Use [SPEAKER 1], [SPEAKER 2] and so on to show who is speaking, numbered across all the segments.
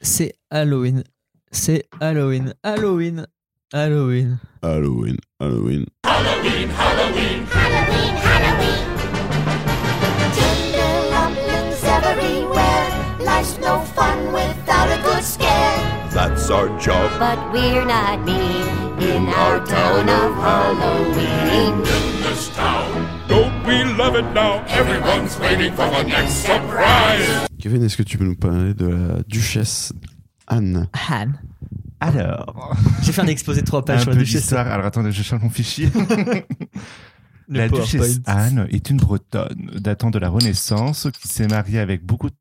[SPEAKER 1] C'est Halloween. C'est Halloween. Halloween. Halloween.
[SPEAKER 2] Halloween, Halloween.
[SPEAKER 3] Halloween, Halloween. Tinderlumblings everywhere. Life's no fun without a good scare.
[SPEAKER 4] That's our job.
[SPEAKER 3] But we're not mean in our town of Halloween.
[SPEAKER 4] Don't we love it now? Everyone's waiting for the next surprise.
[SPEAKER 2] Kevin, est-ce que tu peux nous parler de la duchesse Anne
[SPEAKER 1] Han.
[SPEAKER 5] Alors,
[SPEAKER 1] J'ai fait un exposé de trois pages
[SPEAKER 5] un
[SPEAKER 1] sur
[SPEAKER 5] peu
[SPEAKER 1] la duchesse.
[SPEAKER 5] d'histoire. Alors attendez, je cherche mon fichier.
[SPEAKER 1] Le
[SPEAKER 5] la
[SPEAKER 1] PowerPoint.
[SPEAKER 5] duchesse Anne est une Bretonne datant de la Renaissance qui s'est mariée avec beaucoup. de-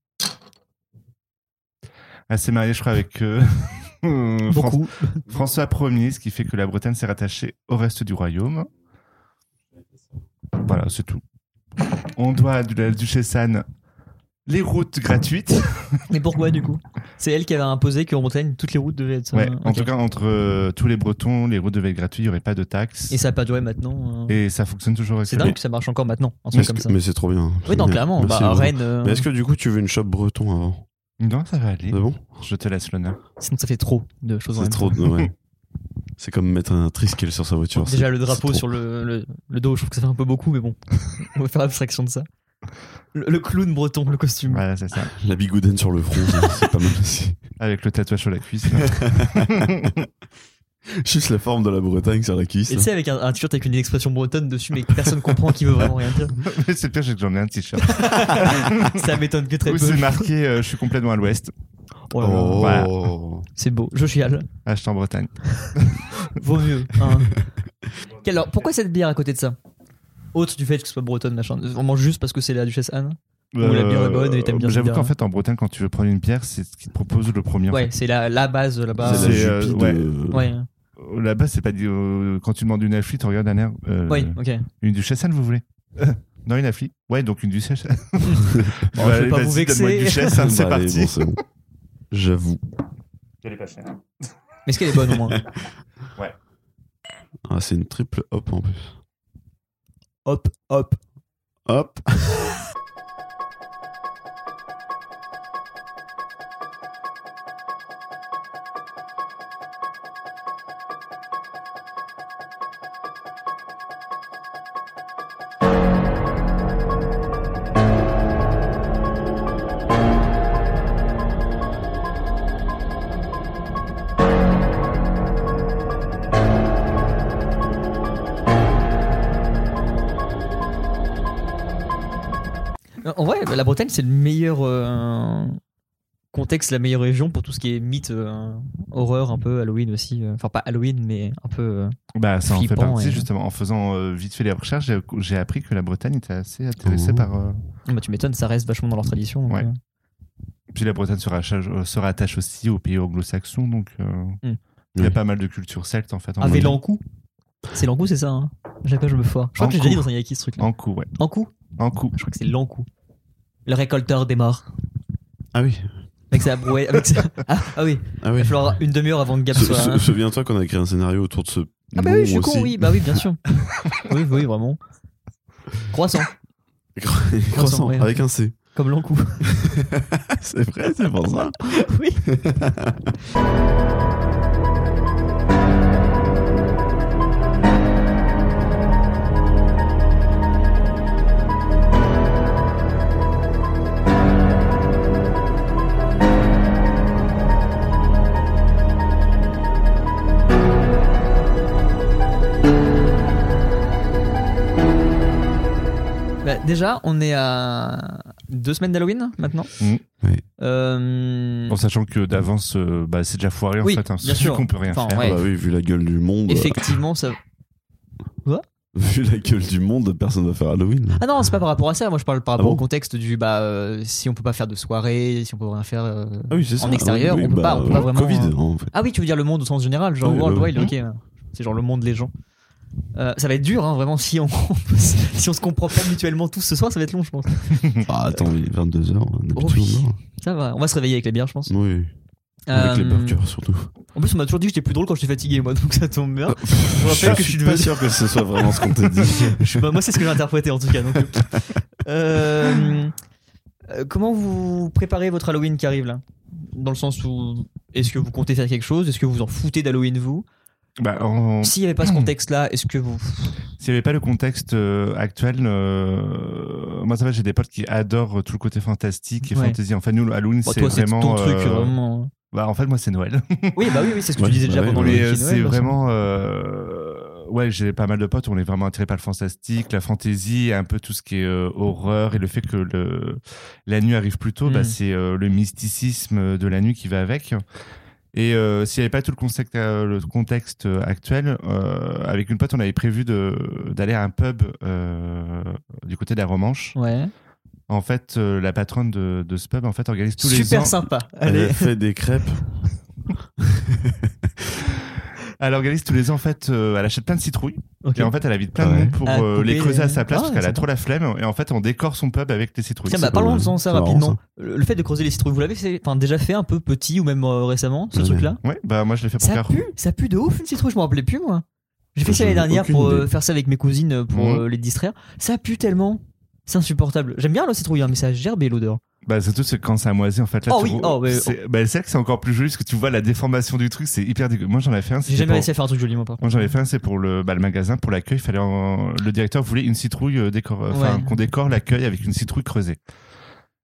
[SPEAKER 5] Elle s'est mariée, je crois, avec euh, Fran-
[SPEAKER 1] Beaucoup.
[SPEAKER 5] François Ier, ce qui fait que la Bretagne s'est rattachée au reste du royaume. Voilà, c'est tout. On doit à la duchesse Anne les routes gratuites.
[SPEAKER 1] Mais pourquoi du coup C'est elle qui avait imposé qu'en montagne, toutes les routes devaient être.
[SPEAKER 5] Ouais,
[SPEAKER 1] euh,
[SPEAKER 5] En
[SPEAKER 1] ok.
[SPEAKER 5] tout cas, entre euh, tous les Bretons, les routes devaient être gratuites, il n'y aurait pas de taxes.
[SPEAKER 1] Et ça n'a pas duré maintenant. euh.
[SPEAKER 5] Et ça fonctionne toujours.
[SPEAKER 1] C'est
[SPEAKER 5] avec-
[SPEAKER 1] dingue que ça marche encore maintenant. Un
[SPEAKER 2] Mais
[SPEAKER 1] truc
[SPEAKER 2] est-ce
[SPEAKER 1] comme
[SPEAKER 2] que-
[SPEAKER 1] ça.
[SPEAKER 2] Mais c'est trop bien.
[SPEAKER 1] Oui, non,
[SPEAKER 2] Bien.
[SPEAKER 1] clairement.
[SPEAKER 2] Merci,
[SPEAKER 1] bah,
[SPEAKER 2] vraiment.
[SPEAKER 1] Rennes. euh,
[SPEAKER 2] Mais est-ce que du coup tu veux une shop breton avant
[SPEAKER 5] Non, ça va aller.
[SPEAKER 2] C'est bon
[SPEAKER 5] Je te laisse l'honneur.
[SPEAKER 1] Sinon, ça fait trop de choses en
[SPEAKER 2] C'est
[SPEAKER 1] même
[SPEAKER 2] trop.
[SPEAKER 1] temps.
[SPEAKER 2] ouais. C'est comme mettre un triskel sur sa voiture.
[SPEAKER 1] Déjà
[SPEAKER 2] c'est-
[SPEAKER 1] le drapeau
[SPEAKER 2] c'est
[SPEAKER 1] sur le, le- le dos, je trouve que ça fait un peu beaucoup, mais bon, on va faire abstraction de ça. Le, le clown breton, le costume.
[SPEAKER 5] Voilà, c'est ça.
[SPEAKER 2] trop. La bigoudaine sur le front, c'est- c'est pas mal aussi.
[SPEAKER 5] Avec le tatouage sur la cuisse.
[SPEAKER 2] Juste la forme de la Bretagne sur la cuisse.
[SPEAKER 1] Et tu sais, avec un, un t-shirt avec une expression bretonne dessus, mais que personne comprend qui veut vraiment rien dire.
[SPEAKER 5] Mais c'est pire, c'est que j'en ai un t-shirt.
[SPEAKER 1] Ça m'étonne que très
[SPEAKER 5] Où
[SPEAKER 1] peu.
[SPEAKER 5] c'est marqué euh, Je suis complètement à l'ouest.
[SPEAKER 1] Oh là là,
[SPEAKER 2] Oh.
[SPEAKER 5] Voilà.
[SPEAKER 1] C'est beau, je chiale.
[SPEAKER 5] Ah, je suis en Bretagne.
[SPEAKER 1] Vaut mieux. hein. Quel- Alors, pourquoi cette bière à côté de ça Autre du fait que ce soit bretonne, machin. On mange juste parce que c'est la duchesse Anne Ou la bière est bonne et t'aimes bien
[SPEAKER 5] Euh, J'avoue
[SPEAKER 1] cette
[SPEAKER 5] qu'en
[SPEAKER 1] bière.
[SPEAKER 5] fait, en Bretagne, quand tu veux prendre une bière, c'est ce qu'ils te proposent le premier. en
[SPEAKER 1] Ouais, c'est la, la base là-bas.
[SPEAKER 2] Bah, C'est
[SPEAKER 5] C'est,
[SPEAKER 2] la
[SPEAKER 5] euh,
[SPEAKER 2] jupie
[SPEAKER 5] ouais.
[SPEAKER 2] de-
[SPEAKER 1] Ouais, hein.
[SPEAKER 5] fait. Là-bas, c'est pas dit. euh, quand tu demandes une affli, tu regardes un air. euh,
[SPEAKER 1] ouais, ok.
[SPEAKER 5] Une duchesse, Anne, vous voulez Euh, Non, une affli. Ouais, donc une duchesse.
[SPEAKER 1] Bon, je vais pas vous
[SPEAKER 5] Donne-moi une
[SPEAKER 1] vexer.
[SPEAKER 5] duchesse, Anne, c'est
[SPEAKER 2] Bah, allez,
[SPEAKER 5] parti.
[SPEAKER 2] bon, c'est bon. J'avoue.
[SPEAKER 1] Mais est-ce qu'elle est bonne au moins
[SPEAKER 2] Ah, c'est une triple hop en plus.
[SPEAKER 1] Hop, hop.
[SPEAKER 2] Hop
[SPEAKER 1] En vrai, la Bretagne, c'est le meilleur euh, contexte, la meilleure région pour tout ce qui est mythe, euh, horreur, un peu Halloween aussi. euh, Enfin, pas Halloween, mais un peu. euh,
[SPEAKER 5] Bah, ça en fait
[SPEAKER 1] Flippant,
[SPEAKER 5] partie,
[SPEAKER 1] ouais.
[SPEAKER 5] justement. En faisant euh, vite fait les recherches, j'ai- j'ai appris que la Bretagne était assez intéressée
[SPEAKER 2] Oh.
[SPEAKER 5] par. euh,
[SPEAKER 1] bah, tu m'étonnes, ça reste vachement dans leur tradition. donc,
[SPEAKER 5] Ouais.
[SPEAKER 1] euh,
[SPEAKER 5] Puis la Bretagne se rattache, euh, se rattache aussi aux pays anglo-saxons, donc euh, il
[SPEAKER 1] Hmm.
[SPEAKER 5] y
[SPEAKER 2] Oui.
[SPEAKER 5] a pas mal de culture celte en fait. En
[SPEAKER 1] Un
[SPEAKER 5] Bretagne.
[SPEAKER 1] vélancou C'est l'ankou, c'est ça hein J'ai pas, je me foire. Je crois que j'ai déjà dit dans un yaki ce truc-là.
[SPEAKER 5] En coup, ouais.
[SPEAKER 1] Ankou
[SPEAKER 5] En coup.
[SPEAKER 1] Je crois que c'est l'ankou. Le récolteur des morts.
[SPEAKER 2] Ah oui.
[SPEAKER 1] Avec sa brouette. Avec sa... Ah, ah oui,
[SPEAKER 2] Ah
[SPEAKER 1] il
[SPEAKER 2] oui.
[SPEAKER 1] va falloir une demi-heure avant que Gab
[SPEAKER 2] Se-
[SPEAKER 1] soit. hein.
[SPEAKER 2] se- Souviens-toi qu'on a écrit un scénario autour de ce.
[SPEAKER 1] Ah bah
[SPEAKER 2] nom
[SPEAKER 1] oui, je suis con,
[SPEAKER 2] aussi.
[SPEAKER 1] oui, bah oui, bien sûr. oui, oui, vraiment. Croissant, Croissant,
[SPEAKER 2] Croissant,
[SPEAKER 1] ouais.
[SPEAKER 2] avec un C.
[SPEAKER 1] comme l'ankou.
[SPEAKER 2] C'est vrai, c'est pour ça.
[SPEAKER 1] oui. Bah, déjà, on est à deux semaines d'Halloween maintenant.
[SPEAKER 5] Mhm.
[SPEAKER 2] Mm. Oui.
[SPEAKER 1] Euh,
[SPEAKER 5] En sachant que d'avance, euh, bah, c'est déjà foiré en
[SPEAKER 1] Oui,
[SPEAKER 5] fait. Hein,
[SPEAKER 1] bien
[SPEAKER 5] surtout
[SPEAKER 1] sûr.
[SPEAKER 5] qu'on peut rien
[SPEAKER 1] Enfin,
[SPEAKER 5] faire.
[SPEAKER 1] ouais.
[SPEAKER 2] Ah bah oui, vu la gueule du monde.
[SPEAKER 1] effectivement, ça.
[SPEAKER 2] Vu la gueule du monde, personne va faire Halloween.
[SPEAKER 1] Ah non, c'est pas par rapport à ça. Moi, je parle par rapport
[SPEAKER 2] Ah bon
[SPEAKER 1] au contexte du bah euh, si on peut pas faire de soirée, si on peut rien faire. euh.
[SPEAKER 2] Ah oui, c'est
[SPEAKER 1] En extérieur, on peut pas- on peut pas vraiment,
[SPEAKER 2] Covid, hein,
[SPEAKER 1] euh,
[SPEAKER 2] en fait.
[SPEAKER 1] Ah oui, tu veux dire le monde au sens général, genre
[SPEAKER 2] Oui,
[SPEAKER 1] world
[SPEAKER 2] bah oui.
[SPEAKER 1] wide, ok. ouais. C'est genre le monde, les gens. Euh, ça va être dur, hein, vraiment. Si on si on se comprend pas mutuellement tous ce soir, ça va être long, je pense.
[SPEAKER 2] Ah, attends, il est 22h.
[SPEAKER 1] Hum. Oh oui. Ça va, on va se réveiller avec les bières, je pense.
[SPEAKER 2] Oui, avec les
[SPEAKER 1] Euh,
[SPEAKER 2] burgers surtout.
[SPEAKER 1] En plus, on m'a toujours dit que j'étais plus drôle quand j'étais fatigué, moi, donc ça tombe bien. Je vous rappelle que je suis
[SPEAKER 2] pas
[SPEAKER 1] devenu
[SPEAKER 2] sûr que ce soit vraiment ce qu'on t'a dit.
[SPEAKER 1] Bah, Je suis pas- moi, c'est ce que j'ai interprété en tout cas. Donc, euh, Euh, comment vous préparez votre Halloween qui arrive là Dans le sens où est-ce que vous comptez faire quelque chose Est-ce que vous en foutez d'Halloween vous
[SPEAKER 5] Bah, on-
[SPEAKER 1] S'il n'y avait pas ce contexte-là, est-ce que vous bah,
[SPEAKER 5] S'il n'y avait pas le contexte euh, actuel, euh, moi ça va, j'ai des potes qui adorent euh, tout le côté fantastique et
[SPEAKER 1] Ouais.
[SPEAKER 5] fantasy. Enfin, nous, Halloween,
[SPEAKER 1] Bon,
[SPEAKER 5] c'est
[SPEAKER 1] toi c'est
[SPEAKER 5] vraiment.
[SPEAKER 1] ton truc
[SPEAKER 5] euh,
[SPEAKER 1] vraiment. hein
[SPEAKER 5] bah, en fait, moi, c'est Noël.
[SPEAKER 1] Oui bah oui, oui c'est ce que
[SPEAKER 2] Ouais,
[SPEAKER 1] tu disais déjà
[SPEAKER 2] bah oui,
[SPEAKER 1] pendant
[SPEAKER 2] oui.
[SPEAKER 5] Mais
[SPEAKER 1] le.
[SPEAKER 5] euh,
[SPEAKER 1] Mickey
[SPEAKER 5] c'est
[SPEAKER 1] Noël,
[SPEAKER 5] vraiment. euh, Ouais, j'ai pas mal de potes, on est vraiment attirés par le fantastique, la fantasy, et un peu tout ce qui est euh, horreur et le fait que le... la nuit arrive plus tôt, bah,
[SPEAKER 1] Mm.
[SPEAKER 5] c'est euh, le mysticisme de la nuit qui va avec. Et euh, s'il n'y avait pas tout le contexte, euh, le contexte euh, actuel, euh, avec une pote, on avait prévu de- d'aller à un pub euh, du côté de la Romanche.
[SPEAKER 1] Ouais.
[SPEAKER 5] En fait, euh, la patronne de, de ce pub en fait, organise tous les ans.
[SPEAKER 1] Super sympa.
[SPEAKER 2] Elle
[SPEAKER 1] Allez.
[SPEAKER 2] a fait des crêpes.
[SPEAKER 5] Elle organise tous les ans, en fait, euh, elle achète plein de citrouilles.
[SPEAKER 1] Ok.
[SPEAKER 5] Et en fait, elle invite plein de
[SPEAKER 2] Ouais.
[SPEAKER 5] monde pour
[SPEAKER 1] À
[SPEAKER 5] euh, les
[SPEAKER 1] couper
[SPEAKER 5] creuser à
[SPEAKER 1] les-
[SPEAKER 5] sa place
[SPEAKER 1] Ah,
[SPEAKER 5] parce qu'elle a
[SPEAKER 1] sympa.
[SPEAKER 5] trop la flemme. Et en fait, on décore son pub avec des citrouilles.
[SPEAKER 1] Tiens, bah,
[SPEAKER 2] c'est
[SPEAKER 1] parlons
[SPEAKER 2] pas
[SPEAKER 1] de ça,
[SPEAKER 2] mal.
[SPEAKER 1] ça
[SPEAKER 2] C'est marrant,
[SPEAKER 1] rapidement. Euh,
[SPEAKER 2] ça.
[SPEAKER 1] Le le fait de creuser les citrouilles, vous l'avez fait- enfin, déjà fait un peu petit ou même euh, récemment, ce
[SPEAKER 2] Jamais.
[SPEAKER 1] truc-là
[SPEAKER 5] Ouais, bah moi je l'ai fait pour
[SPEAKER 1] Ça
[SPEAKER 5] faire.
[SPEAKER 1] pue, ça pue de ouf une citrouille, je m'en rappelais plus moi. J'ai fait ça l'année
[SPEAKER 2] Bah, J'en ai
[SPEAKER 1] dernière
[SPEAKER 2] aucune
[SPEAKER 1] pour euh,
[SPEAKER 2] idée. Mmh.
[SPEAKER 1] faire ça avec mes cousines euh, pour
[SPEAKER 5] Mhm.
[SPEAKER 1] euh, les distraire. Ça pue tellement, c'est insupportable. J'aime bien la citrouille, hein, mais ça gerbe et l'odeur.
[SPEAKER 5] Bah surtout c'est quand ça a moisi en fait là.
[SPEAKER 1] Oh
[SPEAKER 5] tu
[SPEAKER 1] oui,
[SPEAKER 5] vois,
[SPEAKER 1] oh, mais-
[SPEAKER 5] c'est- bah, c'est vrai que c'est encore plus joli parce que tu vois la déformation du truc, c'est hyper dégueu. Moi j'en avais fait un.
[SPEAKER 1] J'ai
[SPEAKER 5] c'était
[SPEAKER 1] jamais
[SPEAKER 5] pour-
[SPEAKER 1] réussi à faire un truc joli moi par
[SPEAKER 5] Moi
[SPEAKER 1] contre.
[SPEAKER 5] j'en avais fait un, c'est pour le, bah, le magasin, pour l'accueil. Fallait en- Le directeur voulait une citrouille euh, décor... enfin,
[SPEAKER 1] Ouais.
[SPEAKER 5] qu'on décore l'accueil avec une citrouille creusée.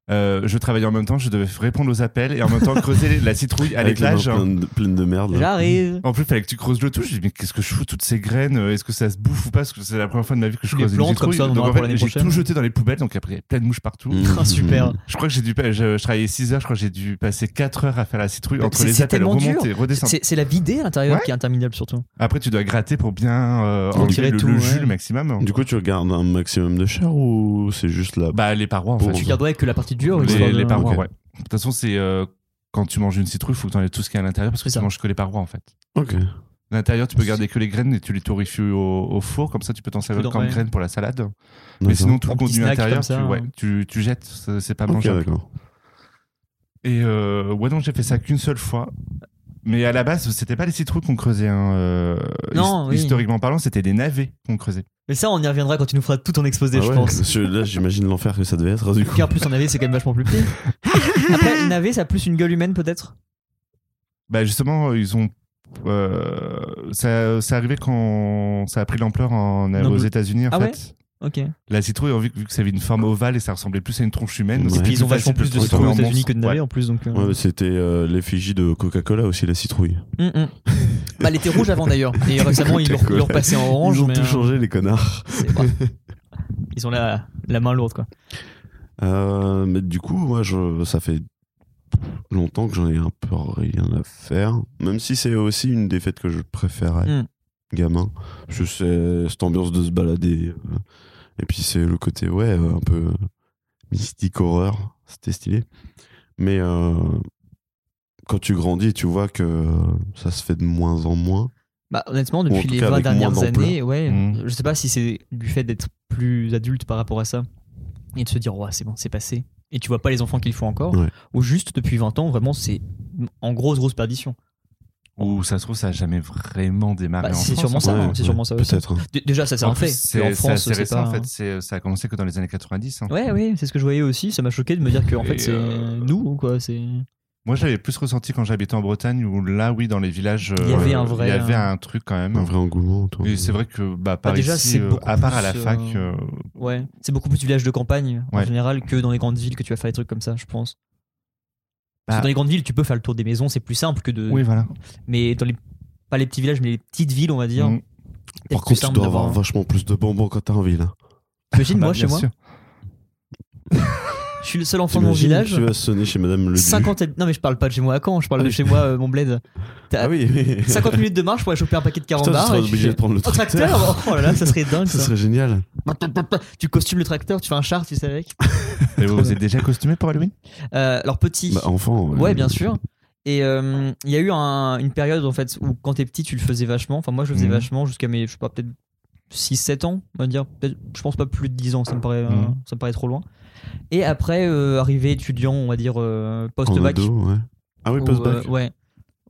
[SPEAKER 5] Euh, je travaillais en même temps, je devais répondre aux appels et en même temps creuser la citrouille à
[SPEAKER 2] Avec les
[SPEAKER 5] l'étage. hein.
[SPEAKER 2] mains pleines de- pleines de merde. là.
[SPEAKER 1] J'arrive.
[SPEAKER 5] En plus, fallait que tu creuses le tout. Je dis, mais qu'est-ce que je fous toutes ces graines Euh, Est-ce que ça se bouffe ou pas Parce que c'est la première fois de ma vie que je
[SPEAKER 1] Les
[SPEAKER 5] creuse une
[SPEAKER 1] plantes, comme
[SPEAKER 5] citrouille.
[SPEAKER 1] ça, on en
[SPEAKER 5] Donc
[SPEAKER 1] aura
[SPEAKER 5] en
[SPEAKER 1] pour
[SPEAKER 5] fait,
[SPEAKER 1] l'année
[SPEAKER 5] j'ai
[SPEAKER 1] prochaine.
[SPEAKER 5] tout jeté dans les poubelles. Donc après, il y a plein de mouches partout.
[SPEAKER 2] Mmh.
[SPEAKER 1] Ah, super.
[SPEAKER 5] Je crois que j'ai dû. pa- Je, je travaillais 6 heures. Je crois que j'ai dû passer 4 heures à faire la citrouille
[SPEAKER 1] Mais
[SPEAKER 5] entre
[SPEAKER 1] c'est-
[SPEAKER 5] les
[SPEAKER 1] c'est
[SPEAKER 5] appels,
[SPEAKER 1] tellement dur.
[SPEAKER 5] remonter, redescendre.
[SPEAKER 1] C'est c'est la vidée à l'intérieur
[SPEAKER 5] Ouais.
[SPEAKER 1] qui est interminable surtout.
[SPEAKER 5] Après, tu dois gratter pour bien euh,
[SPEAKER 1] Retirer
[SPEAKER 5] enlever le,
[SPEAKER 1] tout,
[SPEAKER 5] le
[SPEAKER 1] ouais.
[SPEAKER 5] jus le maximum.
[SPEAKER 2] Du coup, tu regardes un maximum de chair ou c'est juste la
[SPEAKER 5] bah les parois en
[SPEAKER 2] Pour-
[SPEAKER 5] fait.
[SPEAKER 1] Tu garderais que la partie dure. histoire
[SPEAKER 5] Les,
[SPEAKER 1] de-
[SPEAKER 5] les parois.
[SPEAKER 2] ok.
[SPEAKER 5] Ouais. De toute façon, c'est euh, quand tu manges une citrouille, il faut que tu enlèves tout ce qui est à l'intérieur parce que
[SPEAKER 1] C'est
[SPEAKER 5] tu
[SPEAKER 1] ça.
[SPEAKER 5] manges que les parois en fait.
[SPEAKER 2] Ok.
[SPEAKER 5] À L'intérieur, tu peux garder que les graines et tu les torréfies au, au four, comme ça tu peux t'en servir
[SPEAKER 1] Prudent, ouais.
[SPEAKER 5] comme graines pour la salade.
[SPEAKER 2] D'accord.
[SPEAKER 5] Mais sinon, tout
[SPEAKER 1] Un
[SPEAKER 5] le
[SPEAKER 1] petit
[SPEAKER 5] contenu
[SPEAKER 1] snack
[SPEAKER 5] intérieur,
[SPEAKER 1] comme ça,
[SPEAKER 5] tu, ouais,
[SPEAKER 1] hein.
[SPEAKER 5] tu, tu jettes, c'est c'est pas
[SPEAKER 2] Ok,
[SPEAKER 5] mangeable.
[SPEAKER 2] d'accord.
[SPEAKER 5] et euh, ouais, non, j'ai fait ça qu'une seule fois. Mais à la base, c'était pas les citrouilles qu'on creusait. hein, euh,
[SPEAKER 1] Non, oui.
[SPEAKER 5] Historiquement parlant, c'était des navets qu'on creusait.
[SPEAKER 1] Mais ça, on y reviendra quand tu nous feras tout ton exposé,
[SPEAKER 2] Ah
[SPEAKER 1] je
[SPEAKER 2] ouais,
[SPEAKER 1] pense.
[SPEAKER 2] parce que là, j'imagine l'enfer que ça devait être. hein, Du coup.
[SPEAKER 1] Car en plus en avait c'est quand même vachement plus petit. Après, navet, ça a plus une gueule humaine peut-être.
[SPEAKER 5] Bah justement, ils ont. euh, ça, ça arrivait quand ça a pris l'ampleur en,
[SPEAKER 1] Non,
[SPEAKER 5] aux
[SPEAKER 1] mais-
[SPEAKER 5] États-Unis en
[SPEAKER 1] Ah
[SPEAKER 5] fait.
[SPEAKER 1] ouais Ok.
[SPEAKER 5] La citrouille, vu, que- vu que ça avait une forme ovale et ça ressemblait plus à une tronche humaine.
[SPEAKER 2] Et
[SPEAKER 5] c'était
[SPEAKER 2] puis,
[SPEAKER 5] plus
[SPEAKER 1] Ils ont
[SPEAKER 5] facile
[SPEAKER 1] vachement plus de
[SPEAKER 5] le
[SPEAKER 1] citrouilles aux
[SPEAKER 5] transformer en
[SPEAKER 1] États-Unis
[SPEAKER 5] monstre.
[SPEAKER 1] que de navets
[SPEAKER 5] Ouais.
[SPEAKER 1] en plus donc. euh,
[SPEAKER 2] Ouais, mais c'était euh, l'effigie de Coca-Cola aussi, la citrouille.
[SPEAKER 1] Hum, hum. bah, elle était rouge avant d'ailleurs. Et récemment, ils l'ont ils l'ont repassée en orange.
[SPEAKER 2] Ils ont
[SPEAKER 1] mais,
[SPEAKER 2] tout
[SPEAKER 1] euh,
[SPEAKER 2] changé, les connards.
[SPEAKER 1] c'est pas- Ils ont la, la main lourde quoi.
[SPEAKER 2] Euh, mais du coup, moi, je, ça fait longtemps que j'en ai un peu rien à faire. Même si c'est aussi une des fêtes que je préférais,
[SPEAKER 1] Mm.
[SPEAKER 2] gamin. Je sais, cette ambiance de se balader. euh, Et puis c'est le côté, ouais, euh, un peu euh, mystique horreur. C'était stylé. Mais euh, quand tu grandis, tu vois que ça se fait de moins en moins.
[SPEAKER 1] Bah, honnêtement,
[SPEAKER 2] en
[SPEAKER 1] depuis
[SPEAKER 2] tout
[SPEAKER 1] les
[SPEAKER 2] cas,
[SPEAKER 1] 20
[SPEAKER 2] avec moins
[SPEAKER 1] dernières
[SPEAKER 2] d'ampleur.
[SPEAKER 1] années, ouais,
[SPEAKER 5] Mm.
[SPEAKER 1] je sais pas si c'est du fait d'être plus adulte par rapport à ça et de se dire, ouais, c'est bon, c'est passé. Et tu vois pas les enfants qu'ils font encore.
[SPEAKER 2] Ouais.
[SPEAKER 1] Ou juste depuis 20 ans, vraiment, c'est en grosse, grosse perdition.
[SPEAKER 5] Ou ça se trouve, ça a jamais vraiment
[SPEAKER 2] Ah,
[SPEAKER 1] Bah,
[SPEAKER 5] démarré. en
[SPEAKER 1] c'est
[SPEAKER 5] France,
[SPEAKER 1] sûrement
[SPEAKER 5] hein.
[SPEAKER 1] ça,
[SPEAKER 2] Ouais,
[SPEAKER 1] hein, c'est
[SPEAKER 2] ouais,
[SPEAKER 1] sûrement ça aussi.
[SPEAKER 2] Peut-être. hein.
[SPEAKER 1] Dé- Déjà, ça c'est
[SPEAKER 5] En
[SPEAKER 1] un
[SPEAKER 5] plus,
[SPEAKER 1] fait.
[SPEAKER 5] C'est
[SPEAKER 1] en
[SPEAKER 5] c'est
[SPEAKER 1] France,
[SPEAKER 5] assez
[SPEAKER 1] c'est
[SPEAKER 5] récent
[SPEAKER 1] pas. hein.
[SPEAKER 5] en fait. C'est- Ça a commencé que dans les années 90. hein.
[SPEAKER 1] Ouais, ouais, c'est ce que je voyais aussi. Ça m'a choqué de me dire que en
[SPEAKER 5] Et,
[SPEAKER 1] fait, c'est
[SPEAKER 5] euh,
[SPEAKER 1] nous ou quoi. C'est.
[SPEAKER 5] Moi, j'avais plus ressenti quand j'habitais en Bretagne, où là, oui, dans les villages,
[SPEAKER 1] Il y
[SPEAKER 5] euh,
[SPEAKER 1] avait un vrai- hein.
[SPEAKER 5] il y avait un truc quand même.
[SPEAKER 2] Un vrai engouement. toi.
[SPEAKER 5] Et c'est vrai que bah, par
[SPEAKER 1] déjà,
[SPEAKER 5] ici,
[SPEAKER 1] c'est
[SPEAKER 5] euh,
[SPEAKER 1] beaucoup
[SPEAKER 5] à part à la
[SPEAKER 1] plus, euh,
[SPEAKER 5] fac, euh,
[SPEAKER 1] Ouais, c'est beaucoup plus du village de campagne en
[SPEAKER 5] Ouais.
[SPEAKER 1] général que dans les grandes villes que tu vas faire des trucs comme ça, je pense. Parce
[SPEAKER 5] Bah.
[SPEAKER 1] que dans les grandes villes, tu peux faire le tour des maisons, c'est plus simple que de.
[SPEAKER 5] oui, voilà.
[SPEAKER 1] Mais dans les. Pas les petits villages, mais les petites villes, on va dire.
[SPEAKER 5] Mm.
[SPEAKER 1] peut-être
[SPEAKER 2] Par
[SPEAKER 1] plus
[SPEAKER 2] contre, tu
[SPEAKER 1] simple
[SPEAKER 2] dois
[SPEAKER 1] d'avoir
[SPEAKER 2] avoir
[SPEAKER 1] un-
[SPEAKER 2] vachement plus de bonbons quand t'es en ville. hein.
[SPEAKER 1] T'imagines,
[SPEAKER 5] Bah,
[SPEAKER 1] moi,
[SPEAKER 5] bien
[SPEAKER 1] chez moi,
[SPEAKER 5] sûr.
[SPEAKER 1] je suis le seul enfant de mon
[SPEAKER 2] T'imagines,
[SPEAKER 1] village.
[SPEAKER 2] Tu vas sonner chez Madame Le
[SPEAKER 1] 50 hab- Non, mais je parle pas de chez moi à Caen, je parle de chez moi, euh, mon bled.
[SPEAKER 2] Ah oui, oui.
[SPEAKER 1] 50 minutes de marche pour aller choper un paquet de
[SPEAKER 2] Putain, tu
[SPEAKER 1] carambars.
[SPEAKER 2] serais
[SPEAKER 1] et tu
[SPEAKER 2] obligé
[SPEAKER 1] fais-
[SPEAKER 2] de prendre le
[SPEAKER 1] Oh,
[SPEAKER 2] tracteur.
[SPEAKER 1] tracteur Oh là là, ça serait dingue
[SPEAKER 2] Ce
[SPEAKER 1] ça.
[SPEAKER 2] serait génial.
[SPEAKER 1] Bah, Tu costumes le tracteur, tu fais un char, tu sais, avec.
[SPEAKER 5] Mais vous vous êtes déjà costumé pour Halloween
[SPEAKER 1] Euh, alors, petit.
[SPEAKER 2] Bah, enfant.
[SPEAKER 1] Ouais, bien sûr. Et euh, il y a eu un- une période en fait où quand t'es petit, tu le faisais vachement. Enfin, moi, je le faisais
[SPEAKER 5] Mhm.
[SPEAKER 1] vachement jusqu'à mes, je sais pas, peut-être 6-7 ans, on va dire. Peut-être- Je pense pas plus de 10 ans, ça me paraît, euh,
[SPEAKER 5] Mhm.
[SPEAKER 1] ça me paraît trop loin. Et après, euh, arrivé étudiant, on va dire euh,
[SPEAKER 2] En E
[SPEAKER 1] post-bac.
[SPEAKER 2] ado, ouais. Ah oui,
[SPEAKER 1] où,
[SPEAKER 2] post-bac.
[SPEAKER 1] euh, ouais.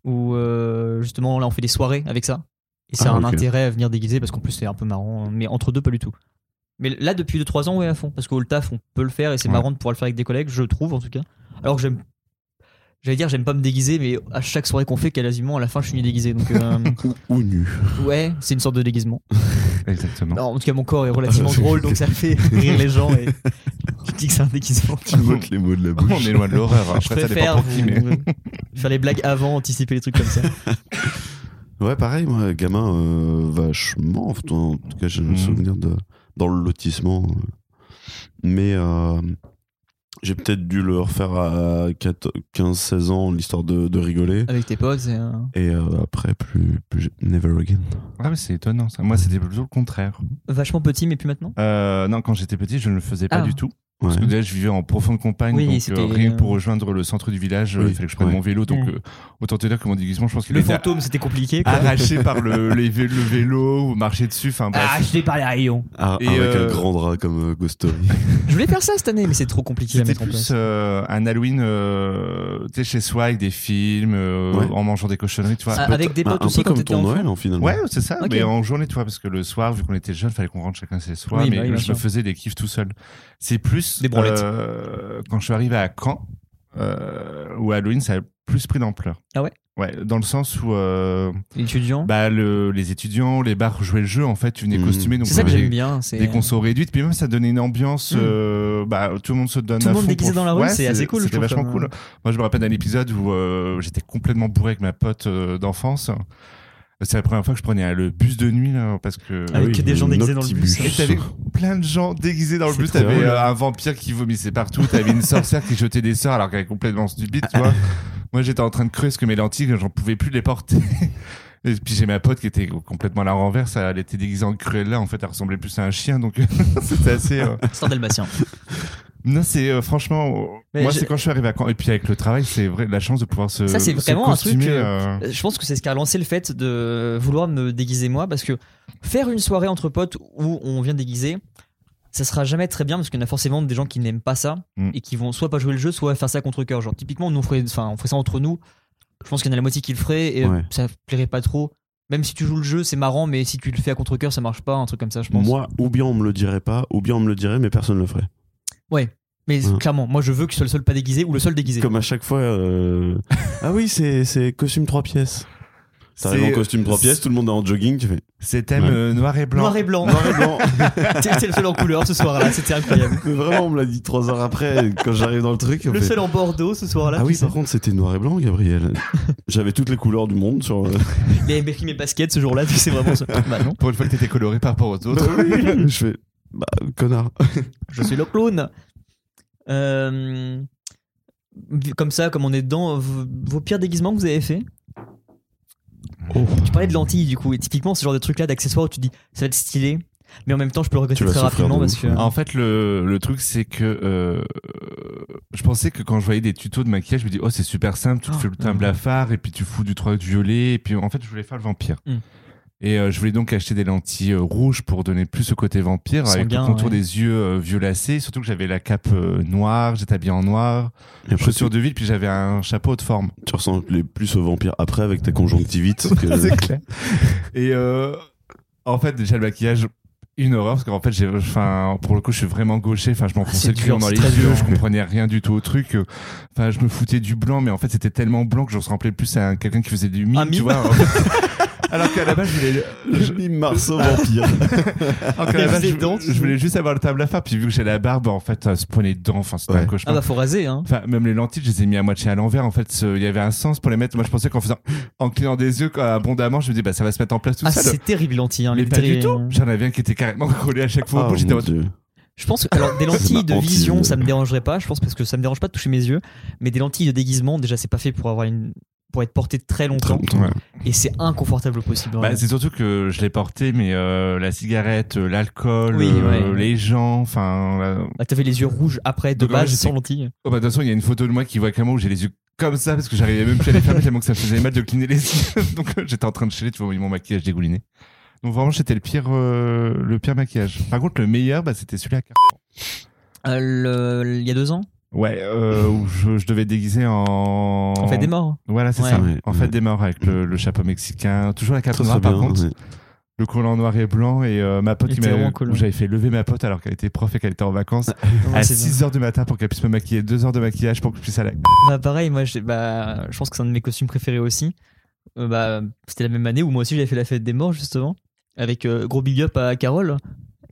[SPEAKER 1] Où euh, justement, là, on fait des soirées avec ça. Et ça
[SPEAKER 2] Ah,
[SPEAKER 1] a un
[SPEAKER 2] ok.
[SPEAKER 1] intérêt à venir déguiser parce qu'en plus, c'est un peu marrant. Mais entre hein. deux, pas du tout. Mais là, depuis 2-3 ans, ouais, à fond. Parce qu'au taf, on peut le faire et c'est
[SPEAKER 5] Ouais.
[SPEAKER 1] marrant de pouvoir le faire avec des collègues, je trouve en tout cas. Alors que j'aime. J'allais dire, j'aime pas me déguiser, mais à chaque soirée qu'on fait, quasiment à la fin, je suis déguisé. Donc, euh,
[SPEAKER 2] Ou, ou nu.
[SPEAKER 1] ouais, c'est une sorte de déguisement.
[SPEAKER 5] Exactement.
[SPEAKER 1] Non, en tout cas, mon
[SPEAKER 5] Ah,
[SPEAKER 1] corps est relativement drôle, donc ça fait rire les gens et je dis que c'est un déguisement.
[SPEAKER 2] Tu moques les mots de la
[SPEAKER 5] On
[SPEAKER 2] bouche.
[SPEAKER 5] est loin de l'horreur. Après,
[SPEAKER 1] je
[SPEAKER 5] ça dépend
[SPEAKER 1] préfère
[SPEAKER 5] pour qui, mais-
[SPEAKER 1] vous- faire les blagues avant, anticiper les trucs comme ça.
[SPEAKER 2] Ouais, pareil, moi, gamin, euh, vachement. En tout en tout cas, j'ai un
[SPEAKER 5] Mhm.
[SPEAKER 2] souvenir de, dans le lotissement. euh. Mais euh, j'ai peut-être dû le refaire à 15-16 ans, l'histoire de, de rigoler.
[SPEAKER 1] Avec tes potes, c'est un-
[SPEAKER 2] Et euh, après, plus, plus j'ai- never again.
[SPEAKER 5] Ah, mais c'est étonnant ça. Moi, c'était plutôt le contraire.
[SPEAKER 1] vachement petit, mais plus maintenant.
[SPEAKER 5] Euh, non, quand j'étais petit, je ne le faisais pas
[SPEAKER 1] Ah.
[SPEAKER 5] du tout.
[SPEAKER 2] Ouais.
[SPEAKER 5] Parce que déjà, je vivais en profonde campagne.
[SPEAKER 1] Oui,
[SPEAKER 5] donc,
[SPEAKER 1] c'était-
[SPEAKER 5] euh, rien que pour rejoindre le centre du village, euh,
[SPEAKER 2] Oui,
[SPEAKER 5] il fallait que je prenne
[SPEAKER 2] ouais.
[SPEAKER 5] mon vélo. Donc,
[SPEAKER 1] Ouais.
[SPEAKER 5] euh, autant te dire que mon déguisement, je pense qu'il
[SPEAKER 1] Le
[SPEAKER 5] était
[SPEAKER 1] fantôme, c'était compliqué. Quoi.
[SPEAKER 5] arraché par le, les vé- le vélo ou marcher dessus. Enfin, bref.
[SPEAKER 1] Arraché par les rayons.
[SPEAKER 2] Ah,
[SPEAKER 5] Et,
[SPEAKER 2] avec
[SPEAKER 5] euh,
[SPEAKER 2] un grand drap comme euh, Ghost Story.
[SPEAKER 1] Je voulais faire ça cette année, mais c'est trop compliqué à
[SPEAKER 5] C'était
[SPEAKER 1] mettre en
[SPEAKER 5] plus
[SPEAKER 1] place.
[SPEAKER 5] euh, un Halloween, euh, tu sais, chez soi, avec des films, euh,
[SPEAKER 2] Ouais.
[SPEAKER 5] en mangeant des cochonneries, tu vois.
[SPEAKER 1] Ah, avec des
[SPEAKER 2] Un-
[SPEAKER 1] potes
[SPEAKER 2] un
[SPEAKER 1] aussi
[SPEAKER 2] peu
[SPEAKER 1] quand
[SPEAKER 2] comme
[SPEAKER 1] t'étais
[SPEAKER 2] ton
[SPEAKER 1] enfant.
[SPEAKER 2] Noël, en finalement.
[SPEAKER 5] Ah, Ouais, c'est ça,
[SPEAKER 1] Ok.
[SPEAKER 5] mais en journée, tu vois, parce que le soir, vu qu'on était jeunes, fallait qu'on rentre chacun chez soi,
[SPEAKER 1] Oui,
[SPEAKER 5] mais
[SPEAKER 1] bah oui, bien
[SPEAKER 5] je
[SPEAKER 1] sûr.
[SPEAKER 5] me faisais des kiffs tout seul. C'est plus
[SPEAKER 1] Des branlettes.
[SPEAKER 5] euh, quand je suis arrivé à Caen, euh, où Halloween, ça a plus pris d'ampleur.
[SPEAKER 1] Ah ouais Hein
[SPEAKER 5] Ouais, dans le sens où euh,
[SPEAKER 1] Étudiant.
[SPEAKER 5] bah, le- les étudiants, les bars jouaient le jeu, en fait, tu venais
[SPEAKER 2] Mhm.
[SPEAKER 5] costumé, donc
[SPEAKER 1] c'est ça que
[SPEAKER 5] t'avais
[SPEAKER 1] j'aime bien. C'est euh,
[SPEAKER 5] des consos réduites, puis même ça donnait une ambiance,
[SPEAKER 1] Mhm.
[SPEAKER 5] euh, bah, tout le monde se donne
[SPEAKER 1] Tout le
[SPEAKER 5] à
[SPEAKER 1] monde
[SPEAKER 5] fond
[SPEAKER 1] déguisé
[SPEAKER 5] pour-
[SPEAKER 1] dans la rue,
[SPEAKER 5] Ouais,
[SPEAKER 1] c'est assez cool, je
[SPEAKER 5] C'était
[SPEAKER 1] trouve,
[SPEAKER 5] vachement
[SPEAKER 1] comme- euh,
[SPEAKER 5] cool. Moi, je me rappelle d'un épisode où euh, j'étais complètement bourré avec ma pote euh, d'enfance. C'est la première fois que je prenais euh, le bus de nuit, là, parce que.
[SPEAKER 1] Avec
[SPEAKER 2] Ah oui,
[SPEAKER 1] des gens
[SPEAKER 2] notre
[SPEAKER 1] déguisés dans le
[SPEAKER 2] petit
[SPEAKER 1] bus.
[SPEAKER 5] Et t'avais plein de gens déguisés dans le bus. T'avais
[SPEAKER 2] drôle.
[SPEAKER 5] euh, un vampire qui vomissait partout. T'avais une sorcière qui jetait des sorts alors qu'elle est complètement stupide, tu vois. Moi, j'étais en train de creuser que mes lentilles, j'en pouvais plus les porter. Et puis j'ai ma pote qui était complètement à la renverse. Elle était déguisée en Cruella. En fait, elle ressemblait plus à un chien. Donc c'était assez. euh,
[SPEAKER 1] C'est un dalmatien.
[SPEAKER 5] Non, c'est euh, franchement. euh,
[SPEAKER 1] Mais
[SPEAKER 5] moi,
[SPEAKER 1] je-
[SPEAKER 5] c'est quand je suis arrivé à Caen. Et puis avec le travail, c'est vrai la chance de pouvoir se.
[SPEAKER 1] Ça, c'est
[SPEAKER 5] se
[SPEAKER 1] vraiment un truc,
[SPEAKER 5] costumer,
[SPEAKER 1] euh,
[SPEAKER 5] euh,
[SPEAKER 1] Je pense que c'est ce qui a lancé le fait de vouloir me déguiser moi, parce que faire une soirée entre potes où on vient déguiser, ça sera jamais très bien, parce qu'il y en a forcément des gens qui n'aiment pas ça
[SPEAKER 5] Mm.
[SPEAKER 1] et qui vont soit pas jouer le jeu, soit faire ça contre cœur. Genre typiquement, nous on ferait, enfin, on ferait ça entre nous. Je pense qu'il y en a la moitié qui le ferait et
[SPEAKER 2] Ouais.
[SPEAKER 1] ça plairait pas trop. Même si tu joues le jeu, c'est marrant, mais si tu le fais à contre cœur, ça marche pas, un truc comme ça, je pense.
[SPEAKER 2] Moi, ou bien on me le dirait pas, ou bien on me le dirait, mais personne ne le ferait.
[SPEAKER 1] mais
[SPEAKER 2] Ouais.
[SPEAKER 1] clairement, moi je veux que je sois le seul pas déguisé ou le seul déguisé.
[SPEAKER 2] Mmh. Comme à chaque fois. euh, ah oui, c'est c'est costume 3 pièces. T'arrives en
[SPEAKER 5] c'est-
[SPEAKER 2] costume 3 pièces, tout le monde est en jogging, tu fais.
[SPEAKER 5] C'est thème
[SPEAKER 2] Ouais.
[SPEAKER 5] euh, noir et blanc.
[SPEAKER 1] Noir et blanc.
[SPEAKER 2] Noir et blanc.
[SPEAKER 1] T'es t'es le seul en couleur ce soir-là, c'était incroyable.
[SPEAKER 2] Mais vraiment, on me l'a dit 3 heures après, quand j'arrive dans le truc. on
[SPEAKER 1] Le
[SPEAKER 2] fait,
[SPEAKER 1] seul en bordeaux ce soir-là.
[SPEAKER 2] ah
[SPEAKER 1] tu
[SPEAKER 2] oui,
[SPEAKER 1] sais.
[SPEAKER 2] par contre, c'était noir et blanc, Gabriel. J'avais toutes les couleurs du monde sur. euh,
[SPEAKER 1] Les mes mes baskets ce jour-là, tu sais vraiment ça. Bah non,
[SPEAKER 5] Pour une fois que t'étais coloré par rapport aux autres.
[SPEAKER 2] je fais. Bah, connard.
[SPEAKER 1] je suis le clown. Euh, comme ça, comme on est dedans, vos, vos pires déguisements que vous avez fait
[SPEAKER 2] Oh.
[SPEAKER 1] Tu parlais de lentilles du coup, et typiquement ce genre de truc-là d'accessoires où tu te dis ça va être stylé, mais en même temps je peux le regretter
[SPEAKER 2] Tu vas
[SPEAKER 1] très
[SPEAKER 2] souffrir
[SPEAKER 1] rapidement
[SPEAKER 2] de
[SPEAKER 1] parce
[SPEAKER 2] ouf, hein.
[SPEAKER 1] que.
[SPEAKER 2] ouais.
[SPEAKER 5] En fait, le, le truc, c'est que euh, je pensais que quand je voyais des tutos de maquillage, je me dis, oh, c'est super simple, tu te
[SPEAKER 1] Oh,
[SPEAKER 5] fais le teint
[SPEAKER 1] mm.
[SPEAKER 5] blafard et puis tu fous du truc violet. Et puis en fait, je voulais faire le vampire.
[SPEAKER 1] Mm.
[SPEAKER 5] Et euh, je voulais donc acheter des lentilles euh, rouges pour donner plus au côté vampire, avec
[SPEAKER 1] Sanguin,
[SPEAKER 5] le contour
[SPEAKER 1] ouais.
[SPEAKER 5] des yeux euh, violacés. Surtout que j'avais la cape euh, noire, j'étais habillé en noir,
[SPEAKER 2] Et après, tu,
[SPEAKER 5] chaussures de ville, puis j'avais un chapeau de forme.
[SPEAKER 2] tu ressembles plus au vampire après avec ta conjonctivite. que-
[SPEAKER 5] clair. Et euh, en fait, déjà le maquillage, une horreur parce qu'en fait, j'ai, enfin, pour le coup, je suis vraiment gaucher. Enfin, je
[SPEAKER 1] Ah, c'est
[SPEAKER 5] m'enfonçais le
[SPEAKER 1] dur,
[SPEAKER 5] crayon dans
[SPEAKER 1] c'est
[SPEAKER 5] les
[SPEAKER 1] très
[SPEAKER 5] yeux,
[SPEAKER 1] dur.
[SPEAKER 5] je comprenais rien du tout au truc. Enfin, je me foutais du blanc, mais en fait, c'était tellement blanc que je ressemblais plus à quelqu'un qui faisait du mime,
[SPEAKER 1] Un
[SPEAKER 5] tu
[SPEAKER 1] mime
[SPEAKER 5] vois. en fait. Alors qu'à la base, je voulais, je-
[SPEAKER 2] Mime Marceau vampire.
[SPEAKER 5] alors qu'à la base,
[SPEAKER 1] Les
[SPEAKER 5] je-
[SPEAKER 1] dents, tu-
[SPEAKER 5] je voulais juste avoir le table à faire. Puis vu que j'ai la barbe, en fait, ça se prenait dedans. Enfin, c'était
[SPEAKER 2] Ouais.
[SPEAKER 5] un
[SPEAKER 1] Ah
[SPEAKER 5] cauchemar.
[SPEAKER 1] bah faut raser hein.
[SPEAKER 5] Enfin, même les lentilles, je les ai mis à moitié à l'envers. En fait, ce- il y avait un sens pour les mettre. Moi, je pensais qu'en faisant, en clignant des yeux quoi, abondamment, je me dis, bah, ça va se mettre en place tout
[SPEAKER 1] Ah
[SPEAKER 5] seul.
[SPEAKER 1] c'est terrible lentilles hein,
[SPEAKER 5] Mais
[SPEAKER 1] les
[SPEAKER 5] pas du
[SPEAKER 1] terribles.
[SPEAKER 5] tout. J'en avais un qui était carrément collé à chaque fois.
[SPEAKER 2] Ah,
[SPEAKER 5] Moi, j'étais en
[SPEAKER 2] mon
[SPEAKER 5] mode,
[SPEAKER 2] Dieu.
[SPEAKER 1] Je pense que, alors des lentilles
[SPEAKER 2] ma
[SPEAKER 1] de
[SPEAKER 2] hantise.
[SPEAKER 1] vision ça me dérangerait pas, je pense parce que ça me dérange pas de toucher mes yeux, mais des lentilles de déguisement déjà c'est pas fait pour avoir une pour être porté très longtemps et c'est inconfortable au possible.
[SPEAKER 5] Bah,
[SPEAKER 1] vraiment.
[SPEAKER 5] c'est surtout que je l'ai porté, mais euh, la cigarette, euh, l'alcool,
[SPEAKER 1] Oui,
[SPEAKER 5] euh,
[SPEAKER 1] ouais.
[SPEAKER 5] les gens, enfin. la-
[SPEAKER 1] Ah, t'avais les yeux rouges après de
[SPEAKER 5] Donc, ouais,
[SPEAKER 1] base
[SPEAKER 5] je
[SPEAKER 1] sans
[SPEAKER 5] sais.
[SPEAKER 1] lentilles.
[SPEAKER 5] Oh, bah, de toute façon, il y a une photo de moi qui voit clairement où j'ai les yeux comme ça parce que j'arrivais même plus à les fermer tellement que ça me faisait mal de cligner les yeux. Donc euh, j'étais en train de chialer, tu vois, mon maquillage dégouliné. Donc vraiment, c'était le pire, euh, le pire maquillage. Par contre, le meilleur, bah, c'était celui à Carrefour.
[SPEAKER 1] Euh, le- Il y a deux ans,
[SPEAKER 5] Ouais, euh, où je, je devais déguiser en.
[SPEAKER 1] on fait des morts.
[SPEAKER 5] Voilà, c'est
[SPEAKER 1] Ouais.
[SPEAKER 5] ça.
[SPEAKER 2] Ouais.
[SPEAKER 5] En fait, des morts avec le, le chapeau mexicain. Toujours la carte
[SPEAKER 2] Très,
[SPEAKER 5] noire,
[SPEAKER 2] très
[SPEAKER 5] par
[SPEAKER 2] bien,
[SPEAKER 5] contre.
[SPEAKER 2] ouais.
[SPEAKER 5] le col en noir et blanc et euh, ma pote
[SPEAKER 1] Il
[SPEAKER 5] qui
[SPEAKER 1] était
[SPEAKER 5] m'a-
[SPEAKER 1] vraiment cool,
[SPEAKER 5] où
[SPEAKER 1] ouais.
[SPEAKER 5] j'avais fait lever ma pote alors qu'elle était prof et qu'elle était en vacances
[SPEAKER 1] Non,
[SPEAKER 5] à
[SPEAKER 1] c'est ça.
[SPEAKER 5] 6h du matin pour qu'elle puisse me maquiller 2 heures de maquillage pour que je puisse aller à la-
[SPEAKER 1] Bah pareil, moi j'ai- bah, je pense que c'est un de mes costumes préférés aussi. Euh, bah, C'était la même année où moi aussi j'avais fait la fête des morts justement, avec euh, gros big up à Carole,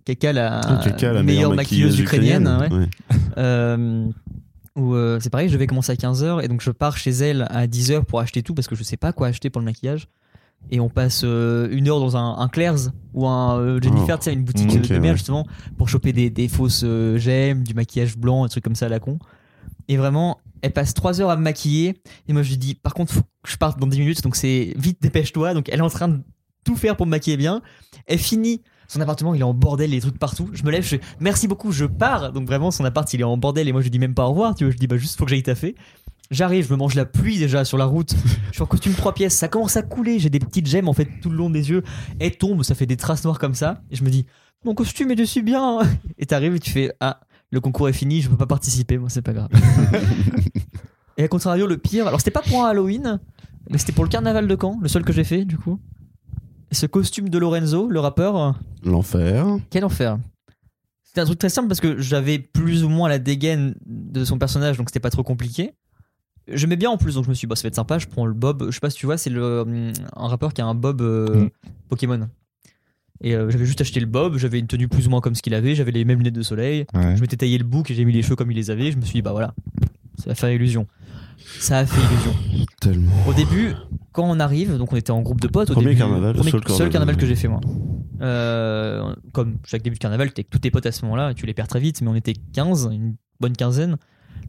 [SPEAKER 1] Kaka la,
[SPEAKER 2] Kaka,
[SPEAKER 1] Ah, meilleure maquilleuse ukrainienne. ouais.
[SPEAKER 2] ouais.
[SPEAKER 1] Euh, où, euh, c'est pareil, je vais commencer à 15h et donc je pars chez elle à 10h pour acheter tout parce que je sais pas quoi acheter pour le maquillage. Et on passe euh, une heure dans un, un Claire's ou un euh, Jennifer,
[SPEAKER 2] Oh.
[SPEAKER 1] tu sais, une boutique
[SPEAKER 5] Mm,
[SPEAKER 1] de-
[SPEAKER 2] ok,
[SPEAKER 1] de merde
[SPEAKER 2] ouais.
[SPEAKER 1] justement pour choper des, des fausses euh, gemmes, du maquillage blanc, des trucs comme ça à la con. Et vraiment, elle passe 3 heures à me maquiller et moi je lui dis, par contre, faut que je parte dans 10 minutes donc c'est vite, dépêche-toi. Donc elle est en train de tout faire pour me maquiller bien. Elle finit. Son appartement, il est en bordel, les trucs partout. Je me lève, je fais merci beaucoup, je pars. Donc vraiment, son appart, il est en bordel et moi je lui dis même pas au revoir. Tu vois, je dis bah juste faut que j'aille taffer. J'arrive, je me mange la pluie déjà sur la route. Je suis en costume trois pièces, ça commence à couler. J'ai des petites gemmes en fait tout le long des yeux. Elle tombe, ça fait des traces noires comme ça. Et je me dis mon costume est dessus bien. Et t'arrives et tu fais ah le concours est fini, je peux pas participer, moi c'est pas grave. et à contrario, le pire, alors c'était pas pour un Halloween, mais c'était pour le carnaval de Caen, le seul que j'ai fait du coup. Ce costume de Lorenzo, le rappeur,
[SPEAKER 2] L'enfer.
[SPEAKER 1] quel enfer C'était un truc très simple parce que j'avais plus ou moins la dégaine de son personnage, donc c'était pas trop compliqué. J'aimais bien en plus, donc je me suis dit, bah, ça va être sympa, je prends le Bob. Je sais pas si tu vois, c'est le, hum, un rappeur qui a un Bob euh,
[SPEAKER 5] Mm.
[SPEAKER 1] Pokémon. Et euh, j'avais juste acheté le Bob, j'avais une tenue plus ou moins comme ce qu'il avait, j'avais les mêmes lunettes de soleil,
[SPEAKER 5] Ouais.
[SPEAKER 1] je m'étais taillé le bouc et j'ai mis les cheveux comme il les avait, je me suis dit, bah voilà, ça va faire illusion. Ça a fait illusion.
[SPEAKER 2] Tellement.
[SPEAKER 1] Au début, quand on arrive, donc on était en groupe de potes. au
[SPEAKER 2] Premier
[SPEAKER 1] début,
[SPEAKER 2] carnaval,
[SPEAKER 1] premier-
[SPEAKER 2] seul
[SPEAKER 1] seul,
[SPEAKER 2] carnaval.
[SPEAKER 1] carnaval que j'ai fait moi. Euh, comme chaque début de carnaval, t'es avec tous tes potes à ce moment-là, tu les perds très vite, mais on était 15, une bonne quinzaine.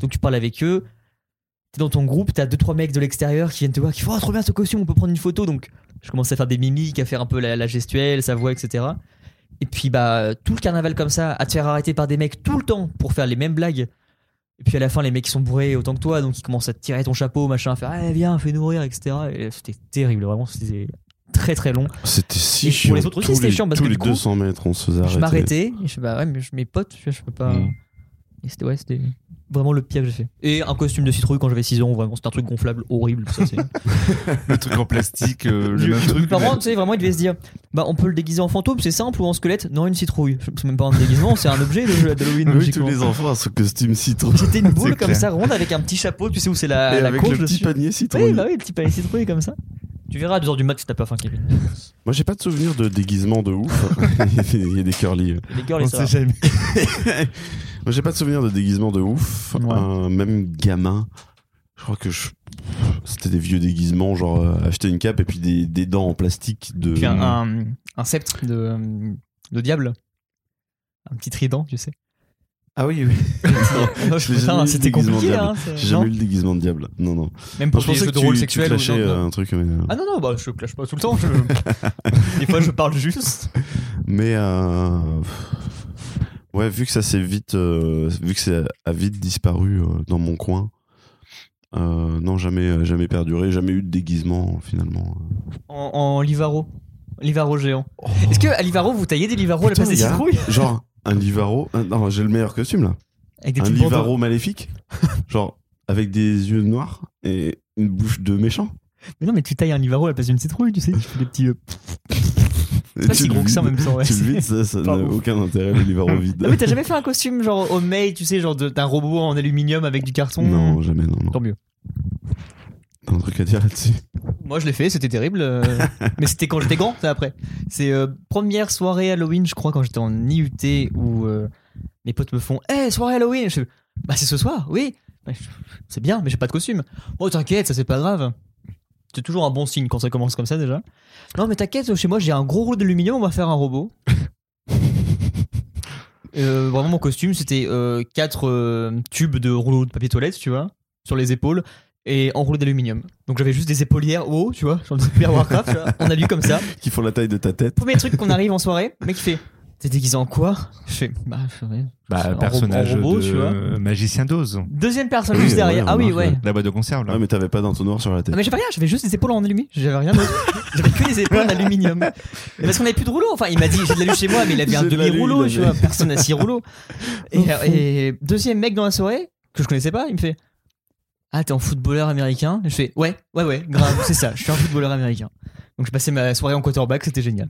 [SPEAKER 1] Donc tu parles avec eux, t'es dans ton groupe, t'as 2-3 mecs de l'extérieur qui viennent te voir, qui font Ah, trop bien ce costume, on peut prendre une photo. Donc je commençais à faire des mimiques, à faire un peu la, la gestuelle, sa voix, etc. Et puis bah tout le carnaval comme ça, à te faire arrêter par des mecs tout le temps pour faire les mêmes blagues. Et puis à la fin, les mecs ils sont bourrés autant que toi, donc ils commencent à te tirer ton chapeau, machin, à faire ah, viens, fais-nous rire, etc. Et c'était terrible, vraiment, c'était très très long.
[SPEAKER 2] C'était
[SPEAKER 1] Et
[SPEAKER 2] si
[SPEAKER 1] pour
[SPEAKER 2] chiant.
[SPEAKER 1] les autres aussi,
[SPEAKER 2] Tous
[SPEAKER 1] c'était
[SPEAKER 2] les-
[SPEAKER 1] chiant parce
[SPEAKER 2] tous
[SPEAKER 1] que
[SPEAKER 2] les
[SPEAKER 1] du coup,
[SPEAKER 2] 200 mètres, on se faisait
[SPEAKER 1] Je
[SPEAKER 2] arrêter.
[SPEAKER 1] m'arrêtais, et je fais bah ouais, mais je- mes potes, tu vois, je peux pas.
[SPEAKER 5] Mm.
[SPEAKER 1] Et c'était ouais, c'était vraiment le pire que j'ai fait. Et un costume de citrouille quand j'avais 6 ans, vraiment, c'était un truc gonflable, horrible. Ça, c'est-
[SPEAKER 5] Le truc en plastique, euh, le
[SPEAKER 1] Je-
[SPEAKER 5] même
[SPEAKER 1] je-
[SPEAKER 5] truc.
[SPEAKER 1] Mes parents, tu sais, vraiment, ils devaient se dire bah on peut le déguiser en fantôme, c'est simple, ou en squelette Non, une citrouille. Je- C'est même pas un déguisement, c'est un objet, le jeu d'Halloween.
[SPEAKER 2] Oui, tous
[SPEAKER 1] logiquement.
[SPEAKER 2] les enfants à ce costume citron.
[SPEAKER 1] J'étais une boule
[SPEAKER 5] C'est
[SPEAKER 1] comme
[SPEAKER 5] clair.
[SPEAKER 1] ça, ronde, avec un petit chapeau, tu sais où c'est Ah, la,
[SPEAKER 2] Et
[SPEAKER 1] la
[SPEAKER 2] avec
[SPEAKER 1] courge
[SPEAKER 2] le petit
[SPEAKER 1] dessus.
[SPEAKER 2] panier citron.
[SPEAKER 1] Oui, bah oui, le petit palais citrouille comme ça. Tu verras à 2h du mat si t'as pas faim, Kevin.
[SPEAKER 2] Moi, j'ai pas de souvenir de déguisement de ouf. Il y a des curly.
[SPEAKER 1] Les girls,
[SPEAKER 5] On
[SPEAKER 1] les
[SPEAKER 5] sait jamais.
[SPEAKER 2] Moi, j'ai pas de souvenir de déguisement de ouf.
[SPEAKER 1] Ouais.
[SPEAKER 2] Euh, même gamin, je crois que je... c'était des vieux déguisements, genre euh, acheter une cape et puis des, des dents en plastique de.
[SPEAKER 1] Puis un, un, un sceptre de, euh, de diable. Un petit trident, tu sais.
[SPEAKER 2] Ah oui, oui. je
[SPEAKER 1] Putain,
[SPEAKER 2] l'ai jamais eu,
[SPEAKER 1] c'était
[SPEAKER 2] le déguisement
[SPEAKER 1] compliqué,
[SPEAKER 2] diable.
[SPEAKER 1] hein, c'est-
[SPEAKER 2] J'ai
[SPEAKER 1] non
[SPEAKER 2] jamais eu le déguisement de diable. Non, non.
[SPEAKER 1] Même
[SPEAKER 2] Moi,
[SPEAKER 1] pour
[SPEAKER 2] je
[SPEAKER 1] les
[SPEAKER 2] pensais
[SPEAKER 1] jeux
[SPEAKER 2] que
[SPEAKER 1] de
[SPEAKER 2] tu,
[SPEAKER 1] rôle
[SPEAKER 2] tu
[SPEAKER 1] sexuel. ou
[SPEAKER 2] clashais
[SPEAKER 1] non,
[SPEAKER 2] euh,
[SPEAKER 1] non.
[SPEAKER 2] un truc. Mais, euh,
[SPEAKER 1] Ah non, non, bah, je clash pas tout le temps. je- Des fois, je parle juste.
[SPEAKER 2] mais, euh, ouais, vu que ça s'est vite, euh, vu que ça a vite disparu euh, dans mon coin. euh, non, jamais, euh, jamais perduré, jamais eu de déguisement finalement.
[SPEAKER 1] En, en Livaro. Livaro géant. Est-ce que à Livaro, vous taillez des Livaro à la
[SPEAKER 2] Putain,
[SPEAKER 1] place des
[SPEAKER 2] les gars.
[SPEAKER 1] citrouilles
[SPEAKER 2] Genre un Livaro. un- non, j'ai le meilleur costume là.
[SPEAKER 1] Avec des
[SPEAKER 2] un
[SPEAKER 1] petites
[SPEAKER 2] Livaro
[SPEAKER 1] bandeaux.
[SPEAKER 2] maléfique, genre avec des yeux noirs et une bouche de méchant.
[SPEAKER 1] Mais non, mais tu tailles un Livaro à la place d'une citrouille, tu sais. Tu fais des petits. euh, Ah,
[SPEAKER 2] Et
[SPEAKER 1] C'est pas
[SPEAKER 2] tu
[SPEAKER 1] si
[SPEAKER 2] le
[SPEAKER 1] gros que ça en
[SPEAKER 2] vides-
[SPEAKER 1] même temps. ouais.
[SPEAKER 2] Tu le vides, ça, ça
[SPEAKER 1] Pas
[SPEAKER 2] n'a
[SPEAKER 1] ouf.
[SPEAKER 2] aucun intérêt, le Livaro vide.
[SPEAKER 1] Non, mais Ah t'as jamais fait un costume genre homemade, tu sais, genre de- d'un robot en aluminium avec du carton
[SPEAKER 2] Non, jamais, non, non.
[SPEAKER 1] Tant mieux.
[SPEAKER 2] T'as un truc à dire là-dessus
[SPEAKER 1] Moi, je l'ai fait, c'était terrible. euh, mais c'était quand j'étais grand, ça après. C'est euh, première soirée Halloween, je crois, quand j'étais en IUT, où euh, mes potes me font Hé, soirée Halloween Je fais, Bah, c'est ce soir, oui. Bah, je- C'est bien, mais j'ai pas de costume. Oh, t'inquiète, ça c'est pas grave. C'est toujours un bon signe quand ça commence comme ça déjà. Non, mais t'inquiète, chez moi j'ai un gros rouleau d'aluminium, on va faire un robot. Euh, vraiment, mon costume, c'était 4 tubes de rouleau de papier toilette, tu vois, sur les épaules, et en rouleau d'aluminium. Donc j'avais juste des épaulières haut, tu vois, sur le Super Warcraft, tu vois, en alu comme ça.
[SPEAKER 2] Qui font la taille de ta tête.
[SPEAKER 1] Premier truc qu'on arrive en soirée, le mec il fait T'es déguisé en quoi Je fais Bah, je fais rien.
[SPEAKER 5] Bah,
[SPEAKER 1] En
[SPEAKER 5] personnage
[SPEAKER 1] robot, tu
[SPEAKER 5] de
[SPEAKER 1] vois.
[SPEAKER 5] magicien d'Oz.
[SPEAKER 1] Deuxième personne
[SPEAKER 2] Oui,
[SPEAKER 1] juste
[SPEAKER 2] ouais,
[SPEAKER 1] derrière. ah oui,
[SPEAKER 2] remarque,
[SPEAKER 1] ouais.
[SPEAKER 2] ouais.
[SPEAKER 5] La boîte de conserve, là.
[SPEAKER 2] Ouais, mais t'avais pas d'entonnoir sur la tête.
[SPEAKER 1] Non mais j'avais rien, j'avais juste des épaules en aluminium, j'avais rien d'autre. j'avais que des épaules en aluminium. Et Parce qu'on avait plus de rouleau, enfin il m'a dit j'ai de l'alu chez moi, mais il avait un
[SPEAKER 2] J'ai de l'alu,
[SPEAKER 1] demi-rouleau,
[SPEAKER 2] il Oh,
[SPEAKER 1] tu vois, personne n'a six rouleaux. Et, et deuxième mec dans la soirée, que je connaissais pas, il me fait Ah t'es un footballeur américain Et Je fais ouais, ouais, ouais, grave, c'est ça, je suis un footballeur américain. Donc je passais ma soirée en quarterback, c'était génial.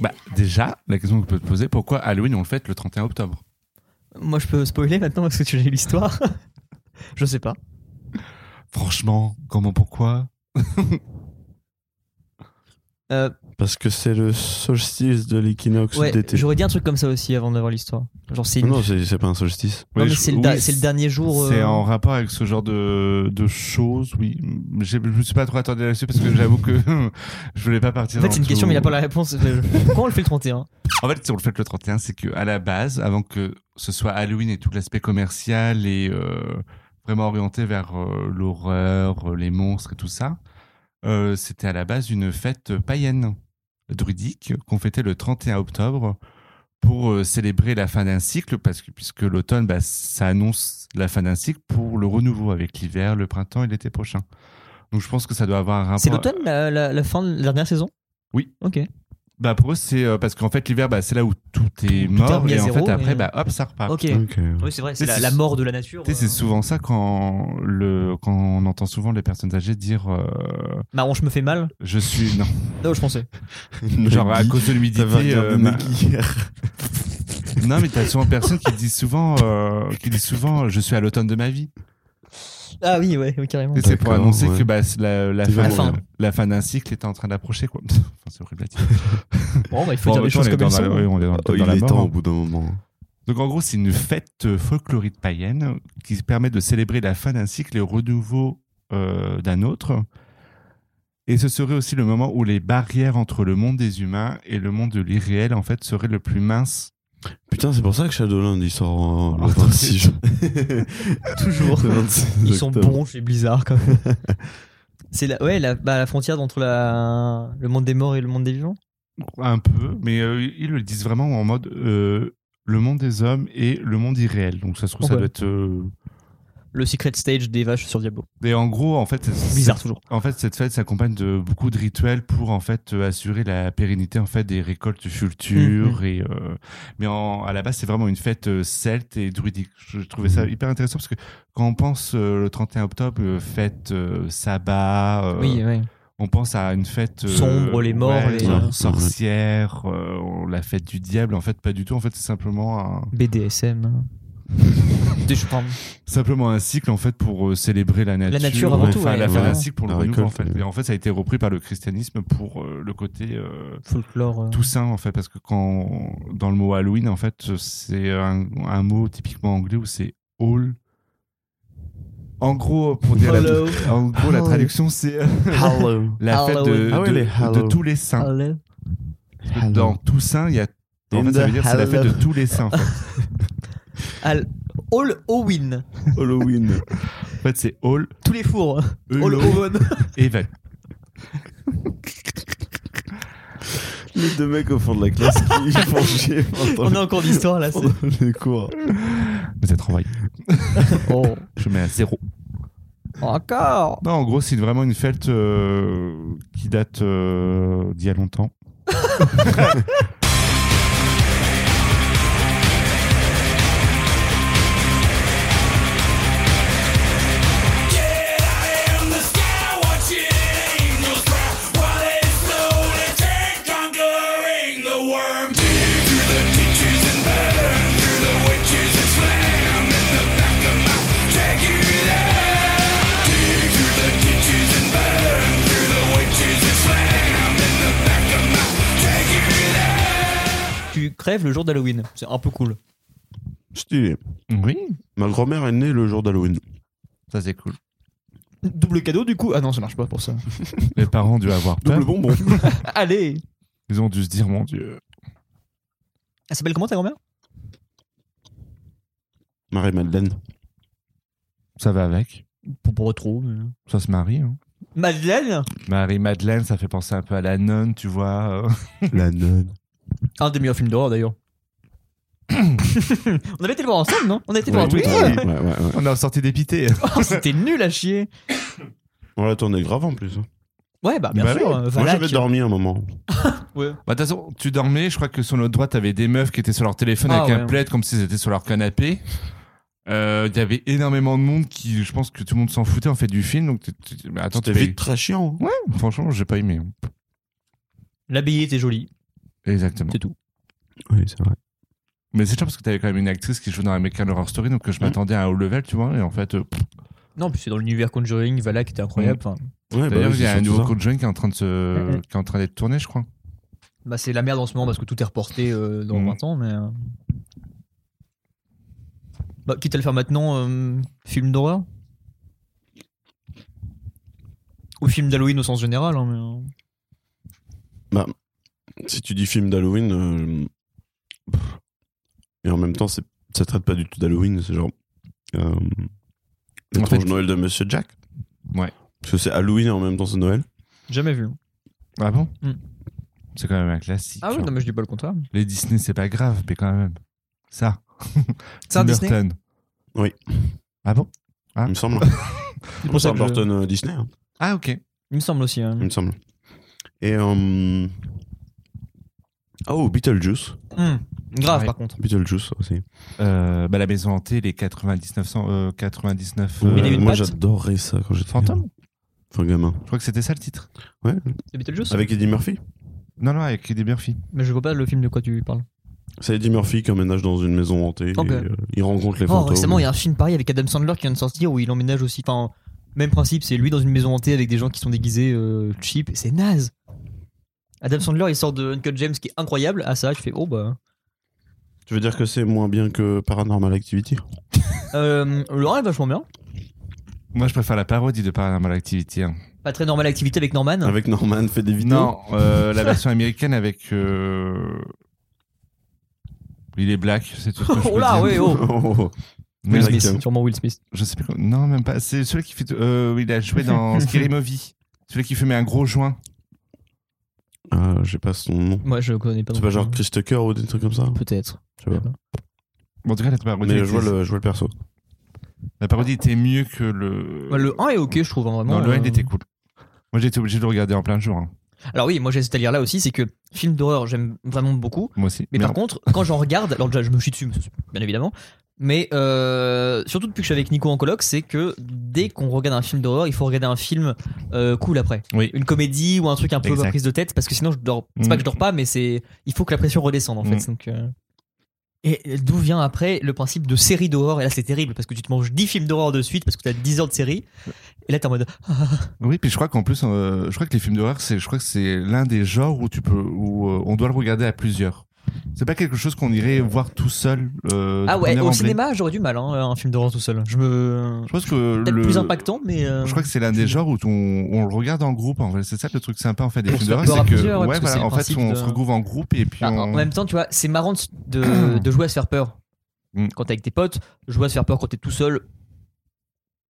[SPEAKER 5] Bah, Déjà, la question que je peux te poser, pourquoi Halloween on le fête le 31 octobre
[SPEAKER 1] Moi, je peux spoiler maintenant parce que tu j'ai l'histoire. je sais pas.
[SPEAKER 5] Franchement, comment, pourquoi
[SPEAKER 1] Euh,
[SPEAKER 2] Parce que c'est le solstice de l'équinoxe
[SPEAKER 1] ouais,
[SPEAKER 2] d'été.
[SPEAKER 1] j'aurais dit un truc comme ça aussi avant d'avoir l'histoire. Genre, c'est une-
[SPEAKER 2] Non, c'est c'est pas un solstice.
[SPEAKER 1] Non,
[SPEAKER 5] Oui,
[SPEAKER 1] mais
[SPEAKER 5] je-
[SPEAKER 1] c'est le,
[SPEAKER 5] oui,
[SPEAKER 1] da- c'est le dernier jour.
[SPEAKER 5] C'est
[SPEAKER 1] euh,
[SPEAKER 5] en rapport avec ce genre de, de choses, oui. J'ai- Je me suis pas trop attardé là-dessus parce que j'avoue que je voulais pas partir.
[SPEAKER 1] En fait, c'est
[SPEAKER 5] dans
[SPEAKER 1] une question,
[SPEAKER 5] tout.
[SPEAKER 1] mais il a pas la réponse. Pourquoi on le fait le 31
[SPEAKER 5] En fait, si on le fait le 31, c'est que à la base, avant que ce soit Halloween et tout l'aspect commercial et euh, vraiment orienté vers euh, l'horreur, euh, les monstres et tout ça, euh, c'était à la base une fête païenne druidique qu'on fêtait le 31 octobre pour euh, célébrer la fin d'un cycle, parce que puisque l'automne, bah, ça annonce la fin d'un cycle pour le renouveau avec l'hiver, le printemps et l'été prochain. Donc je pense que ça doit avoir un rapport.
[SPEAKER 1] C'est l'automne, la, la- la fin de la dernière saison
[SPEAKER 5] Oui.
[SPEAKER 1] Ok.
[SPEAKER 5] Bah pour eux c'est euh, parce qu'en fait l'hiver bah, c'est là où tout est mort
[SPEAKER 1] remis à
[SPEAKER 5] et en
[SPEAKER 1] zéro,
[SPEAKER 5] fait après
[SPEAKER 1] et-
[SPEAKER 5] bah hop ça repart.
[SPEAKER 1] Ok.
[SPEAKER 2] Ok.
[SPEAKER 1] Oui, c'est vrai, c'est
[SPEAKER 5] Mais
[SPEAKER 1] la,
[SPEAKER 5] c'est-
[SPEAKER 1] la mort de la nature.
[SPEAKER 5] Tu sais,
[SPEAKER 1] euh.
[SPEAKER 5] c'est souvent ça quand le quand on entend souvent les personnes âgées dire euh,
[SPEAKER 1] Marron, je me fais mal.
[SPEAKER 5] je suis non
[SPEAKER 1] Non, je pensais.
[SPEAKER 5] genre à cause de l'humidité
[SPEAKER 2] Ça va venir
[SPEAKER 5] euh,
[SPEAKER 2] de
[SPEAKER 5] ma-
[SPEAKER 2] Nagui.
[SPEAKER 5] non mais t'as souvent personne qui disent souvent euh, qui disent souvent je suis à l'automne de ma vie
[SPEAKER 1] Ah oui, ouais, oui, carrément.
[SPEAKER 5] et c'est pour
[SPEAKER 2] D'accord,
[SPEAKER 5] annoncer
[SPEAKER 2] ouais.
[SPEAKER 5] que bah, c'est la, la
[SPEAKER 2] Tu vas
[SPEAKER 5] fin, euh,
[SPEAKER 1] mourir.
[SPEAKER 5] la fin d'un cycle est en train d'approcher quoi enfin, c'est horrible à dire.
[SPEAKER 1] Bon, bah, il faut
[SPEAKER 5] Bon,
[SPEAKER 1] dire
[SPEAKER 5] en
[SPEAKER 1] les
[SPEAKER 5] même temps, on
[SPEAKER 1] choses
[SPEAKER 5] est
[SPEAKER 1] comme
[SPEAKER 5] dans
[SPEAKER 1] elles
[SPEAKER 5] la-
[SPEAKER 1] sont.
[SPEAKER 5] oui, on est dans-
[SPEAKER 2] Oh,
[SPEAKER 5] dans
[SPEAKER 2] il
[SPEAKER 5] la
[SPEAKER 2] est
[SPEAKER 5] mort,
[SPEAKER 2] temps
[SPEAKER 5] hein.
[SPEAKER 2] au bout d'un moment.
[SPEAKER 5] Donc en gros, c'est une fête euh, folklorique païenne qui permet de célébrer la fin d'un cycle et le renouveau euh, d'un autre. Et ce serait aussi le moment où les barrières entre le monde des humains et le monde de l'irréel, en fait, seraient le plus mince.
[SPEAKER 2] Putain, c'est pour ça que Shadowland il sort euh,
[SPEAKER 5] Ah,
[SPEAKER 2] le 26 juin.
[SPEAKER 1] Toujours.
[SPEAKER 2] Le 26
[SPEAKER 1] Ils sont
[SPEAKER 2] octobre.
[SPEAKER 1] bons chez Blizzard quand même. c'est la, ouais, la, bah, la frontière entre la, le monde des morts et le monde des vivants.
[SPEAKER 5] Un peu, mais euh, ils le disent vraiment en mode euh, le monde des hommes et le monde irréel. Donc ça se trouve, ça
[SPEAKER 1] Ouais.
[SPEAKER 5] doit être... euh,
[SPEAKER 1] Le secret stage des vaches sur Diablo.
[SPEAKER 5] Et en gros, en fait, c'est-
[SPEAKER 1] Bizarre toujours.
[SPEAKER 5] En fait, cette fête s'accompagne de beaucoup de rituels pour en fait euh, assurer la pérennité en fait des récoltes futures
[SPEAKER 1] Mhm.
[SPEAKER 5] et euh, mais en- à la base c'est vraiment une fête euh, celte et druidique. Je, je trouvais ça
[SPEAKER 1] Mhm.
[SPEAKER 5] hyper intéressant parce que quand on pense euh, le 31 octobre euh, fête euh, sabbat, euh,
[SPEAKER 1] oui, oui.
[SPEAKER 5] on pense à une fête
[SPEAKER 1] Sombre, les morts, les-
[SPEAKER 5] genre
[SPEAKER 2] Ouais.
[SPEAKER 5] sorcières, euh, la fête du diable. En fait, pas du tout. En fait, c'est simplement un,
[SPEAKER 1] BDSM. Des chevaux.
[SPEAKER 5] simplement un cycle en fait pour euh, célébrer la nature,
[SPEAKER 1] nature avant
[SPEAKER 5] enfin,
[SPEAKER 1] tout, ouais.
[SPEAKER 5] la fin
[SPEAKER 1] Ouais.
[SPEAKER 5] d'un cycle pour le
[SPEAKER 2] La
[SPEAKER 5] renouveau en
[SPEAKER 2] récolte,
[SPEAKER 5] fait.
[SPEAKER 2] ouais.
[SPEAKER 5] Et en fait ça a été repris par le christianisme pour euh, le côté euh,
[SPEAKER 1] folklore. euh.
[SPEAKER 5] toussaint en fait parce que quand dans le mot Halloween en fait c'est un, un mot typiquement anglais où c'est all en gros pour dire la-
[SPEAKER 1] Hello.
[SPEAKER 5] en gros la
[SPEAKER 1] All.
[SPEAKER 5] traduction c'est euh,
[SPEAKER 2] Hello.
[SPEAKER 5] la fête de,
[SPEAKER 1] Ah Halloween.
[SPEAKER 2] Ah ouais,
[SPEAKER 5] de-
[SPEAKER 2] les
[SPEAKER 5] de
[SPEAKER 2] Hallow.
[SPEAKER 5] tous les saints
[SPEAKER 1] Hello.
[SPEAKER 5] dans Toussaint il y a en
[SPEAKER 2] In
[SPEAKER 5] fait, ça veut
[SPEAKER 2] the
[SPEAKER 5] dire c'est la fête de
[SPEAKER 2] Hallow.
[SPEAKER 5] tous les saints. En fait,
[SPEAKER 1] Al- All Owen.
[SPEAKER 2] Halloween.
[SPEAKER 5] En fait, c'est all,
[SPEAKER 1] Tous les fours. All
[SPEAKER 5] Hello
[SPEAKER 1] Owen.
[SPEAKER 5] Even.
[SPEAKER 2] Les deux mecs au fond de la classe qui font chier pendant
[SPEAKER 1] On est encore d'histoire là. c'est-
[SPEAKER 2] pendant les cours.
[SPEAKER 5] Vous êtes envoyé.
[SPEAKER 1] Oh.
[SPEAKER 5] Je mets à zéro.
[SPEAKER 1] Encore.
[SPEAKER 5] Non, Bah, en gros, c'est vraiment une fête euh, qui date euh, d'il y a longtemps.
[SPEAKER 1] Tu crèves le jour d'Halloween. C'est un peu cool.
[SPEAKER 2] Stylé.
[SPEAKER 5] Oui,
[SPEAKER 2] Ma grand-mère est née le jour d'Halloween.
[SPEAKER 5] ça c'est cool.
[SPEAKER 1] Double cadeau du coup. Ah non, ça marche pas pour ça.
[SPEAKER 5] Les parents ont dû avoir peur.
[SPEAKER 2] Double bonbon.
[SPEAKER 1] Allez.
[SPEAKER 5] Ils ont dû se dire, mon Dieu.
[SPEAKER 1] Elle s'appelle comment ta grand-mère
[SPEAKER 2] Marie-Madeleine.
[SPEAKER 5] Ça va avec.
[SPEAKER 1] Pour pas trop. mais-
[SPEAKER 5] Ça se marie. Hein.
[SPEAKER 1] Madeleine
[SPEAKER 5] Marie-Madeleine, ça fait penser un peu à la nonne, tu vois. euh.
[SPEAKER 2] La nonne.
[SPEAKER 1] Un des meilleurs films d'horreur d'ailleurs. on avait été le voir ensemble, non On a été le voir
[SPEAKER 2] Ouais,
[SPEAKER 1] tous les
[SPEAKER 2] ouais,
[SPEAKER 1] deux.
[SPEAKER 2] ouais, ouais, ouais.
[SPEAKER 5] On est en sortie dépité.
[SPEAKER 1] Oh, C'était nul à chier.
[SPEAKER 2] On la tournait grave en plus.
[SPEAKER 1] Ouais, bah bien
[SPEAKER 5] Bah
[SPEAKER 1] sûr.
[SPEAKER 5] oui.
[SPEAKER 1] euh,
[SPEAKER 2] Moi
[SPEAKER 1] Valak.
[SPEAKER 2] j'avais dormi un moment.
[SPEAKER 1] Ouais.
[SPEAKER 5] Bah, de toute façon, tu dormais, je crois que sur notre droite, t'avais des meufs qui étaient sur leur téléphone
[SPEAKER 1] Ah,
[SPEAKER 5] avec
[SPEAKER 1] ouais.
[SPEAKER 5] un plaid comme s'ils étaient sur leur canapé. Euh, Il y avait énormément de monde qui, je pense que tout le monde s'en foutait en fait du film. Donc, tu- tu- mais attends,
[SPEAKER 2] C'était
[SPEAKER 5] tu payes-
[SPEAKER 2] vite très chiant. hein.
[SPEAKER 5] Franchement, j'ai pas aimé. hein.
[SPEAKER 1] L'abbaye était jolie,
[SPEAKER 5] Exactement.
[SPEAKER 1] c'est tout.
[SPEAKER 2] Oui, c'est vrai.
[SPEAKER 5] Mais c'est chiant parce que t'avais quand même une actrice qui joue dans American Horror Story, donc que je
[SPEAKER 2] Mm.
[SPEAKER 5] m'attendais à un haut level, tu vois. Et en fait, euh,
[SPEAKER 1] Eh
[SPEAKER 5] pff.
[SPEAKER 1] Non, puis c'est dans l'univers Conjuring, Vala qui était incroyable. enfin,
[SPEAKER 2] Ouais, bah
[SPEAKER 5] d'ailleurs,
[SPEAKER 2] ouais,
[SPEAKER 5] il y
[SPEAKER 2] c'est
[SPEAKER 5] a un
[SPEAKER 2] surtout
[SPEAKER 5] nouveau
[SPEAKER 2] ça.
[SPEAKER 5] Conjuring qui est en train de se,
[SPEAKER 1] Mm.
[SPEAKER 5] qui est en train d'être tourné, je crois.
[SPEAKER 1] bah, c'est la merde en ce moment parce que tout est reporté euh, dans
[SPEAKER 5] Mm.
[SPEAKER 1] 20 ans, mais. euh, Bah, quitte à le faire maintenant, euh, film d'horreur Ou film d'Halloween au sens général. hein, mais, euh,
[SPEAKER 2] Si tu dis film d'Halloween, euh, pff, et en même temps, c'est- ça traite pas du tout d'Halloween, c'est genre. Euh, L'étrange
[SPEAKER 5] fait-
[SPEAKER 2] Noël de Monsieur Jack.
[SPEAKER 5] Ouais.
[SPEAKER 2] Parce que c'est Halloween et en même temps c'est Noël.
[SPEAKER 1] Jamais vu.
[SPEAKER 5] Ah bon
[SPEAKER 1] Mm.
[SPEAKER 5] C'est quand même un classique.
[SPEAKER 1] Ah oui,
[SPEAKER 5] hein.
[SPEAKER 1] non, mais je dis pas le contraire.
[SPEAKER 5] Les Disney, c'est pas grave, mais quand même. Ça.
[SPEAKER 1] C'est un
[SPEAKER 5] Tim
[SPEAKER 1] Disney
[SPEAKER 5] Burton.
[SPEAKER 2] Oui.
[SPEAKER 5] Ah bon Ah.
[SPEAKER 2] Il me semble.
[SPEAKER 1] C'est
[SPEAKER 2] Pour
[SPEAKER 1] pour ça
[SPEAKER 2] ça,
[SPEAKER 1] que je-
[SPEAKER 2] Burton euh, Disney, hein,
[SPEAKER 5] Ah ok.
[SPEAKER 1] Il me semble aussi. hein.
[SPEAKER 2] il me semble. Et. euh, Oh, Beetlejuice.
[SPEAKER 1] Mm. Grave,
[SPEAKER 5] Ouais.
[SPEAKER 1] par contre.
[SPEAKER 2] Beetlejuice aussi.
[SPEAKER 5] Euh, bah, la maison hantée, les 99, euh, 99
[SPEAKER 1] Oui, il y a
[SPEAKER 5] euh,
[SPEAKER 1] une
[SPEAKER 2] moi,
[SPEAKER 1] patte.
[SPEAKER 2] j'adorais ça quand j'étais
[SPEAKER 5] fantômes.
[SPEAKER 2] Enfin, gamin.
[SPEAKER 5] Je crois que c'était ça le titre.
[SPEAKER 2] Ouais.
[SPEAKER 1] C'est Beetlejuice
[SPEAKER 2] Avec Eddie Murphy.
[SPEAKER 5] Non, non, avec Eddie Murphy.
[SPEAKER 1] Mais je vois pas le film de quoi tu parles.
[SPEAKER 2] C'est Eddie Murphy qui emménage dans une maison hantée.
[SPEAKER 1] Ok.
[SPEAKER 2] et, euh, il rencontre les
[SPEAKER 1] Oh,
[SPEAKER 2] fantômes.
[SPEAKER 1] récemment, il y a un film pareil avec Adam Sandler qui vient de sortir où il emménage aussi. Enfin, même principe, c'est lui dans une maison hantée avec des gens qui sont déguisés euh, cheap. C'est naze. Adam Sandler, il sort de Uncut James qui est incroyable. À ça, tu fais oh bah.
[SPEAKER 2] Tu veux dire que c'est moins bien que Paranormal Activity
[SPEAKER 1] Euh, le un est vachement bien.
[SPEAKER 5] Moi, je préfère la parodie de Paranormal Activity. hein.
[SPEAKER 1] Pas très normale activité avec Norman.
[SPEAKER 2] Avec Norman fait des vidéos.
[SPEAKER 5] Non, euh, la version américaine avec. euh, Il est black, c'est tout ce que je
[SPEAKER 1] Oh
[SPEAKER 5] peux
[SPEAKER 1] là,
[SPEAKER 5] dire.
[SPEAKER 1] ouais, oh.
[SPEAKER 2] Oh.
[SPEAKER 5] Mais
[SPEAKER 1] Will
[SPEAKER 2] Avec,
[SPEAKER 1] Smith,
[SPEAKER 2] euh,
[SPEAKER 1] sûrement Will Smith.
[SPEAKER 5] Je sais plus. comment- Non, même pas. C'est celui qui fait. euh, il a joué dans Scary Movie. Celui qui fumait un gros joint.
[SPEAKER 2] Ah, j'ai pas son nom.
[SPEAKER 1] Moi, je connais pas. non
[SPEAKER 2] C'est pas
[SPEAKER 1] plus.
[SPEAKER 2] genre Chris Tucker ou des trucs comme ça
[SPEAKER 1] Peut-être.
[SPEAKER 2] Je sais pas.
[SPEAKER 5] Bon, en tout cas, la parodie.
[SPEAKER 2] Mais je
[SPEAKER 5] était-
[SPEAKER 2] vois le, je vois le perso.
[SPEAKER 5] La parodie était mieux que le.
[SPEAKER 1] Bah, le 1 est ok, je trouve hein,
[SPEAKER 5] Non,
[SPEAKER 1] vraiment.
[SPEAKER 5] le
[SPEAKER 1] euh,
[SPEAKER 5] il était cool. Moi, j'ai été obligé de le regarder en plein jour. hein.
[SPEAKER 1] Alors oui, moi j'ai cet délire là aussi, c'est que film d'horreur, j'aime vraiment beaucoup.
[SPEAKER 5] Moi aussi.
[SPEAKER 1] Mais par
[SPEAKER 5] Merde.
[SPEAKER 1] contre, quand j'en regarde, alors déjà je me chie dessus, bien évidemment, mais euh, surtout depuis que je suis avec Nico en coloc, c'est que dès qu'on regarde un film d'horreur, il faut regarder un film euh, cool après.
[SPEAKER 5] Oui.
[SPEAKER 1] Une comédie ou un truc un peu
[SPEAKER 5] Exact.
[SPEAKER 1] prise de tête, parce que sinon je dors. C'est pas
[SPEAKER 5] Mm.
[SPEAKER 1] que je dors pas, mais c'est il faut que la pression redescende en
[SPEAKER 5] Mm.
[SPEAKER 1] fait. Donc, euh, Et d'où vient après le principe de série d'horreur Et là c'est terrible parce que tu te manges 10 films d'horreur de suite parce que t'as 10 heures de série. Et là t'es en mode.
[SPEAKER 5] Oui, puis je crois qu'en plus, euh, je crois que les films d'horreur, c'est, je crois que c'est l'un des genres où tu peux, où euh, on doit le regarder à plusieurs. C'est pas quelque chose qu'on irait voir tout seul. euh,
[SPEAKER 1] ah
[SPEAKER 5] de
[SPEAKER 1] ouais,
[SPEAKER 5] premier
[SPEAKER 1] au
[SPEAKER 5] emblée.
[SPEAKER 1] cinéma j'aurais du mal, hein, un film d'horreur tout seul. Je me.
[SPEAKER 5] Je pense que
[SPEAKER 1] Peut-être
[SPEAKER 5] le.
[SPEAKER 1] plus impactant, mais. euh,
[SPEAKER 5] Je crois que c'est l'un des genres où on, on le regarde en groupe. En fait. C'est ça le truc sympa en fait des
[SPEAKER 1] On se
[SPEAKER 5] films
[SPEAKER 1] fait
[SPEAKER 5] d'horreur,
[SPEAKER 1] peur à
[SPEAKER 5] c'est que
[SPEAKER 1] plusieurs, ouais, parce que c'est
[SPEAKER 5] voilà,
[SPEAKER 1] le
[SPEAKER 5] en fait
[SPEAKER 1] principe
[SPEAKER 5] on
[SPEAKER 1] de-
[SPEAKER 5] se regrouve en groupe et puis
[SPEAKER 1] Ah,
[SPEAKER 5] on...
[SPEAKER 1] En même temps, tu vois, c'est marrant de, de, de jouer à se faire peur
[SPEAKER 5] Mm.
[SPEAKER 1] quand t'es avec tes potes. Jouer à se faire peur quand t'es tout seul,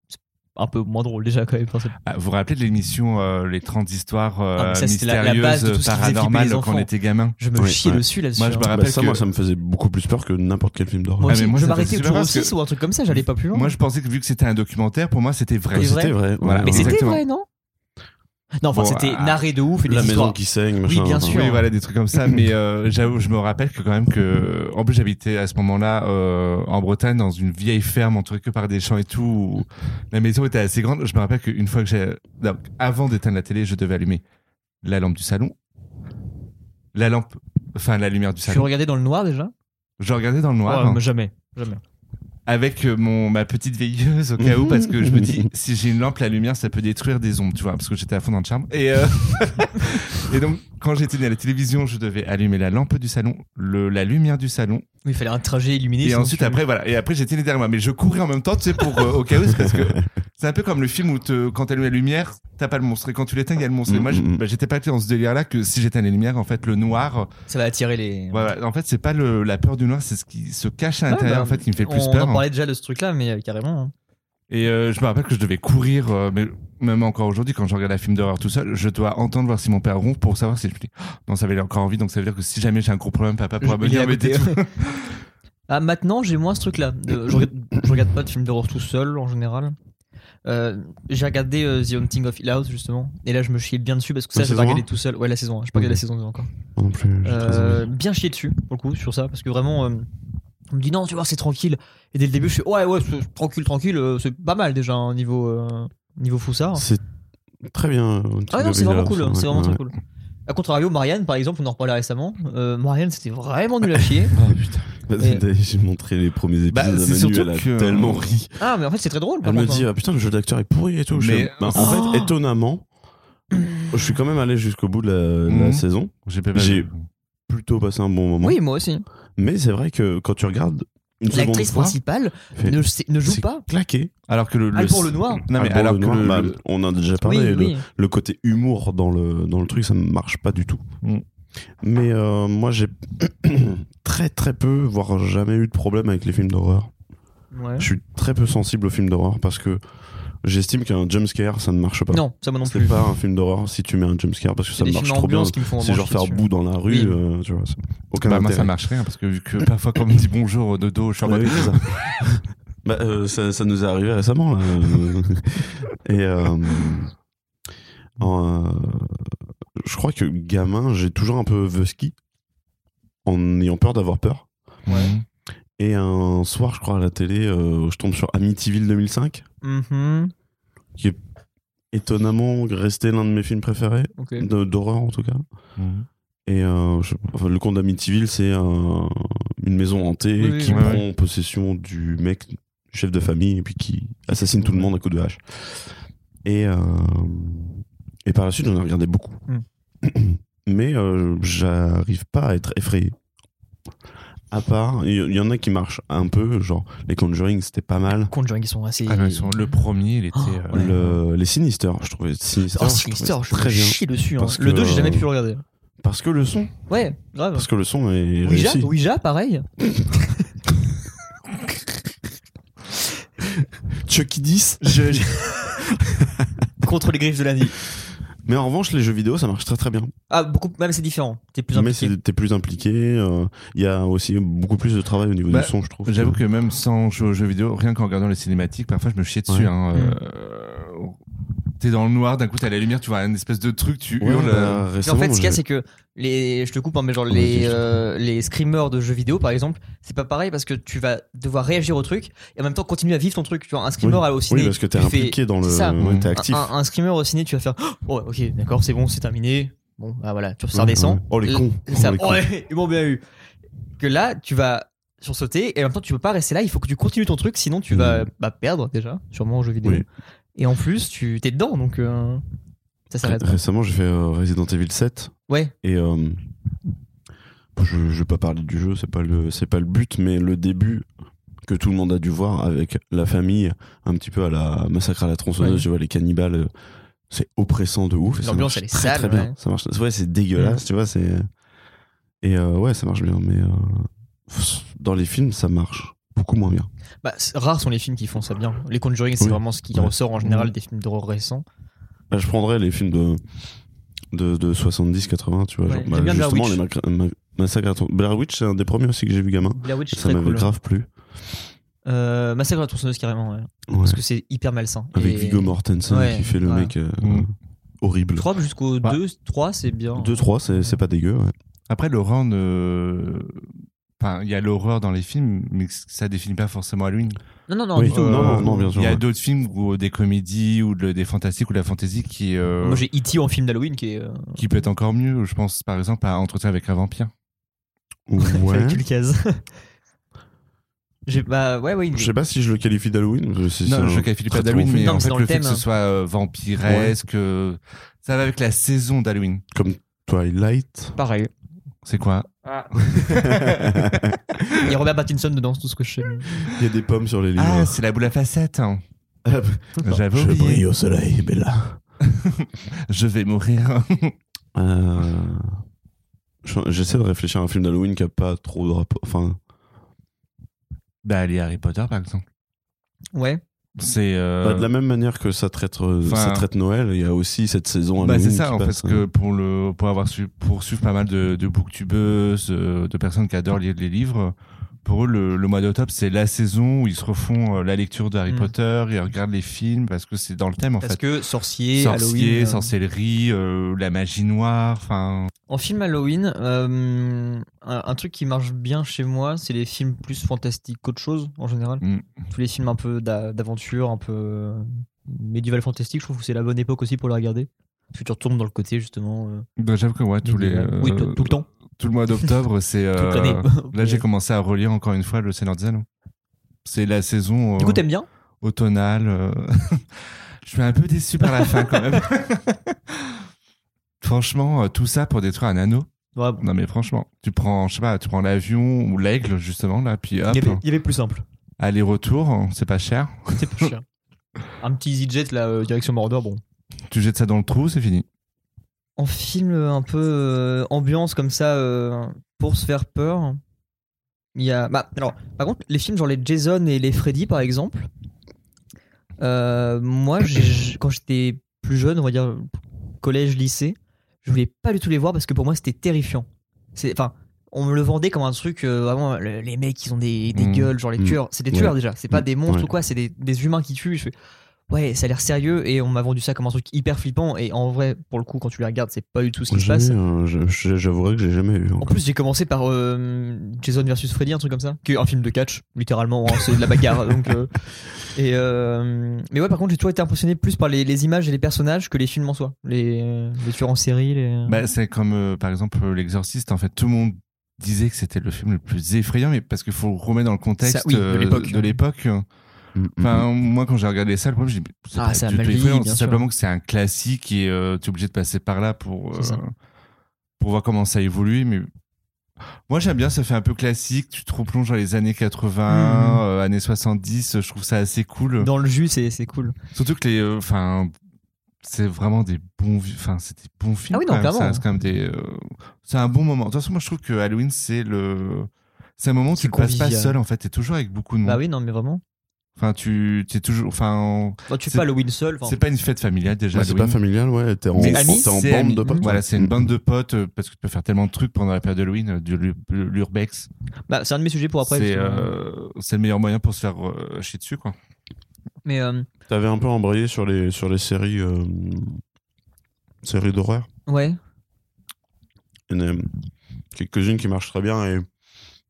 [SPEAKER 1] c'est un peu moins drôle déjà quand même. Enfin, c'est-
[SPEAKER 5] Ah, vous vous rappelez de l'émission euh, les 30 histoires euh,
[SPEAKER 1] Ah, mais ça, c'était la- la
[SPEAKER 5] mystérieuses
[SPEAKER 1] base de tout ce qui faisait flipper
[SPEAKER 5] paranormales
[SPEAKER 1] les
[SPEAKER 5] quand
[SPEAKER 1] enfants.
[SPEAKER 5] on était gamin.
[SPEAKER 1] je me
[SPEAKER 2] Oui,
[SPEAKER 1] chiais
[SPEAKER 2] ouais.
[SPEAKER 1] dessus là-dessus.
[SPEAKER 5] Moi, je
[SPEAKER 1] hein.
[SPEAKER 5] me rappelle
[SPEAKER 2] Bah, ça,
[SPEAKER 5] que-
[SPEAKER 2] moi, ça me faisait beaucoup plus peur que n'importe quel film d'horreur.
[SPEAKER 1] Moi
[SPEAKER 5] Ah,
[SPEAKER 1] aussi,
[SPEAKER 5] mais moi,
[SPEAKER 1] je
[SPEAKER 5] ça me
[SPEAKER 1] m'arrêtais au
[SPEAKER 5] faisait super
[SPEAKER 1] jour
[SPEAKER 5] parce que-
[SPEAKER 1] 6 ou un truc comme ça, j'allais pas plus loin.
[SPEAKER 5] Moi je pensais que vu que c'était un documentaire pour moi c'était vrai.
[SPEAKER 1] Et vrai.
[SPEAKER 2] C'était vrai.
[SPEAKER 5] Voilà,
[SPEAKER 2] ouais,
[SPEAKER 1] mais
[SPEAKER 2] ouais.
[SPEAKER 1] c'était
[SPEAKER 5] exactement.
[SPEAKER 1] vrai, non Non, enfin,
[SPEAKER 5] Bon,
[SPEAKER 1] c'était
[SPEAKER 5] ah,
[SPEAKER 1] narré de ouf et des
[SPEAKER 2] La maison
[SPEAKER 1] histoires.
[SPEAKER 2] qui saigne, machin.
[SPEAKER 1] bien
[SPEAKER 2] enfin.
[SPEAKER 1] sûr.
[SPEAKER 5] Oui, voilà, des trucs comme ça. Mais euh, j'avoue, je me rappelle que quand même que, en plus, j'habitais à ce moment-là euh, en Bretagne dans une vieille ferme entourée que par des champs et tout. où la maison était assez grande. Je me rappelle qu'une fois que j'ai, non, avant d'éteindre la télé, je devais allumer la lampe du salon, la lampe, enfin la lumière du
[SPEAKER 1] Tu
[SPEAKER 5] salon.
[SPEAKER 1] regardais dans le noir déjà
[SPEAKER 5] Je regardais dans le noir
[SPEAKER 1] Ouais,
[SPEAKER 5] hein,
[SPEAKER 1] mais Jamais, jamais.
[SPEAKER 5] avec euh, mon ma petite veilleuse au cas où parce que je me dis si j'ai une lampe, la lumière, ça peut détruire des ombres, tu vois, parce que j'étais à fond dans le charme. Et euh, et donc quand j'étais à la télévision, je devais allumer la lampe du salon, le la lumière du salon.
[SPEAKER 1] Oui, il fallait un trajet illuminé.
[SPEAKER 5] Et
[SPEAKER 1] sinon
[SPEAKER 5] ensuite,
[SPEAKER 1] tu-
[SPEAKER 5] après, voilà. Et après, j'étais les derrière moi. Mais je courais en même temps, tu sais, pour, euh, au chaos, parce que c'est un peu comme le film où te, quand t'allumes la lumière, t'as pas le monstre. Et quand tu l'éteins, il y a le monstre. Et moi, je-
[SPEAKER 2] Mm, mm.
[SPEAKER 5] bah, j'étais pas dans ce délire-là que si j'éteins les lumières, en fait, le noir.
[SPEAKER 1] Ça va attirer les.
[SPEAKER 5] Voilà. En fait, c'est pas le, la peur du noir, c'est ce qui se cache à
[SPEAKER 1] Ouais,
[SPEAKER 5] l'intérieur,
[SPEAKER 1] bah,
[SPEAKER 5] en fait, qui me fait le plus hein.
[SPEAKER 1] On
[SPEAKER 5] peur.
[SPEAKER 1] en parlait déjà de ce truc-là, mais euh, carrément. hein.
[SPEAKER 5] Et euh, je me rappelle que je devais courir, euh, mais même encore aujourd'hui, quand je regarde un film d'horreur tout seul, je dois entendre voir si mon père ronfle pour savoir si je me dis, Oh, non, ça avait encore envie, donc ça veut dire que si jamais j'ai un gros problème, papa pourra me
[SPEAKER 1] Il est
[SPEAKER 5] dire,
[SPEAKER 1] à
[SPEAKER 5] mais
[SPEAKER 1] côté.
[SPEAKER 5] t'es-
[SPEAKER 1] Ah, maintenant, j'ai moins ce truc-là. De- Je, regarde- je regarde pas de films d'horreur tout seul, en général. Euh, j'ai regardé euh, The Haunting of Hill House, justement. Et là, je me chiais bien dessus parce que ça,
[SPEAKER 2] La
[SPEAKER 1] j'ai pas
[SPEAKER 2] saison
[SPEAKER 1] regardé
[SPEAKER 2] un
[SPEAKER 1] tout seul. Ouais, la saison 1. J'ai pas regardé
[SPEAKER 2] Ok.
[SPEAKER 1] la saison 2 encore.
[SPEAKER 2] Moi Non plus. j'ai très
[SPEAKER 1] Euh,
[SPEAKER 2] envie.
[SPEAKER 1] bien chié dessus, pour le coup, sur ça. Parce que vraiment, euh, on me dit non, tu vois, c'est tranquille. Et dès le début, je suis ouais, ouais, c'est tranquille, tranquille. euh, c'est pas mal déjà, hein, niveau, euh, niveau foussard.
[SPEAKER 2] C'est très bien. euh,
[SPEAKER 1] Ah non, hein, c'est vraiment cool. C'est vraiment très cool. À contrario, Marianne, par exemple, on en reparlait récemment. euh, Marianne, c'était vraiment nul à chier.
[SPEAKER 2] Ah putain.
[SPEAKER 1] Et-
[SPEAKER 2] Vas-y, J'ai montré les premiers épisodes
[SPEAKER 5] Bah,
[SPEAKER 2] à
[SPEAKER 5] c'est
[SPEAKER 2] Manu,
[SPEAKER 5] surtout
[SPEAKER 2] elle a
[SPEAKER 5] que- euh,
[SPEAKER 2] tellement ri.
[SPEAKER 1] Ah, mais en fait, c'est très drôle. par
[SPEAKER 2] Elle me
[SPEAKER 1] contre,
[SPEAKER 2] dit
[SPEAKER 1] hein.
[SPEAKER 2] ah, putain le jeu d'acteur est pourri et tout. Je
[SPEAKER 5] Mais-
[SPEAKER 2] fais, bah, en
[SPEAKER 1] Oh
[SPEAKER 2] fait étonnamment, je suis quand même allé jusqu'au bout de la, de la
[SPEAKER 5] Mhm.
[SPEAKER 2] saison.
[SPEAKER 5] J'ai pas
[SPEAKER 2] J'ai- Plutôt passé un bon moment.
[SPEAKER 1] Oui, moi aussi.
[SPEAKER 2] Mais c'est vrai que quand tu regardes une seconde
[SPEAKER 1] L'actrice
[SPEAKER 2] fois,
[SPEAKER 1] principale
[SPEAKER 2] fait-
[SPEAKER 1] ne, sait- ne joue
[SPEAKER 2] c'est
[SPEAKER 1] pas.
[SPEAKER 2] claqué.
[SPEAKER 5] Alors que le.
[SPEAKER 1] Ah, pour le noir.
[SPEAKER 5] Non, mais
[SPEAKER 2] Ah, bon,
[SPEAKER 5] alors
[SPEAKER 2] le
[SPEAKER 5] que
[SPEAKER 2] noir,
[SPEAKER 5] le-
[SPEAKER 2] bah,
[SPEAKER 5] le-
[SPEAKER 2] on en a déjà
[SPEAKER 1] Oui,
[SPEAKER 2] parlé. le,
[SPEAKER 1] oui.
[SPEAKER 2] le côté humour dans le dans le truc, ça ne marche pas du tout.
[SPEAKER 5] Mhm.
[SPEAKER 2] Mais euh, moi j'ai très très peu, voire jamais eu de problème avec les films d'horreur.
[SPEAKER 1] Ouais.
[SPEAKER 2] Je suis très peu sensible aux films d'horreur parce que j'estime qu'un jumpscare ça ne marche pas.
[SPEAKER 1] Non, ça moi non
[SPEAKER 2] c'est
[SPEAKER 1] plus.
[SPEAKER 2] pas un film d'horreur si tu mets un jumpscare parce que
[SPEAKER 1] Il y
[SPEAKER 2] ça
[SPEAKER 1] a des
[SPEAKER 2] marche
[SPEAKER 1] films
[SPEAKER 2] trop bien.
[SPEAKER 1] ambiance qui me font
[SPEAKER 2] C'est
[SPEAKER 1] vraiment
[SPEAKER 2] genre
[SPEAKER 1] chier
[SPEAKER 2] faire
[SPEAKER 1] dessus.
[SPEAKER 2] bout dans la rue,
[SPEAKER 1] Oui.
[SPEAKER 2] euh, tu vois. c'est- Aucun
[SPEAKER 5] Bah, moi,
[SPEAKER 2] intérêt.
[SPEAKER 5] ça marche rien parce que vu que parfois, quand on me dit bonjour de dos, je suis en
[SPEAKER 2] Ouais,
[SPEAKER 5] mode.
[SPEAKER 2] oui, c'est ça. Bah, euh, ça, ça nous est arrivé récemment là. Euh, Et euh, en, euh, je crois que gamin, j'ai toujours un peu ski en ayant peur d'avoir peur.
[SPEAKER 5] Mhm.
[SPEAKER 2] Et un soir, je crois à la télé, euh, je tombe sur Amityville 2005,
[SPEAKER 1] Mhm.
[SPEAKER 2] étonnamment resté l'un de mes films préférés.
[SPEAKER 1] Ok.
[SPEAKER 2] De- d'horreur en tout cas.
[SPEAKER 5] Mhm.
[SPEAKER 2] Et euh, je- enfin, le conte d'Amityville, c'est un- une maison hantée
[SPEAKER 1] Oui, oui,
[SPEAKER 2] qui
[SPEAKER 5] oui.
[SPEAKER 2] prend possession du mec chef de famille et puis qui assassine tout le monde à coups de hache. Et, euh, et par la suite, j'en ai regardé beaucoup.
[SPEAKER 1] Mm.
[SPEAKER 2] Mais euh, j'arrive pas à être effrayé. À part, il y- il y, en a qui marchent un peu, genre les Conjuring, c'était pas mal.
[SPEAKER 1] Conjuring, ils sont assez.
[SPEAKER 5] Ah, mais ils sont- le premier, il était.
[SPEAKER 1] Oh,
[SPEAKER 5] euh,
[SPEAKER 1] ouais.
[SPEAKER 2] Le- les Sinister, je trouvais Sinister,
[SPEAKER 1] Oh,
[SPEAKER 2] je
[SPEAKER 1] Sinister,
[SPEAKER 2] trouvais
[SPEAKER 1] je
[SPEAKER 2] très
[SPEAKER 1] me
[SPEAKER 2] bien.
[SPEAKER 1] chie dessus. hein.
[SPEAKER 2] Parce
[SPEAKER 1] Le
[SPEAKER 2] que,
[SPEAKER 1] 2, j'ai jamais
[SPEAKER 2] euh,
[SPEAKER 1] pu le regarder.
[SPEAKER 2] Parce que le son,
[SPEAKER 1] Ouais, grave.
[SPEAKER 2] parce que le son est
[SPEAKER 1] Ouija,
[SPEAKER 2] réussi.
[SPEAKER 1] Ouija, pareil.
[SPEAKER 2] Chucky 10
[SPEAKER 1] Contre les griffes de la nuit.
[SPEAKER 2] Mais en revanche, les jeux vidéo, ça marche très très bien.
[SPEAKER 1] Ah, beaucoup, même c'est différent. T'es plus
[SPEAKER 2] mais
[SPEAKER 1] impliqué.
[SPEAKER 2] c'est- t'es plus impliqué. euh, Il y a aussi beaucoup plus de travail au niveau
[SPEAKER 5] Bah,
[SPEAKER 2] du son, je trouve.
[SPEAKER 5] J'avoue que même sans jouer aux jeux vidéo, rien qu'en regardant les cinématiques, parfois je me chiais dessus.
[SPEAKER 2] Ouais.
[SPEAKER 5] hein,
[SPEAKER 1] Mm.
[SPEAKER 5] euh, T'es dans le noir, d'un coup t'as la lumière, tu vois une espèce de truc, tu
[SPEAKER 2] Ouais,
[SPEAKER 5] hurles.
[SPEAKER 2] bah,
[SPEAKER 5] euh,
[SPEAKER 1] Mais en
[SPEAKER 2] récemment,
[SPEAKER 1] fait, ce qu'il y a,
[SPEAKER 2] j'ai-
[SPEAKER 1] c'est que les, je te coupe, hein, mais genre
[SPEAKER 2] Vas-y, je
[SPEAKER 1] les,
[SPEAKER 2] t'en prie.
[SPEAKER 1] euh, les screamers de jeux vidéo, par exemple, c'est pas pareil parce que tu vas devoir réagir au truc et en même temps continuer à vivre ton truc. Tu vois, un screamer
[SPEAKER 2] Oui.
[SPEAKER 1] à- au ciné,
[SPEAKER 2] Oui, parce que t'es
[SPEAKER 1] tu fais-
[SPEAKER 2] impliqué dans le.
[SPEAKER 1] c'est ça.
[SPEAKER 2] ouais, t'es
[SPEAKER 1] un-
[SPEAKER 2] actif.
[SPEAKER 1] Un, un screamer au ciné, tu vas faire, oh, ouais, ok, d'accord, c'est bon, c'est terminé. Bon, bah voilà, tu ça
[SPEAKER 2] Ouais,
[SPEAKER 1] redescend.
[SPEAKER 2] ouais. Oh les cons.
[SPEAKER 1] Et ça-
[SPEAKER 2] Oh, les cons.
[SPEAKER 1] ouais, ils m'ont bien eu. Que là, tu vas sursauter et en même temps, tu peux pas rester là. Il faut que tu continues ton truc, sinon tu vas bah, perdre déjà, sûrement en jeu vidéo.
[SPEAKER 2] Hmm. Oui.
[SPEAKER 1] Et en plus, tu t'es dedans, donc euh, ça
[SPEAKER 2] Ré-
[SPEAKER 1] s'arrête. pas.
[SPEAKER 2] Récemment, j'ai fait euh, Resident Evil 7.
[SPEAKER 1] Ouais.
[SPEAKER 2] Et. euh, Je, je vais pas parler du jeu, c'est pas le c'est pas le but, mais le début que tout le monde a dû voir avec la famille, un petit peu à la massacre à la tronçonneuse,
[SPEAKER 1] Ouais.
[SPEAKER 2] tu vois les cannibales, euh, c'est oppressant de ouf. et ça
[SPEAKER 1] L'ambiance,
[SPEAKER 2] marche
[SPEAKER 1] elle est
[SPEAKER 2] très,
[SPEAKER 1] sale,
[SPEAKER 2] très bien.
[SPEAKER 1] ouais. Mm.
[SPEAKER 2] Ça marche, ouais, c'est dégueulasse, tu vois, c'est et euh, ouais, ça marche bien, mais euh, dans les films, ça marche beaucoup moins bien.
[SPEAKER 1] Bah, c'est- rares sont les films qui font ça bien. Les Conjuring, c'est
[SPEAKER 2] Oui.
[SPEAKER 1] vraiment ce qui
[SPEAKER 2] Ouais.
[SPEAKER 1] ressort en général des films d'horreur récents.
[SPEAKER 2] Bah, je prendrais les films de, de, de 70-80, tu vois.
[SPEAKER 1] Ouais,
[SPEAKER 2] genre,
[SPEAKER 1] j'aime
[SPEAKER 2] bah,
[SPEAKER 1] bien Blair
[SPEAKER 2] justement,
[SPEAKER 1] Witch.
[SPEAKER 2] les macra- ma- massacres à tronçonneuse. Blair Witch, c'est un des premiers aussi que j'ai vu gamin.
[SPEAKER 1] Blair Witch, c'est
[SPEAKER 2] Ça
[SPEAKER 1] très
[SPEAKER 2] m'avait
[SPEAKER 1] cool.
[SPEAKER 2] grave plu.
[SPEAKER 1] Euh, Massacre à la tronçonneuse, carrément, ouais.
[SPEAKER 2] Ouais.
[SPEAKER 1] Parce que c'est hyper malsain.
[SPEAKER 2] Avec
[SPEAKER 1] Et
[SPEAKER 2] Viggo Mortensen
[SPEAKER 1] Ouais,
[SPEAKER 2] qui fait le
[SPEAKER 1] ouais.
[SPEAKER 2] mec euh,
[SPEAKER 5] Mm.
[SPEAKER 1] Je
[SPEAKER 2] horrible.
[SPEAKER 1] crois que jusqu'au
[SPEAKER 5] Bah.
[SPEAKER 1] 2, 3, c'est bien.
[SPEAKER 2] 2-3, c'est, c'est pas dégueu. ouais.
[SPEAKER 5] Après, l'horreur ne. Enfin, il y a l'horreur dans les films, mais ça définit pas forcément Halloween.
[SPEAKER 1] Non, non, non,
[SPEAKER 2] Oui.
[SPEAKER 1] du tout.
[SPEAKER 2] Euh, Non, non, non, bien sûr,
[SPEAKER 5] Il y a
[SPEAKER 2] ouais.
[SPEAKER 5] d'autres films ou des comédies ou de- des fantastiques ou de la fantaisie qui, euh,
[SPEAKER 1] Moi, j'ai E.T. en film d'Halloween qui est. euh,
[SPEAKER 5] qui peut être encore mieux. Je pense par exemple à Entretien avec un vampire.
[SPEAKER 2] Ouais.
[SPEAKER 1] fallait que tu le cases. J'ai bah ouais ouais. il-
[SPEAKER 2] Je sais pas si je le qualifie d'Halloween. parce que c'est- c'est
[SPEAKER 5] Non,
[SPEAKER 2] un
[SPEAKER 5] je qualifie
[SPEAKER 2] très
[SPEAKER 5] pas d'Halloween,
[SPEAKER 2] bon
[SPEAKER 5] mais
[SPEAKER 2] film.
[SPEAKER 1] Non,
[SPEAKER 5] en
[SPEAKER 1] c'est
[SPEAKER 5] fait,
[SPEAKER 1] dans
[SPEAKER 5] le,
[SPEAKER 1] le
[SPEAKER 5] fait que
[SPEAKER 1] thème.
[SPEAKER 5] ce soit euh, vampiresque, euh, ça va avec la saison d'Halloween.
[SPEAKER 2] Twilight.
[SPEAKER 1] Pareil.
[SPEAKER 5] C'est quoi
[SPEAKER 1] Il y a Robert Pattinson dedans, c'est tout ce que je sais.
[SPEAKER 2] Il y a des pommes sur les
[SPEAKER 5] Ah,
[SPEAKER 2] livres.
[SPEAKER 5] c'est la boule à facettes. hein. J'avais
[SPEAKER 2] Ah, bah, je brille
[SPEAKER 5] oublié.
[SPEAKER 2] au soleil, Bella.
[SPEAKER 5] Je vais mourir.
[SPEAKER 2] Euh, je- J'essaie de réfléchir à un film d'Halloween qui a pas trop de rapport. Enfin,
[SPEAKER 5] bah, les Harry Potter, par exemple.
[SPEAKER 1] Ouais.
[SPEAKER 5] C'est. euh,
[SPEAKER 2] Bah, de la même manière que ça traite, euh,
[SPEAKER 5] Enfin-
[SPEAKER 2] ça traite Noël, il y a aussi cette saison
[SPEAKER 5] Bah,
[SPEAKER 2] Halloween
[SPEAKER 5] c'est ça,
[SPEAKER 2] qui
[SPEAKER 5] en fait,
[SPEAKER 2] passe, euh,
[SPEAKER 5] parce que pour, le, pour avoir su, pour suivre pas mal de, de booktubeuses, euh, de personnes qui adorent lire les livres, pour eux, le, le mois d'octobre, c'est la saison où ils se refont euh, la lecture de Harry
[SPEAKER 1] Mm.
[SPEAKER 5] Potter, ils regardent les films, parce que c'est dans le thème, en
[SPEAKER 1] Parce
[SPEAKER 5] fait.
[SPEAKER 1] que sorcier,
[SPEAKER 5] Sorcier,
[SPEAKER 1] Halloween. euh,
[SPEAKER 5] sorcellerie, euh, la magie noire, enfin.
[SPEAKER 1] En film Halloween, euh, un, un truc qui marche bien chez moi, c'est les films plus fantastiques qu'autre chose en général.
[SPEAKER 5] Mm.
[SPEAKER 1] Tous les films un peu d'a- d'aventure, un peu euh, médiéval fantastique, je trouve que c'est la bonne époque aussi pour les regarder. Puis tu retournes dans le côté, justement. euh,
[SPEAKER 5] Bah, J'avoue que ouais, tous
[SPEAKER 1] des-
[SPEAKER 5] les,
[SPEAKER 1] Oui,
[SPEAKER 5] euh,
[SPEAKER 1] tout, tout le temps.
[SPEAKER 5] tout le mois d'octobre, c'est.
[SPEAKER 1] Toute
[SPEAKER 5] euh,
[SPEAKER 1] l'année.
[SPEAKER 5] là, j'ai commencé à relire encore une fois Le Seigneur des Anneaux. C'est la saison
[SPEAKER 1] Du
[SPEAKER 5] euh,
[SPEAKER 1] coup, t'aimes bien
[SPEAKER 5] automnale. euh, Je suis un peu déçu par la fin quand même. Franchement, euh, tout ça pour détruire un anneau.
[SPEAKER 1] Ouais, bon.
[SPEAKER 5] Non mais franchement, tu prends, je sais pas, tu prends l'avion ou l'aigle justement là, puis hop,
[SPEAKER 1] il, y avait, il y avait plus simple.
[SPEAKER 5] aller-retour, hein, c'est pas cher.
[SPEAKER 1] C'est plus cher. Un petit EasyJet, là, euh, direction Mordor, bon.
[SPEAKER 5] Tu jettes ça dans le trou, c'est fini.
[SPEAKER 1] En film euh, un peu euh, ambiance comme ça, euh, pour se faire peur, il y a. Bah, alors, par contre, les films genre les Jason et les Freddy, par exemple, euh, moi, j'ai- quand j'étais plus jeune, on va dire collège, lycée, je voulais pas du tout les voir parce que pour moi, c'était terrifiant. C'est, enfin, on me le vendait comme un truc euh, vraiment le- les mecs, ils ont des, des
[SPEAKER 5] Mm.
[SPEAKER 1] gueules, genre les
[SPEAKER 2] Mm.
[SPEAKER 1] tueurs. C'est des
[SPEAKER 2] Ouais.
[SPEAKER 1] tueurs déjà, c'est pas
[SPEAKER 2] Mm.
[SPEAKER 1] des monstres
[SPEAKER 2] Ouais.
[SPEAKER 1] ou quoi, c'est des, des humains qui tuent. Je fais, ouais, ça a l'air sérieux et on m'a vendu ça comme un truc hyper flippant. Et en vrai, pour le coup, quand tu les regardes, c'est pas du tout ce qui se
[SPEAKER 2] Jamais,
[SPEAKER 5] Mmh.
[SPEAKER 1] passe.
[SPEAKER 2] euh, je- je- J'avouerais que j'ai jamais vu.
[SPEAKER 1] En
[SPEAKER 2] encore.
[SPEAKER 1] plus, j'ai commencé par euh, Jason versus Freddy, un truc comme ça, qui est un film de catch, littéralement, hein, c'est de la bagarre. donc, euh, et, euh, mais ouais, par contre, j'ai toujours été impressionné plus par les, les images et les personnages que les films en soi. Les, les tueurs en série, les.
[SPEAKER 5] Bah, c'est comme euh, par exemple euh, l'exorciste. En fait, tout le monde disait que c'était le film le plus effrayant, mais parce qu'il faut le remettre dans le contexte
[SPEAKER 1] Ça, oui, de
[SPEAKER 5] euh,
[SPEAKER 1] l'époque.
[SPEAKER 5] de l'époque.
[SPEAKER 2] Mm, mm,
[SPEAKER 5] Enfin, moi, quand j'ai regardé ça, le problème, j'ai dit, c'est
[SPEAKER 1] Ah,
[SPEAKER 5] pas
[SPEAKER 1] ça a
[SPEAKER 5] du
[SPEAKER 1] mal
[SPEAKER 5] tout
[SPEAKER 1] vieilli,
[SPEAKER 5] effrayant.
[SPEAKER 1] bien
[SPEAKER 5] C'est
[SPEAKER 1] sûr.
[SPEAKER 5] simplement que c'est un classique et euh, tu es obligé de passer par là pour,
[SPEAKER 1] C'est ça.
[SPEAKER 5] euh, pour voir comment ça évolue. Mais moi, j'aime bien, ça fait un peu classique. Tu te replonges dans les années 80,
[SPEAKER 1] Mhm.
[SPEAKER 5] euh, années 70. Je trouve ça assez cool.
[SPEAKER 1] Dans le jus, c'est c'est cool.
[SPEAKER 5] Surtout que les. euh, Enfin. c'est vraiment des bons vi- enfin c'est des bons films
[SPEAKER 1] Ah oui,
[SPEAKER 5] quand
[SPEAKER 1] non,
[SPEAKER 5] même.
[SPEAKER 1] clairement.
[SPEAKER 5] Ça reste quand même des euh, c'est un bon moment de toute façon moi je trouve que Halloween c'est le c'est un moment où
[SPEAKER 1] C'est
[SPEAKER 5] tu le passes pas
[SPEAKER 1] convivial.
[SPEAKER 5] seul en fait t'es toujours avec beaucoup de monde
[SPEAKER 1] Bah oui, non, mais vraiment.
[SPEAKER 5] enfin tu t'es toujours enfin
[SPEAKER 1] Enfin, tu fais
[SPEAKER 5] C'est-
[SPEAKER 1] pas Halloween seul. enfin,
[SPEAKER 5] c'est pas une fête familiale déjà
[SPEAKER 2] Ouais, c'est pas
[SPEAKER 5] Halloween.
[SPEAKER 2] familial, ouais. T'es en,
[SPEAKER 5] Mais
[SPEAKER 2] en-
[SPEAKER 1] amis,
[SPEAKER 2] t'es en
[SPEAKER 5] c'est
[SPEAKER 2] bande
[SPEAKER 5] amis.
[SPEAKER 2] de potes.
[SPEAKER 5] voilà c'est une
[SPEAKER 2] Mm.
[SPEAKER 5] bande de potes euh, parce que tu peux faire tellement de trucs pendant la période d'Halloween euh, du lu- l'urbex
[SPEAKER 1] bah, c'est un de mes sujets pour après.
[SPEAKER 5] c'est
[SPEAKER 1] justement.
[SPEAKER 5] euh, c'est le meilleur moyen pour se faire euh, chier dessus quoi
[SPEAKER 1] Mais euh,
[SPEAKER 2] T'avais un peu embrayé sur les, sur les séries, euh, séries d'horreur.
[SPEAKER 1] ouais,
[SPEAKER 2] Il y en a quelques-unes qui marchent très bien et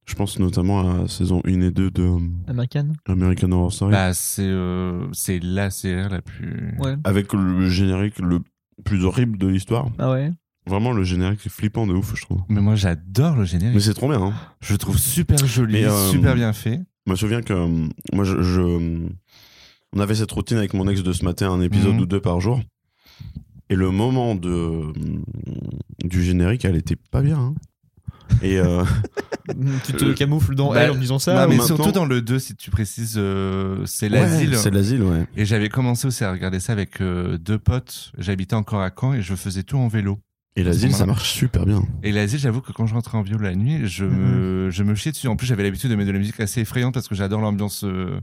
[SPEAKER 2] je pense notamment à la saison 1 et 2 de euh,
[SPEAKER 1] américaine.
[SPEAKER 2] American Horror Story.
[SPEAKER 5] bah c'est euh, c'est la série la plus
[SPEAKER 1] Ouais.
[SPEAKER 2] Avec le générique le plus horrible de l'histoire.
[SPEAKER 1] Ah ouais.
[SPEAKER 2] Vraiment, le générique est flippant de ouf, je trouve.
[SPEAKER 5] mais moi j'adore le
[SPEAKER 2] Mais
[SPEAKER 5] générique
[SPEAKER 2] c'est trop bien. hein.
[SPEAKER 5] je le trouve super joli
[SPEAKER 2] Mais, euh,
[SPEAKER 5] super bien fait
[SPEAKER 2] Je me souviens que euh, moi, je, je- on avait cette routine avec mon ex de ce matin, un épisode
[SPEAKER 5] Mhm.
[SPEAKER 2] ou deux par jour. Et le moment de, hum, du générique, elle était pas bien. hein. Et euh,
[SPEAKER 1] tu te camoufles dans
[SPEAKER 5] Bah,
[SPEAKER 1] elle en me disant ça.
[SPEAKER 5] Non, mais
[SPEAKER 1] ou-
[SPEAKER 2] maintenant-
[SPEAKER 5] surtout dans le 2, si tu précises, euh, c'est
[SPEAKER 2] ouais,
[SPEAKER 5] l'asile.
[SPEAKER 2] C'est l'asile, ouais.
[SPEAKER 5] et j'avais commencé aussi à regarder ça avec euh, deux potes. J'habitais encore à Caen et je faisais tout en vélo.
[SPEAKER 2] Et l'asile,
[SPEAKER 5] Voilà.
[SPEAKER 2] ça marche super bien.
[SPEAKER 5] Et l'asile, j'avoue que quand je rentrais en vélo la nuit, je,
[SPEAKER 2] Mm-hmm.
[SPEAKER 5] me, je me chiais dessus. En plus, j'avais l'habitude de mettre de la musique assez effrayante parce que j'adore l'ambiance. euh,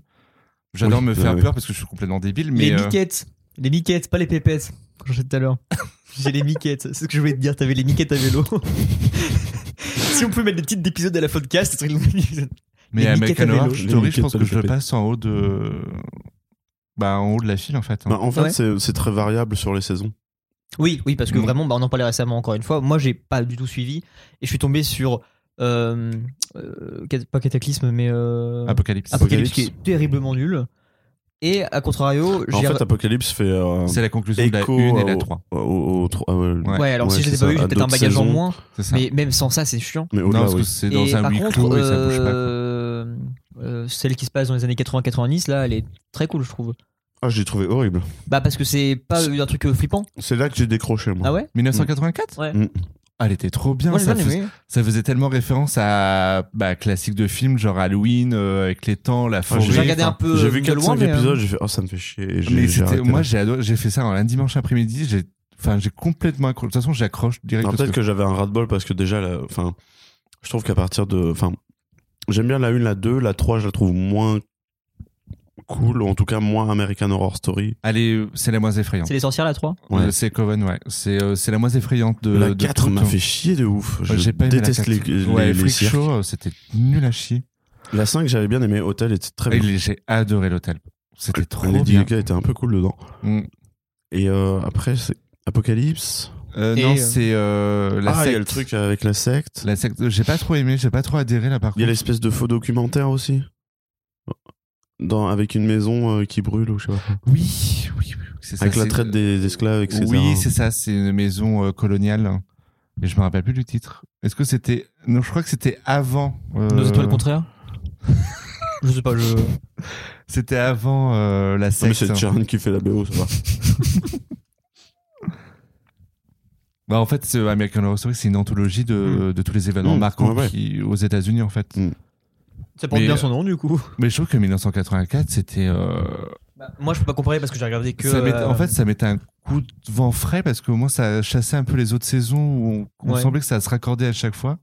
[SPEAKER 5] j'adore
[SPEAKER 2] Oui,
[SPEAKER 5] me faire
[SPEAKER 2] ouais,
[SPEAKER 5] peur parce que je suis complètement débile. Mais
[SPEAKER 1] les
[SPEAKER 5] euh,
[SPEAKER 1] miquettes. Les miquettes, pas les pépettes. Quand j'en tout à l'heure. J'ai les miquettes. C'est ce que je voulais te dire. T'avais les miquettes à vélo. si on pouvait mettre des titres d'épisodes à la podcast, ce serait le meilleur épisode.
[SPEAKER 5] mais
[SPEAKER 1] les
[SPEAKER 5] American
[SPEAKER 1] miquettes à
[SPEAKER 5] Horror
[SPEAKER 1] vélo.
[SPEAKER 5] Story,
[SPEAKER 2] Les
[SPEAKER 5] je pense
[SPEAKER 2] miquettes
[SPEAKER 5] que je le
[SPEAKER 2] à la
[SPEAKER 5] passe en haut de. Bah, en haut de la file en fait. hein.
[SPEAKER 2] Bah, en fait,
[SPEAKER 1] Ouais.
[SPEAKER 2] c'est c'est très variable sur les saisons.
[SPEAKER 1] Oui, oui, parce que
[SPEAKER 5] Mm.
[SPEAKER 1] vraiment, bah, on en parlait récemment encore une fois. Moi, j'ai pas du tout suivi. Et je suis tombé sur. euh, euh, cat- pas Cataclysme, mais. euh,
[SPEAKER 5] Apocalypse.
[SPEAKER 1] Apocalypse,
[SPEAKER 2] Apocalypse.
[SPEAKER 1] qui est terriblement nul. Et à contrario,
[SPEAKER 2] En
[SPEAKER 1] j'ai-
[SPEAKER 2] fait, Apocalypse fait euh,
[SPEAKER 5] C'est la conclusion de la
[SPEAKER 2] Écho,
[SPEAKER 5] 1 et
[SPEAKER 2] euh,
[SPEAKER 5] la 3.
[SPEAKER 2] au- au- au- ah ouais.
[SPEAKER 5] Ouais.
[SPEAKER 1] ouais, alors si je
[SPEAKER 2] c'est
[SPEAKER 1] l'ai pas
[SPEAKER 2] ça,
[SPEAKER 1] eu, j'ai
[SPEAKER 2] à
[SPEAKER 1] peut-être un
[SPEAKER 2] d'autres
[SPEAKER 1] bagage en
[SPEAKER 2] saisons.
[SPEAKER 1] moins.
[SPEAKER 5] C'est ça.
[SPEAKER 1] Mais même sans ça, c'est chiant.
[SPEAKER 2] Mais
[SPEAKER 5] non,
[SPEAKER 2] au-delà,
[SPEAKER 5] parce
[SPEAKER 2] Oh oui.
[SPEAKER 5] que c'est
[SPEAKER 1] Et
[SPEAKER 5] dans un
[SPEAKER 1] par
[SPEAKER 5] huis
[SPEAKER 1] contre,
[SPEAKER 5] clos et ça bouge pas. quoi.
[SPEAKER 1] euh, euh, celle qui se passe dans les années 80-90, là, elle est très cool, je trouve.
[SPEAKER 2] Ah, je l'ai trouvé horrible.
[SPEAKER 1] Bah, parce que c'est pas un truc euh, flippant.
[SPEAKER 2] C'est là que j'ai décroché, moi.
[SPEAKER 1] Ah ouais
[SPEAKER 5] 1984
[SPEAKER 1] Ouais.
[SPEAKER 2] Mm.
[SPEAKER 5] Ah, Elle était trop bien.
[SPEAKER 1] Moi, j'ai
[SPEAKER 5] ça,
[SPEAKER 1] bien
[SPEAKER 5] fais-
[SPEAKER 1] aimé.
[SPEAKER 5] ça faisait tellement référence à bah, classique de film, genre Halloween, euh, avec les temps, la forêt.
[SPEAKER 2] Ah, j'ai-
[SPEAKER 1] J'ai regardé
[SPEAKER 5] enfin,
[SPEAKER 1] un peu
[SPEAKER 2] J'ai
[SPEAKER 1] euh,
[SPEAKER 2] vu
[SPEAKER 1] de loin,
[SPEAKER 2] 4-5
[SPEAKER 1] mais, euh,
[SPEAKER 2] épisodes, j'ai fait, oh, ça me fait chier. Et j'ai-
[SPEAKER 5] mais
[SPEAKER 2] j'ai
[SPEAKER 5] c'était-
[SPEAKER 2] arrêté
[SPEAKER 5] moi,
[SPEAKER 2] là.
[SPEAKER 5] j'ai adoré- j'ai fait ça un dimanche après-midi. J'ai enfin, j'ai complètement accroché. De toute façon, j'accroche direct.
[SPEAKER 2] Alors,
[SPEAKER 5] parce
[SPEAKER 2] peut-être que j'avais un ras-de-bol parce que déjà, la- enfin, je trouve qu'à partir de. Enfin, j'aime bien la 1, la 2, la 3, je la trouve moins cool, ou en tout cas moins American Horror Story.
[SPEAKER 5] Allez, euh, c'est la moins effrayante.
[SPEAKER 1] C'est les sorcières, la 3.
[SPEAKER 2] Ouais.
[SPEAKER 5] Euh, C'est Coven, ouais. C'est euh, c'est la moins effrayante de.
[SPEAKER 2] la
[SPEAKER 5] de
[SPEAKER 2] 4
[SPEAKER 5] toutes.
[SPEAKER 2] m'a fait chier de ouf.
[SPEAKER 5] Ouais,
[SPEAKER 2] je
[SPEAKER 5] J'ai pas aimé la
[SPEAKER 2] déteste les,
[SPEAKER 5] quatre.
[SPEAKER 2] les,
[SPEAKER 5] ouais,
[SPEAKER 2] les
[SPEAKER 5] Freak
[SPEAKER 2] cirques.
[SPEAKER 5] Show, euh, c'était nul à chier.
[SPEAKER 2] La 5, j'avais bien aimé. Hôtel était très
[SPEAKER 5] Et
[SPEAKER 2] bien.
[SPEAKER 5] les- J'ai adoré l'hôtel. C'était Ah, trop
[SPEAKER 2] Lady
[SPEAKER 5] bien.
[SPEAKER 2] Gaga était un peu cool dedans.
[SPEAKER 5] Mm.
[SPEAKER 2] Et euh, après, c'est Apocalypse.
[SPEAKER 5] Euh,
[SPEAKER 1] Et,
[SPEAKER 5] non,
[SPEAKER 1] euh,
[SPEAKER 5] c'est euh, la
[SPEAKER 2] ah, il y a
[SPEAKER 5] secte.
[SPEAKER 2] le truc avec la secte.
[SPEAKER 5] La secte, j'ai pas trop aimé, j'ai pas trop adhéré là par
[SPEAKER 2] Il y a
[SPEAKER 5] contre.
[SPEAKER 2] l'espèce de faux documentaire aussi. Dans, avec une maison euh, qui brûle ou je sais pas.
[SPEAKER 5] Oui, oui, oui, oui, c'est ça,
[SPEAKER 2] Avec la
[SPEAKER 5] c'est-
[SPEAKER 2] traite des esclaves, etc.
[SPEAKER 5] Oui, c'est ça, c'est une maison euh, coloniale. Et je me rappelle plus du titre. Est-ce que c'était. Non, je crois que c'était avant. euh,
[SPEAKER 1] Nos étoiles contraires Je sais pas, je.
[SPEAKER 5] C'était avant euh, la
[SPEAKER 2] Non, Ah, mais
[SPEAKER 5] secte.
[SPEAKER 2] c'est Sharon qui fait la BO, ça va.
[SPEAKER 5] Bah, en fait, ce American Horror Story, c'est une anthologie de, de tous les événements
[SPEAKER 2] Mmh,
[SPEAKER 5] marquants
[SPEAKER 2] ouais, ouais.
[SPEAKER 5] qui- aux États-Unis, en fait.
[SPEAKER 2] Mmh.
[SPEAKER 1] Ça porte
[SPEAKER 5] Mais,
[SPEAKER 1] bien
[SPEAKER 5] euh,
[SPEAKER 1] son nom du coup.
[SPEAKER 5] Mais je trouve que 1984, c'était. euh,
[SPEAKER 1] Bah, moi je peux pas comparer parce que j'ai regardé que. euh,
[SPEAKER 5] ça mettait- En fait, ça mettait un coup de vent frais parce qu'au moins, ça chassait un peu les autres saisons où on, on
[SPEAKER 1] Ouais.
[SPEAKER 5] semblait que ça se raccordait à chaque fois.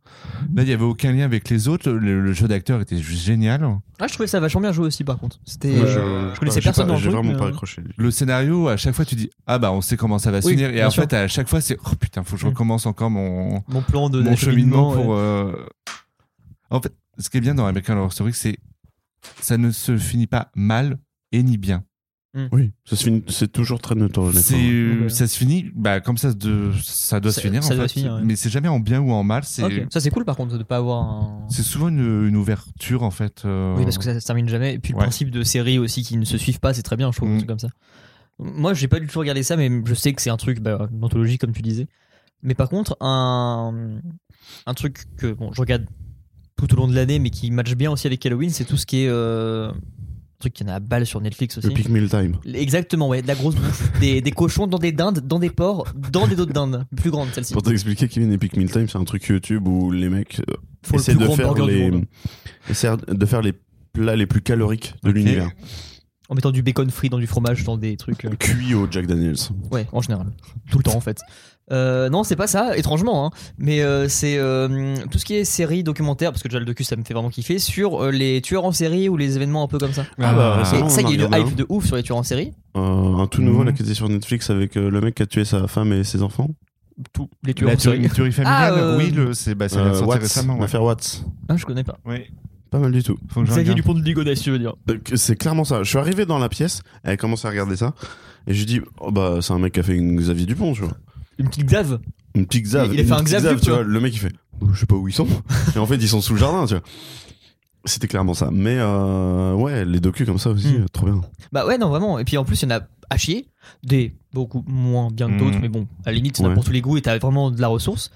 [SPEAKER 5] Là, il n'y avait aucun lien avec les autres. Le, le jeu d'acteur était juste génial.
[SPEAKER 1] Ah, je trouvais ça vachement bien joué aussi par contre. C'était. euh,
[SPEAKER 2] Moi,
[SPEAKER 1] je connaissais
[SPEAKER 2] j'ai pas-
[SPEAKER 1] personne dans le
[SPEAKER 2] J'ai
[SPEAKER 1] truc,
[SPEAKER 2] vraiment
[SPEAKER 1] mais- euh,
[SPEAKER 2] pas accroché. du tout.
[SPEAKER 5] Le scénario, à chaque fois, tu dis Ah, bah, on sait comment ça va se
[SPEAKER 1] Oui,
[SPEAKER 5] finir. Et
[SPEAKER 1] bien
[SPEAKER 5] en
[SPEAKER 1] sûr.
[SPEAKER 5] fait, à chaque fois, c'est Oh putain, faut que je
[SPEAKER 1] Mmh.
[SPEAKER 5] recommence encore mon.
[SPEAKER 1] Mon plan de
[SPEAKER 5] mon cheminement
[SPEAKER 1] ouais.
[SPEAKER 5] pour. euh, En fait, ce qui est bien dans American Horror Story, c'est ça ne se finit pas mal et ni bien.
[SPEAKER 2] Oui, ça se finit- c'est toujours très notorieux.
[SPEAKER 5] C'est euh,
[SPEAKER 1] Ouais.
[SPEAKER 5] ça se finit, bah comme ça se de- ça doit se
[SPEAKER 1] Ça-
[SPEAKER 5] finir.
[SPEAKER 1] ça
[SPEAKER 5] en
[SPEAKER 1] doit
[SPEAKER 5] fait.
[SPEAKER 1] se finir, ouais.
[SPEAKER 5] Mais c'est jamais en bien ou en mal. euh, C'est
[SPEAKER 1] Ok. Ça c'est cool par contre de pas avoir un.
[SPEAKER 5] c'est souvent une, une ouverture en fait. euh,
[SPEAKER 1] Oui, parce que ça se termine jamais. Et puis le
[SPEAKER 5] Ouais.
[SPEAKER 1] principe de séries aussi qui ne se suivent pas, c'est très bien, je trouve,
[SPEAKER 5] Mm.
[SPEAKER 1] un truc comme ça. Moi, j'ai pas du tout regardé ça, mais je sais que c'est un truc, bah, une anthologie, comme tu disais. Mais par contre, un, un truc que bon, je regarde tout au long de l'année, mais qui matche bien aussi avec Halloween, c'est tout ce qui est. euh, un truc qu'il y en a à balle sur Netflix aussi.
[SPEAKER 2] Le Pick Meal Time.
[SPEAKER 1] Exactement, ouais, de la grosse bouffe. des, des cochons dans des dindes, dans des porcs, dans des autres dindes. Plus grandes, celle-ci.
[SPEAKER 2] Pour t'expliquer, Kevin et Pick Meal Time, c'est un truc YouTube où les mecs euh,
[SPEAKER 1] Faut le
[SPEAKER 2] essaient
[SPEAKER 1] plus
[SPEAKER 2] de
[SPEAKER 1] grand
[SPEAKER 2] faire,
[SPEAKER 1] burger
[SPEAKER 2] les...
[SPEAKER 1] du monde.
[SPEAKER 2] essaient de faire les plats les plus caloriques de
[SPEAKER 5] Ok.
[SPEAKER 2] l'univers.
[SPEAKER 1] En mettant du bacon frit dans du fromage, dans des trucs. euh,
[SPEAKER 2] Cuit au Jack Daniels.
[SPEAKER 1] Ouais, en général. Tout le temps, en fait. Euh, non, c'est pas ça, étrangement. hein. Mais euh, c'est euh, tout ce qui est série, documentaire, parce que déjà le docu, ça me fait vraiment kiffer, sur euh, les tueurs en série ou les événements un peu comme ça.
[SPEAKER 2] Ah bah,
[SPEAKER 1] Et
[SPEAKER 2] récemment,
[SPEAKER 1] ça,
[SPEAKER 2] on
[SPEAKER 1] il y a
[SPEAKER 2] en
[SPEAKER 1] une
[SPEAKER 2] regarde
[SPEAKER 1] hype de ouf sur les tueurs en série.
[SPEAKER 2] Euh, un tout nouveau
[SPEAKER 5] Mhm.
[SPEAKER 2] là qui était sur Netflix avec euh, le mec qui a tué sa femme et ses enfants.
[SPEAKER 1] Tous les tueurs
[SPEAKER 5] la
[SPEAKER 1] en série.
[SPEAKER 5] tuerie, tuerie familiale,
[SPEAKER 1] Ah, euh,
[SPEAKER 5] oui, le, c'est bah, ça vient de
[SPEAKER 2] Euh,
[SPEAKER 5] sortir
[SPEAKER 2] Watts,
[SPEAKER 5] récemment. Ouais.
[SPEAKER 2] l'affaire Watts.
[SPEAKER 1] Ah, je connais pas.
[SPEAKER 5] Ouais.
[SPEAKER 2] Pas mal du tout.
[SPEAKER 5] Faut que je regarde.
[SPEAKER 1] Dupont de Ligonnès, tu veux dire.
[SPEAKER 2] Euh, que- C'est clairement ça. Je suis arrivé dans la pièce, elle commence à regarder ça, et je lui dis oh bah c'est un mec qui a fait une Xavier Dupont, tu vois.
[SPEAKER 1] Une petite Xav.
[SPEAKER 2] Une petite Xav.
[SPEAKER 1] Il a fait
[SPEAKER 2] une
[SPEAKER 1] un
[SPEAKER 2] petite
[SPEAKER 1] Xav Dupont.
[SPEAKER 2] tu vois. Le mec il fait Euh, je sais pas où ils sont, et en fait ils sont sous le jardin, tu vois. C'était clairement ça. Mais euh, ouais, les docus comme ça aussi,
[SPEAKER 1] Mm.
[SPEAKER 2] euh, trop bien.
[SPEAKER 1] Bah ouais, non, vraiment. Et puis en plus, il y en a à chier. Des beaucoup moins bien que d'autres,
[SPEAKER 5] Mm.
[SPEAKER 1] mais bon, à la limite, il y en a
[SPEAKER 2] Ouais.
[SPEAKER 1] pour tous les goûts et t'as vraiment de la ressource.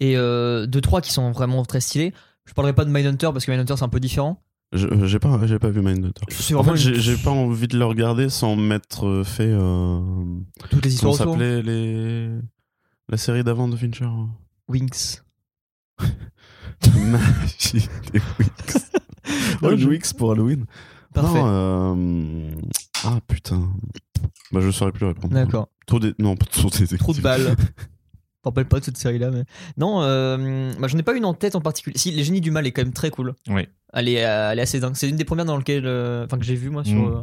[SPEAKER 1] Et euh, deux, trois qui sont vraiment très stylés. Je parlerai pas de Mindhunter parce que Mindhunter c'est un peu différent.
[SPEAKER 2] Je- J'ai pas, j'ai pas vu Mindhunter.
[SPEAKER 1] C'est
[SPEAKER 2] En
[SPEAKER 1] vraiment
[SPEAKER 2] fait,
[SPEAKER 1] une-
[SPEAKER 2] j'ai j'ai pas envie de le regarder sans m'être euh, fait. Euh...
[SPEAKER 1] toutes les histoires autour.
[SPEAKER 2] Comment s'appelait les... la série d'avant de Fincher hein
[SPEAKER 1] Winx.
[SPEAKER 2] Magie des Wix.
[SPEAKER 1] Non,
[SPEAKER 2] oh, une
[SPEAKER 1] je-
[SPEAKER 2] Wix pour Halloween.
[SPEAKER 1] Parfait.
[SPEAKER 2] Non,
[SPEAKER 5] euh,
[SPEAKER 2] euh, Ah putain. Bah, je saurais plus répondre.
[SPEAKER 1] D'accord.
[SPEAKER 2] Trop des... Non, pas trop des
[SPEAKER 1] Trop de balles. Je me rappelle pas de cette série-là, mais. Non, euh, bah, j'en ai pas une en tête en particulier. Si, Les Génies du Mal est quand même très cool.
[SPEAKER 5] Ouais.
[SPEAKER 1] Elle est, euh, elle est assez dingue. C'est une des premières dans lequel. euh, Enfin, que j'ai vu moi sur.
[SPEAKER 5] Mm.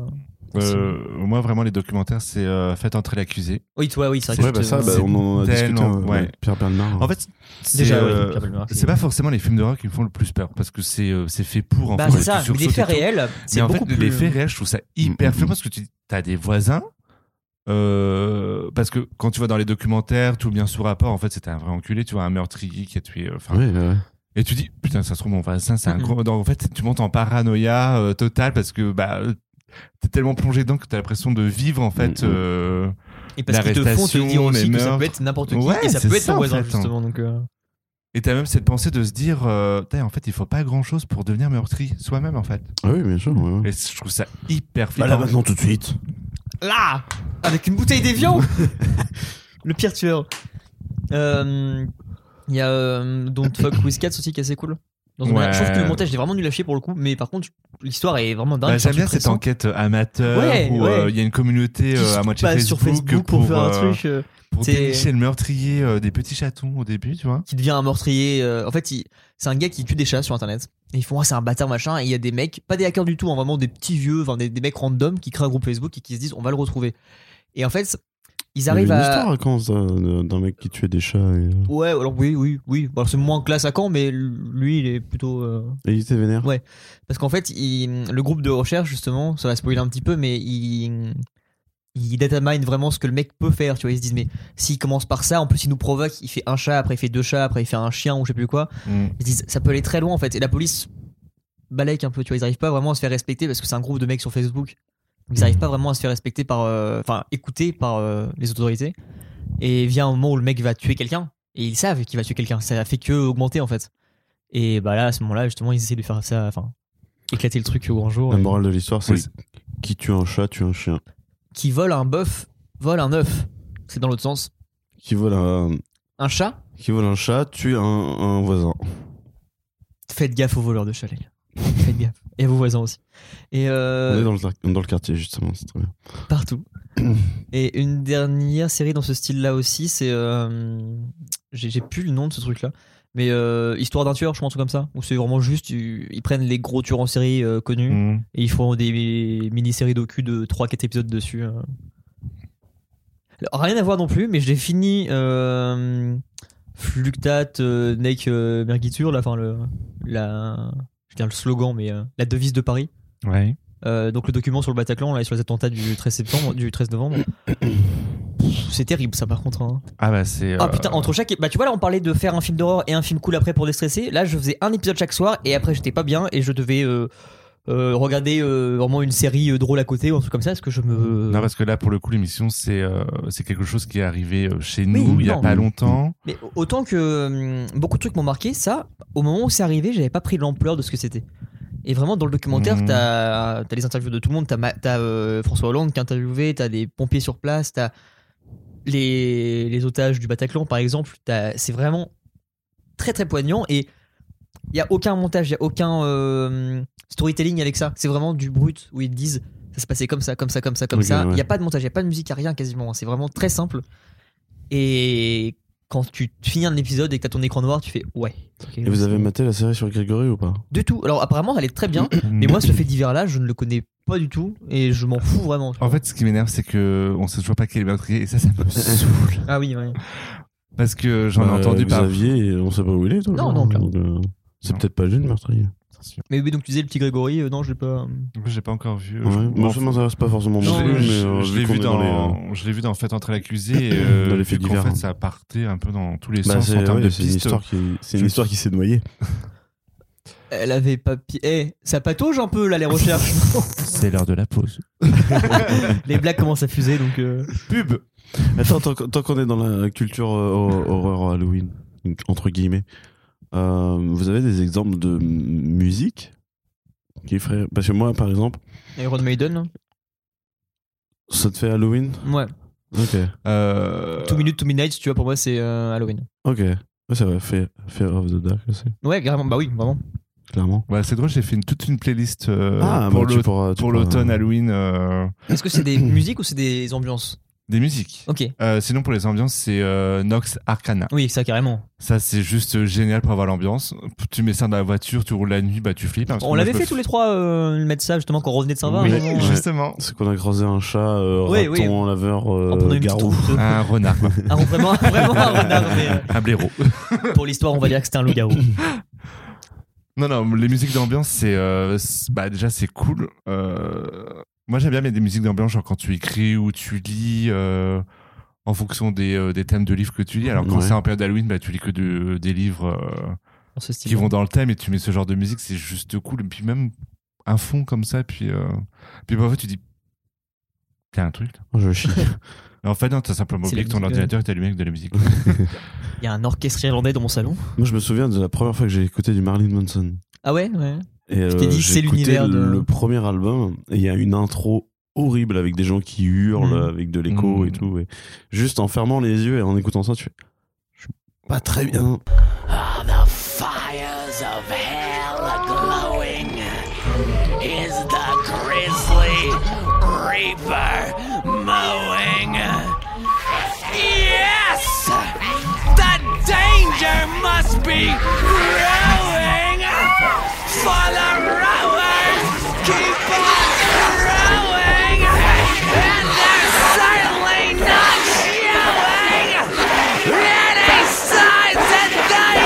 [SPEAKER 1] euh,
[SPEAKER 5] Euh, moi, vraiment, les documentaires, c'est euh, Faites entrer l'accusé.
[SPEAKER 1] Oui, toi, Oh, oui, c'est vrai
[SPEAKER 2] Ouais,
[SPEAKER 1] que
[SPEAKER 2] bah
[SPEAKER 1] je te-
[SPEAKER 2] ça, bah,
[SPEAKER 5] c'est
[SPEAKER 2] on en a discuté.
[SPEAKER 5] tellement-
[SPEAKER 2] euh,
[SPEAKER 5] ouais.
[SPEAKER 2] avec Pierre Bernard.
[SPEAKER 5] En fait, c'est,
[SPEAKER 1] Déjà, oui,
[SPEAKER 5] euh,
[SPEAKER 1] Pierre Bellemare,
[SPEAKER 5] c'est pas forcément les films d'horreur qui me font le plus peur parce que c'est, euh, c'est fait pour. En
[SPEAKER 1] Bah,
[SPEAKER 5] fait,
[SPEAKER 1] c'est ça,
[SPEAKER 5] tu
[SPEAKER 1] mais les
[SPEAKER 5] sursautes et
[SPEAKER 1] faits
[SPEAKER 5] tout.
[SPEAKER 1] réels,
[SPEAKER 5] Mais
[SPEAKER 1] c'est
[SPEAKER 5] en
[SPEAKER 1] beaucoup
[SPEAKER 5] fait,
[SPEAKER 1] plus. euh,
[SPEAKER 5] les faits réels, je trouve ça hyper
[SPEAKER 2] Mm, mm,
[SPEAKER 5] flippant parce que tu as des voisins. euh, parce que quand tu vois dans les documentaires, tout bien sous rapport, en fait, c'était un vrai enculé, tu vois, un meurtrier qui a tué. euh, enfin,
[SPEAKER 2] Ouais, Ah bah ouais.
[SPEAKER 5] Et tu dis, putain, ça se trouve, mon voisin, c'est un
[SPEAKER 1] Mm, mm.
[SPEAKER 5] gros. non, en fait, tu montes en paranoïa euh, totale parce que bah, t'es tellement plongé dedans que t'as l'impression de vivre, en fait.
[SPEAKER 2] Mm, mm.
[SPEAKER 5] euh,
[SPEAKER 1] Et parce qu'ils te font te
[SPEAKER 5] l'arrestation,
[SPEAKER 1] dire aussi
[SPEAKER 5] les
[SPEAKER 1] que ça peut
[SPEAKER 5] meurtres.
[SPEAKER 1] être n'importe qui
[SPEAKER 5] Ouais,
[SPEAKER 1] et ça
[SPEAKER 5] c'est
[SPEAKER 1] peut être
[SPEAKER 5] ça,
[SPEAKER 1] ton
[SPEAKER 5] en
[SPEAKER 1] voisin,
[SPEAKER 5] fait. hein.
[SPEAKER 1] justement. Donc, euh,
[SPEAKER 5] Et t'as même cette pensée de se dire, euh, Putain, en fait, il faut pas grand chose pour devenir meurtrier soi-même, en fait.
[SPEAKER 2] Ah oui, bien sûr. Ouais, ouais.
[SPEAKER 5] Et je trouve ça hyper
[SPEAKER 2] Bah,
[SPEAKER 5] flippant.
[SPEAKER 2] là, maintenant, tout de suite.
[SPEAKER 1] Là Avec une bouteille d'évian Le pire tueur. Euh, Il y a euh, Don't Fuck With Cats aussi qui est assez cool. Dans son
[SPEAKER 5] Ouais.
[SPEAKER 1] mélange. Je trouve que le montage, j'ai vraiment nul à chier pour le coup, mais par contre, l'histoire est vraiment dingue.
[SPEAKER 5] Bah,
[SPEAKER 1] c'est un
[SPEAKER 5] J'aime bien
[SPEAKER 1] truc
[SPEAKER 5] cette
[SPEAKER 1] récent
[SPEAKER 5] enquête amateur
[SPEAKER 1] Ouais,
[SPEAKER 5] où
[SPEAKER 1] ouais.
[SPEAKER 5] euh, il y a une communauté
[SPEAKER 1] qui
[SPEAKER 5] euh,
[SPEAKER 1] se
[SPEAKER 5] à moitié
[SPEAKER 1] passe
[SPEAKER 5] Facebook,
[SPEAKER 1] sur Facebook pour, faire un
[SPEAKER 5] euh,
[SPEAKER 1] truc euh,
[SPEAKER 5] pour
[SPEAKER 1] C'est-
[SPEAKER 5] dénicher le meurtrier euh, des petits chatons au début, tu vois.
[SPEAKER 1] qui devient un meurtrier. euh, en fait, il- c'est un gars qui tue des chats sur internet. Et ils font, ah, c'est un bâtard machin. Et il y a des mecs, pas des hackers du tout, hein, vraiment des petits vieux, enfin, des, des mecs random qui créent un groupe Facebook et qui se disent, on va le retrouver. Et en fait, ils
[SPEAKER 2] Il y avait
[SPEAKER 1] arrivent
[SPEAKER 2] une
[SPEAKER 1] à.
[SPEAKER 2] histoire à Caen, ça, de- d'un mec qui tuait des chats. Et, euh,
[SPEAKER 1] Ouais, alors oui, oui, oui. Bon, alors, c'est moins classe à Caen, mais lui, il est plutôt. euh,
[SPEAKER 2] et il était vénère.
[SPEAKER 1] Ouais. Parce qu'en fait, il- le groupe de recherche, justement, ça va spoiler un petit peu, mais il. Il datamine vraiment ce que le mec peut faire, tu vois. Ils se disent, mais s'il commence par ça, en plus il nous provoque, il fait un chat, après il fait deux chats, après il fait un chien ou je sais plus quoi. Ils se disent, ça peut aller très loin en fait. Et la police balèque un peu, tu vois. Ils arrivent pas vraiment à se faire respecter parce que c'est un groupe de mecs sur Facebook Ils n'arrivent pas vraiment à se faire respecter par. euh, Enfin, écouter par euh, les autorités. Et vient un moment où le mec va tuer quelqu'un. Et ils savent qu'il va tuer quelqu'un. Ça a fait que augmenter en fait. Et bah là, à ce moment-là, justement, ils essaient de lui faire ça. Enfin, éclater le truc au grand jour.
[SPEAKER 2] La
[SPEAKER 1] et-
[SPEAKER 2] morale de l'histoire, c'est
[SPEAKER 5] Oui.
[SPEAKER 2] qui tue un chat, tue un chien.
[SPEAKER 1] Qui vole un bœuf, vole un œuf. C'est dans l'autre sens.
[SPEAKER 2] Qui vole un,
[SPEAKER 1] Un chat,
[SPEAKER 2] qui vole un chat, tue un, un voisin.
[SPEAKER 1] faites gaffe aux voleurs de chat, les gars. Faites gaffe. Et à vos voisins aussi. Et euh,
[SPEAKER 2] On est dans le, tar- dans le quartier, justement, c'est très bien.
[SPEAKER 1] partout. Et une dernière série dans ce style-là aussi, c'est. euh, J'ai j'ai plus le nom de ce truc-là. Mais euh, Histoire d'un tueur, je pense, un truc comme ça. Où c'est vraiment juste, ils ils prennent les gros tueurs en série euh, connus
[SPEAKER 5] Mmh.
[SPEAKER 1] et ils font des mini-séries docu de 3-4 épisodes dessus. euh. Alors, rien à voir non plus, mais j'ai fini euh, Fluctate euh, Nec euh, Mergitur, là, enfin, le, la, je veux dire le slogan, mais euh, la devise de Paris.
[SPEAKER 5] Ouais.
[SPEAKER 1] Euh, donc le document sur le Bataclan là, et sur les attentats du 13 septembre, du 13 novembre. Pff, C'est terrible ça par contre. hein.
[SPEAKER 5] Ah bah c'est.
[SPEAKER 1] Ah
[SPEAKER 5] euh,
[SPEAKER 1] putain, entre chaque... Bah tu vois là on parlait de faire un film d'horreur et un film cool après pour déstresser. Là je faisais un épisode chaque soir et après j'étais pas bien et je devais euh, euh, regarder euh, vraiment une série euh, drôle à côté ou un truc comme ça parce que je me...
[SPEAKER 5] Non parce que là pour le coup l'émission c'est euh, c'est quelque chose qui est arrivé euh, chez
[SPEAKER 1] Oui,
[SPEAKER 5] nous il y a
[SPEAKER 1] non,
[SPEAKER 5] pas
[SPEAKER 1] mais-
[SPEAKER 5] longtemps.
[SPEAKER 1] Mais autant que hum, beaucoup de trucs m'ont marqué, ça, au moment où c'est arrivé, j'avais pas pris l'ampleur de ce que c'était. Et vraiment, dans le documentaire,
[SPEAKER 2] Mmh.
[SPEAKER 5] Mhm.
[SPEAKER 1] t'as as les interviews de tout le monde, t'as Ma- t'as, euh, François Hollande qui a interviewé, t'as des pompiers sur place, t'as les, les otages du Bataclan, par exemple. t'as- C'est vraiment très très poignant et il y a aucun montage, il y a aucun euh, storytelling avec ça. C'est vraiment du brut où ils te disent ça se passait comme ça, comme ça, comme ça, comme
[SPEAKER 2] Ok,
[SPEAKER 1] ça. Il
[SPEAKER 2] ouais.
[SPEAKER 1] n'y a pas de montage, il n'y a pas de musique, il n'y a rien quasiment. C'est vraiment très simple. Et quand tu finis un épisode et que tu as ton écran noir, tu fais ouais. ok,
[SPEAKER 2] Et vous
[SPEAKER 1] c'est
[SPEAKER 2] avez
[SPEAKER 1] bon.
[SPEAKER 2] maté la série sur Grégory ou pas
[SPEAKER 1] Du tout. Alors apparemment, elle est très bien.
[SPEAKER 5] Mm.
[SPEAKER 1] mais moi, ce fait divers là, je ne le connais pas du tout et je m'en fous vraiment.
[SPEAKER 5] En fait, ce qui m'énerve, c'est que on sait toujours pas qui est le meurtrier, et ça, ça me saoule.
[SPEAKER 1] Ah oui, ouais.
[SPEAKER 5] Parce que j'en
[SPEAKER 1] Bah,
[SPEAKER 5] ai
[SPEAKER 2] Euh,
[SPEAKER 5] entendu parler.
[SPEAKER 2] Xavier, et on sait pas où il est, toi,
[SPEAKER 1] Non,
[SPEAKER 2] genre.
[SPEAKER 1] non, clairement.
[SPEAKER 2] Donc, euh, C'est
[SPEAKER 5] Non.
[SPEAKER 2] peut-être pas lui le meurtrier.
[SPEAKER 1] Mais oui, donc tu disais le petit Grégory, euh, non, je l'ai pas.
[SPEAKER 5] J'ai pas encore vu. euh,
[SPEAKER 2] Ouais.
[SPEAKER 5] je-
[SPEAKER 2] Moi, ça m'intéresse pas forcément.
[SPEAKER 5] Je
[SPEAKER 1] Non,
[SPEAKER 2] beaucoup,
[SPEAKER 5] l'ai-
[SPEAKER 1] mais,
[SPEAKER 5] je-
[SPEAKER 2] euh,
[SPEAKER 5] je l'ai
[SPEAKER 2] qu'on
[SPEAKER 5] vu
[SPEAKER 2] est dans les, euh,
[SPEAKER 5] dans, je l'ai vu dans Fête entre l'accusé. et, euh,
[SPEAKER 2] Dans les faits
[SPEAKER 5] vu qu'en
[SPEAKER 2] divers,
[SPEAKER 5] fait,
[SPEAKER 2] hein.
[SPEAKER 5] ça partait un peu dans tous les
[SPEAKER 2] Bah,
[SPEAKER 5] sens
[SPEAKER 2] c'est
[SPEAKER 5] en termes
[SPEAKER 2] ouais,
[SPEAKER 5] de
[SPEAKER 2] c'est une
[SPEAKER 5] pistes.
[SPEAKER 2] histoire qui, c'est
[SPEAKER 5] Je-
[SPEAKER 2] une histoire qui s'est noyée.
[SPEAKER 1] Elle avait pas. pi- Eh, ça patauge un peu là les recherches.
[SPEAKER 5] C'est l'heure de la pause.
[SPEAKER 1] les blagues commencent à fuser donc. euh,
[SPEAKER 5] Pub.
[SPEAKER 2] Attends, tant, qu'on- tant qu'on est dans la culture euh, hor- horreur Halloween, donc, entre guillemets, euh, vous avez des exemples de m- musique qui ferait Parce que moi, par exemple,
[SPEAKER 1] Iron Maiden. hein.
[SPEAKER 2] ça te fait Halloween
[SPEAKER 1] Ouais.
[SPEAKER 2] Ok.
[SPEAKER 5] Euh,
[SPEAKER 1] Two Minutes, Two Midnight, tu vois, pour moi, c'est euh, Halloween.
[SPEAKER 2] Ok. Ouais, c'est vrai, Fear, Fear of the Dark aussi,
[SPEAKER 1] Ouais, carrément. Bah oui, vraiment.
[SPEAKER 2] clairement.
[SPEAKER 5] ouais, c'est drôle, j'ai fait une- toute une playlist euh,
[SPEAKER 2] ah,
[SPEAKER 5] pour
[SPEAKER 2] bah, tu
[SPEAKER 5] l'au-
[SPEAKER 2] pourras- tu
[SPEAKER 5] pour
[SPEAKER 2] pourras-
[SPEAKER 5] l'automne Halloween. euh,
[SPEAKER 1] Est-ce que c'est des musiques ou c'est des ambiances
[SPEAKER 5] des musiques.
[SPEAKER 1] Ok.
[SPEAKER 5] Euh, sinon, pour les ambiances, c'est euh, Nox Arcana.
[SPEAKER 1] Oui, ça carrément.
[SPEAKER 5] Ça, c'est juste euh, génial pour avoir l'ambiance. Tu mets ça dans la voiture, tu roules la nuit, bah tu flippes. hein, parce que
[SPEAKER 1] On
[SPEAKER 5] moi,
[SPEAKER 1] l'avait
[SPEAKER 5] je me
[SPEAKER 1] fait
[SPEAKER 5] f-
[SPEAKER 1] tous les trois, euh, le mettre ça justement quand on revenait de Saint-Va.
[SPEAKER 5] Oui,
[SPEAKER 1] à un moment, euh,
[SPEAKER 5] justement.
[SPEAKER 2] C'est qu'on a croisé un chat, euh,
[SPEAKER 1] Oui, oui.
[SPEAKER 2] raton, laveur, euh,
[SPEAKER 1] on prenait une petite
[SPEAKER 2] garou.
[SPEAKER 1] route.
[SPEAKER 5] Un renard, quoi.
[SPEAKER 1] Ah, on- vraiment, vraiment un renard, mais, euh,
[SPEAKER 5] un blaireau.
[SPEAKER 1] pour l'histoire, on va dire que c'était un loup-garou.
[SPEAKER 5] Non, non, les musiques d'ambiance, c'est. euh, c'est- bah, déjà, c'est cool. Euh, moi, j'aime bien mettre des musiques d'ambiance, genre quand tu écris ou tu lis, euh, en fonction des, euh, des thèmes de livres que tu lis. Alors, quand
[SPEAKER 2] Ouais.
[SPEAKER 5] c'est en période d'Halloween, bah, tu lis que de- des livres euh,
[SPEAKER 1] Dans ce
[SPEAKER 5] qui
[SPEAKER 1] style.
[SPEAKER 5] vont dans le thème et tu mets ce genre de musique, c'est juste cool. Et puis, même un fond comme ça, puis. euh, puis parfois, tu dis. T'as un truc là.
[SPEAKER 2] Je chie.
[SPEAKER 5] Et En fait, non, t'as simplement
[SPEAKER 1] C'est la
[SPEAKER 5] oublié que ton
[SPEAKER 1] musique,
[SPEAKER 5] ordinateur est allumé avec de la musique.
[SPEAKER 1] Il y a un orchestre irlandais dans mon salon.
[SPEAKER 2] moi, je me souviens de la première fois que j'ai écouté du Marilyn Manson.
[SPEAKER 1] Ah ouais, ouais.
[SPEAKER 2] Et euh,
[SPEAKER 1] t'ai dit,
[SPEAKER 2] j'ai
[SPEAKER 1] c'est
[SPEAKER 2] écouté
[SPEAKER 1] l'univers de-
[SPEAKER 2] Le premier album, et il y a une intro horrible avec des gens qui hurlent,
[SPEAKER 1] Mm.
[SPEAKER 2] avec de l'écho
[SPEAKER 5] Mm.
[SPEAKER 2] et tout. Et juste en fermant les yeux et en écoutant ça, tu fais. Je suis pas très bien.
[SPEAKER 6] Are the fires of hell glowing? Is the grizzly reaper mowing? Yes! The danger must be growing! For the rowers keep on rowing! And they're certainly not showing any signs that they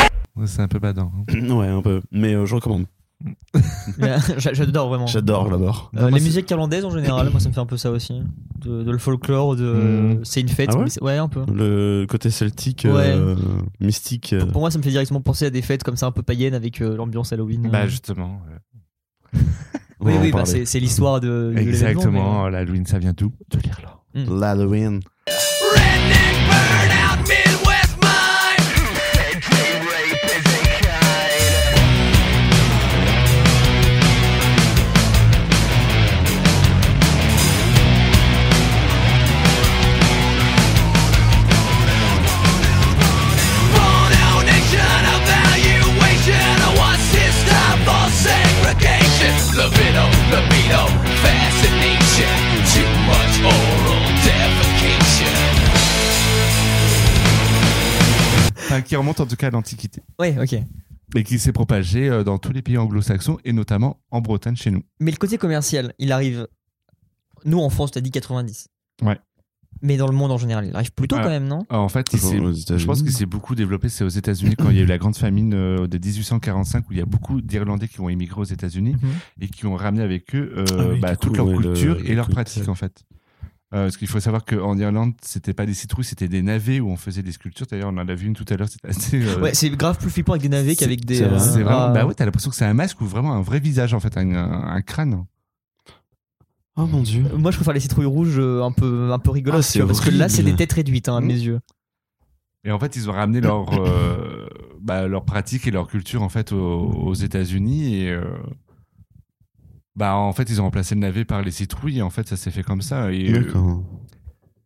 [SPEAKER 6] are
[SPEAKER 5] Ouais, c'est un peu badant. hein.
[SPEAKER 2] ouais, un peu. Mais euh, je recommande.
[SPEAKER 1] J'a- J'adore vraiment.
[SPEAKER 2] J'adore, j'adore. Ah,
[SPEAKER 1] Euh, les musiques irlandaises en général, moi ça me fait un peu ça aussi. de, de le folklore, de
[SPEAKER 5] Hmm.
[SPEAKER 1] c'est une fête.
[SPEAKER 2] Ah ouais
[SPEAKER 1] mais c'est- ouais, un peu.
[SPEAKER 2] Le côté celtique,
[SPEAKER 1] Ouais.
[SPEAKER 2] euh, mystique. euh,
[SPEAKER 1] Pour moi, ça me fait directement penser à des fêtes comme ça, un peu païennes, avec euh, l'ambiance Halloween.
[SPEAKER 5] Bah justement. euh,
[SPEAKER 2] on
[SPEAKER 1] oui,
[SPEAKER 2] va en
[SPEAKER 1] oui, bah,
[SPEAKER 2] parler.
[SPEAKER 1] c'est c'est l'histoire de, de l'événement,
[SPEAKER 5] Exactement, l'Halloween, ça vient d'où De l'Irlande.
[SPEAKER 2] L'Halloween.
[SPEAKER 6] Redneck burnout, Midwest mind. Bono Nation, evaluation of one system for segregation. Libido, libido, fascination. Too much oral defecation.
[SPEAKER 5] Enfin, qui remonte en tout cas à l'Antiquité.
[SPEAKER 1] Ouais, Ouais, ok.
[SPEAKER 5] Et qui s'est propagé euh, dans tous les pays anglo-saxons et notamment en Bretagne chez nous.
[SPEAKER 1] Mais le côté commercial, il arrive. Nous, en France, t'as dit 90.
[SPEAKER 5] Ouais.
[SPEAKER 1] Mais dans le monde en général, il arrive plutôt
[SPEAKER 5] Ouais.
[SPEAKER 1] quand même, non
[SPEAKER 5] Alors, en fait, il s'est-
[SPEAKER 2] Aux
[SPEAKER 5] je pense
[SPEAKER 2] États-Unis.
[SPEAKER 5] qu'il s'est beaucoup développé, c'est aux États-Unis quand il y a eu la grande famine euh, de 1845 où il y a beaucoup d'Irlandais qui ont émigré aux États-Unis
[SPEAKER 1] Mhm.
[SPEAKER 5] et qui ont ramené avec eux euh,
[SPEAKER 2] Ah oui,
[SPEAKER 5] bah,
[SPEAKER 2] du coup,
[SPEAKER 5] toute leur
[SPEAKER 2] ouais, le-
[SPEAKER 5] culture
[SPEAKER 2] le
[SPEAKER 5] et leur
[SPEAKER 2] cocktail.
[SPEAKER 5] pratique en fait. Euh, parce qu'il faut savoir qu'en Irlande, c'était pas des citrouilles, c'était des navets où on faisait des sculptures. D'ailleurs, on en a vu une tout à l'heure. C'était assez. euh,
[SPEAKER 1] Ouais, c'est grave plus flippant avec des navets
[SPEAKER 2] C'est-
[SPEAKER 1] qu'avec des.
[SPEAKER 2] c'est
[SPEAKER 1] euh,
[SPEAKER 2] vrai.
[SPEAKER 5] c'est vraiment.
[SPEAKER 1] ah,
[SPEAKER 5] Bah ouais, t'as l'impression que c'est un masque ou vraiment un vrai visage en fait, un, un- un crâne.
[SPEAKER 2] Oh mon dieu.
[SPEAKER 1] Moi, je préfère les citrouilles rouges euh, un peu, un peu rigolotes,
[SPEAKER 2] Ah, c'est
[SPEAKER 1] tu vois, parce que là,
[SPEAKER 2] horrible.
[SPEAKER 1] c'est des têtes réduites, hein, à
[SPEAKER 5] Mm.
[SPEAKER 1] mes yeux.
[SPEAKER 5] Et en fait, ils ont ramené leur, euh, bah, leur pratique et leur culture en fait aux, aux États-Unis et euh, bah en fait ils ont remplacé le navet par les citrouilles et en fait ça s'est fait comme ça et euh,
[SPEAKER 2] D'accord.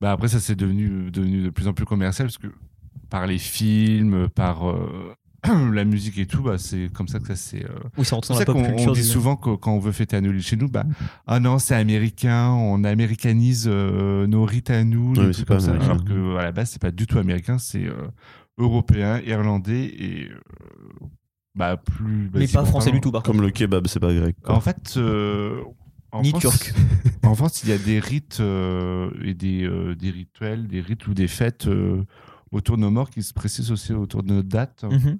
[SPEAKER 5] bah après ça s'est devenu devenu de plus en plus commercial parce que par les films, par euh, la musique et tout, bah c'est comme ça que ça s'est euh,
[SPEAKER 1] Ou ça rentre
[SPEAKER 5] c'est
[SPEAKER 1] dans
[SPEAKER 5] pour
[SPEAKER 1] la
[SPEAKER 5] ça
[SPEAKER 1] pop
[SPEAKER 5] qu'on on
[SPEAKER 1] culture.
[SPEAKER 5] dit
[SPEAKER 1] du-
[SPEAKER 5] souvent que quand on veut fêter un Noël chez nous,
[SPEAKER 1] Mm.
[SPEAKER 5] bah, ah non, c'est américain, on américanise euh, nos rites à nous,
[SPEAKER 2] Ouais,
[SPEAKER 5] des
[SPEAKER 2] mais
[SPEAKER 5] trucs
[SPEAKER 2] c'est
[SPEAKER 5] comme
[SPEAKER 2] pas
[SPEAKER 5] ça.
[SPEAKER 2] américain.
[SPEAKER 5] Alors que à la base, c'est pas du tout américain, c'est euh, européen, irlandais et euh, bah
[SPEAKER 1] Mais
[SPEAKER 5] plus.
[SPEAKER 1] pas
[SPEAKER 5] basiquement
[SPEAKER 1] français
[SPEAKER 5] parlant.
[SPEAKER 1] du tout, par contre.
[SPEAKER 2] Comme le kebab, c'est pas grec. quoi.
[SPEAKER 5] En fait, euh, en
[SPEAKER 1] Ni
[SPEAKER 5] France,
[SPEAKER 1] turc.
[SPEAKER 5] en France, il y a des rites euh, et des, euh, des rituels, des rites ou des fêtes euh, autour de nos morts qui se précisent aussi autour de notre date
[SPEAKER 1] Mhm.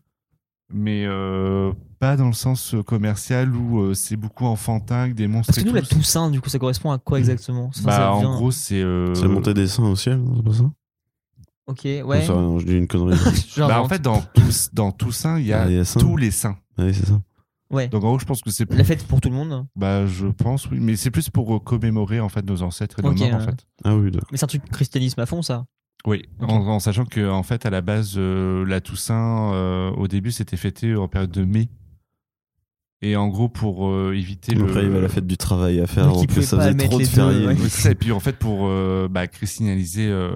[SPEAKER 5] mais euh, pas dans le sens euh, commercial où euh, c'est beaucoup enfantin, que des monstres
[SPEAKER 1] Parce que
[SPEAKER 5] et
[SPEAKER 1] nous,
[SPEAKER 5] tout.
[SPEAKER 1] la Toussaint, du coup, ça correspond à quoi exactement Ça,
[SPEAKER 5] bah,
[SPEAKER 1] ça vient-
[SPEAKER 5] en gros, c'est. euh,
[SPEAKER 2] C'est monter des seins au ciel, non, c'est pas ça
[SPEAKER 1] Ok, ouais.
[SPEAKER 2] Ça, non, Je dis une connerie.
[SPEAKER 1] Genre,
[SPEAKER 5] bah, en fait, dans, tous, dans Toussaint, il y a
[SPEAKER 2] Ah, il y a saint.
[SPEAKER 5] tous les saints.
[SPEAKER 2] Ouais, c'est ça.
[SPEAKER 1] ouais.
[SPEAKER 5] Donc en gros, je pense que c'est.
[SPEAKER 1] La fête pour tout le monde.
[SPEAKER 5] Bah, je pense, oui. Mais c'est plus pour euh, commémorer en fait nos ancêtres et nos
[SPEAKER 1] Ok,
[SPEAKER 5] morts, en
[SPEAKER 1] ouais.
[SPEAKER 5] fait.
[SPEAKER 2] Ah oui, d'accord.
[SPEAKER 1] Mais c'est un truc christianisme à fond, ça.
[SPEAKER 5] Oui.
[SPEAKER 1] Ok.
[SPEAKER 5] En, en sachant que en fait, à la base, euh, la Toussaint, euh, au début, c'était fêté en période de mai. Et en gros, pour euh, éviter le.
[SPEAKER 2] Après, il y avait la fête du travail à faire,
[SPEAKER 1] Donc, il
[SPEAKER 2] donc
[SPEAKER 1] pouvait
[SPEAKER 2] ça
[SPEAKER 1] pas
[SPEAKER 2] faisait
[SPEAKER 1] mettre
[SPEAKER 2] trop Bah, de
[SPEAKER 1] les deux,
[SPEAKER 2] fériés.
[SPEAKER 1] ouais.
[SPEAKER 5] Oui, c'est ça. Et puis en fait, pour euh, bah, christianiser euh,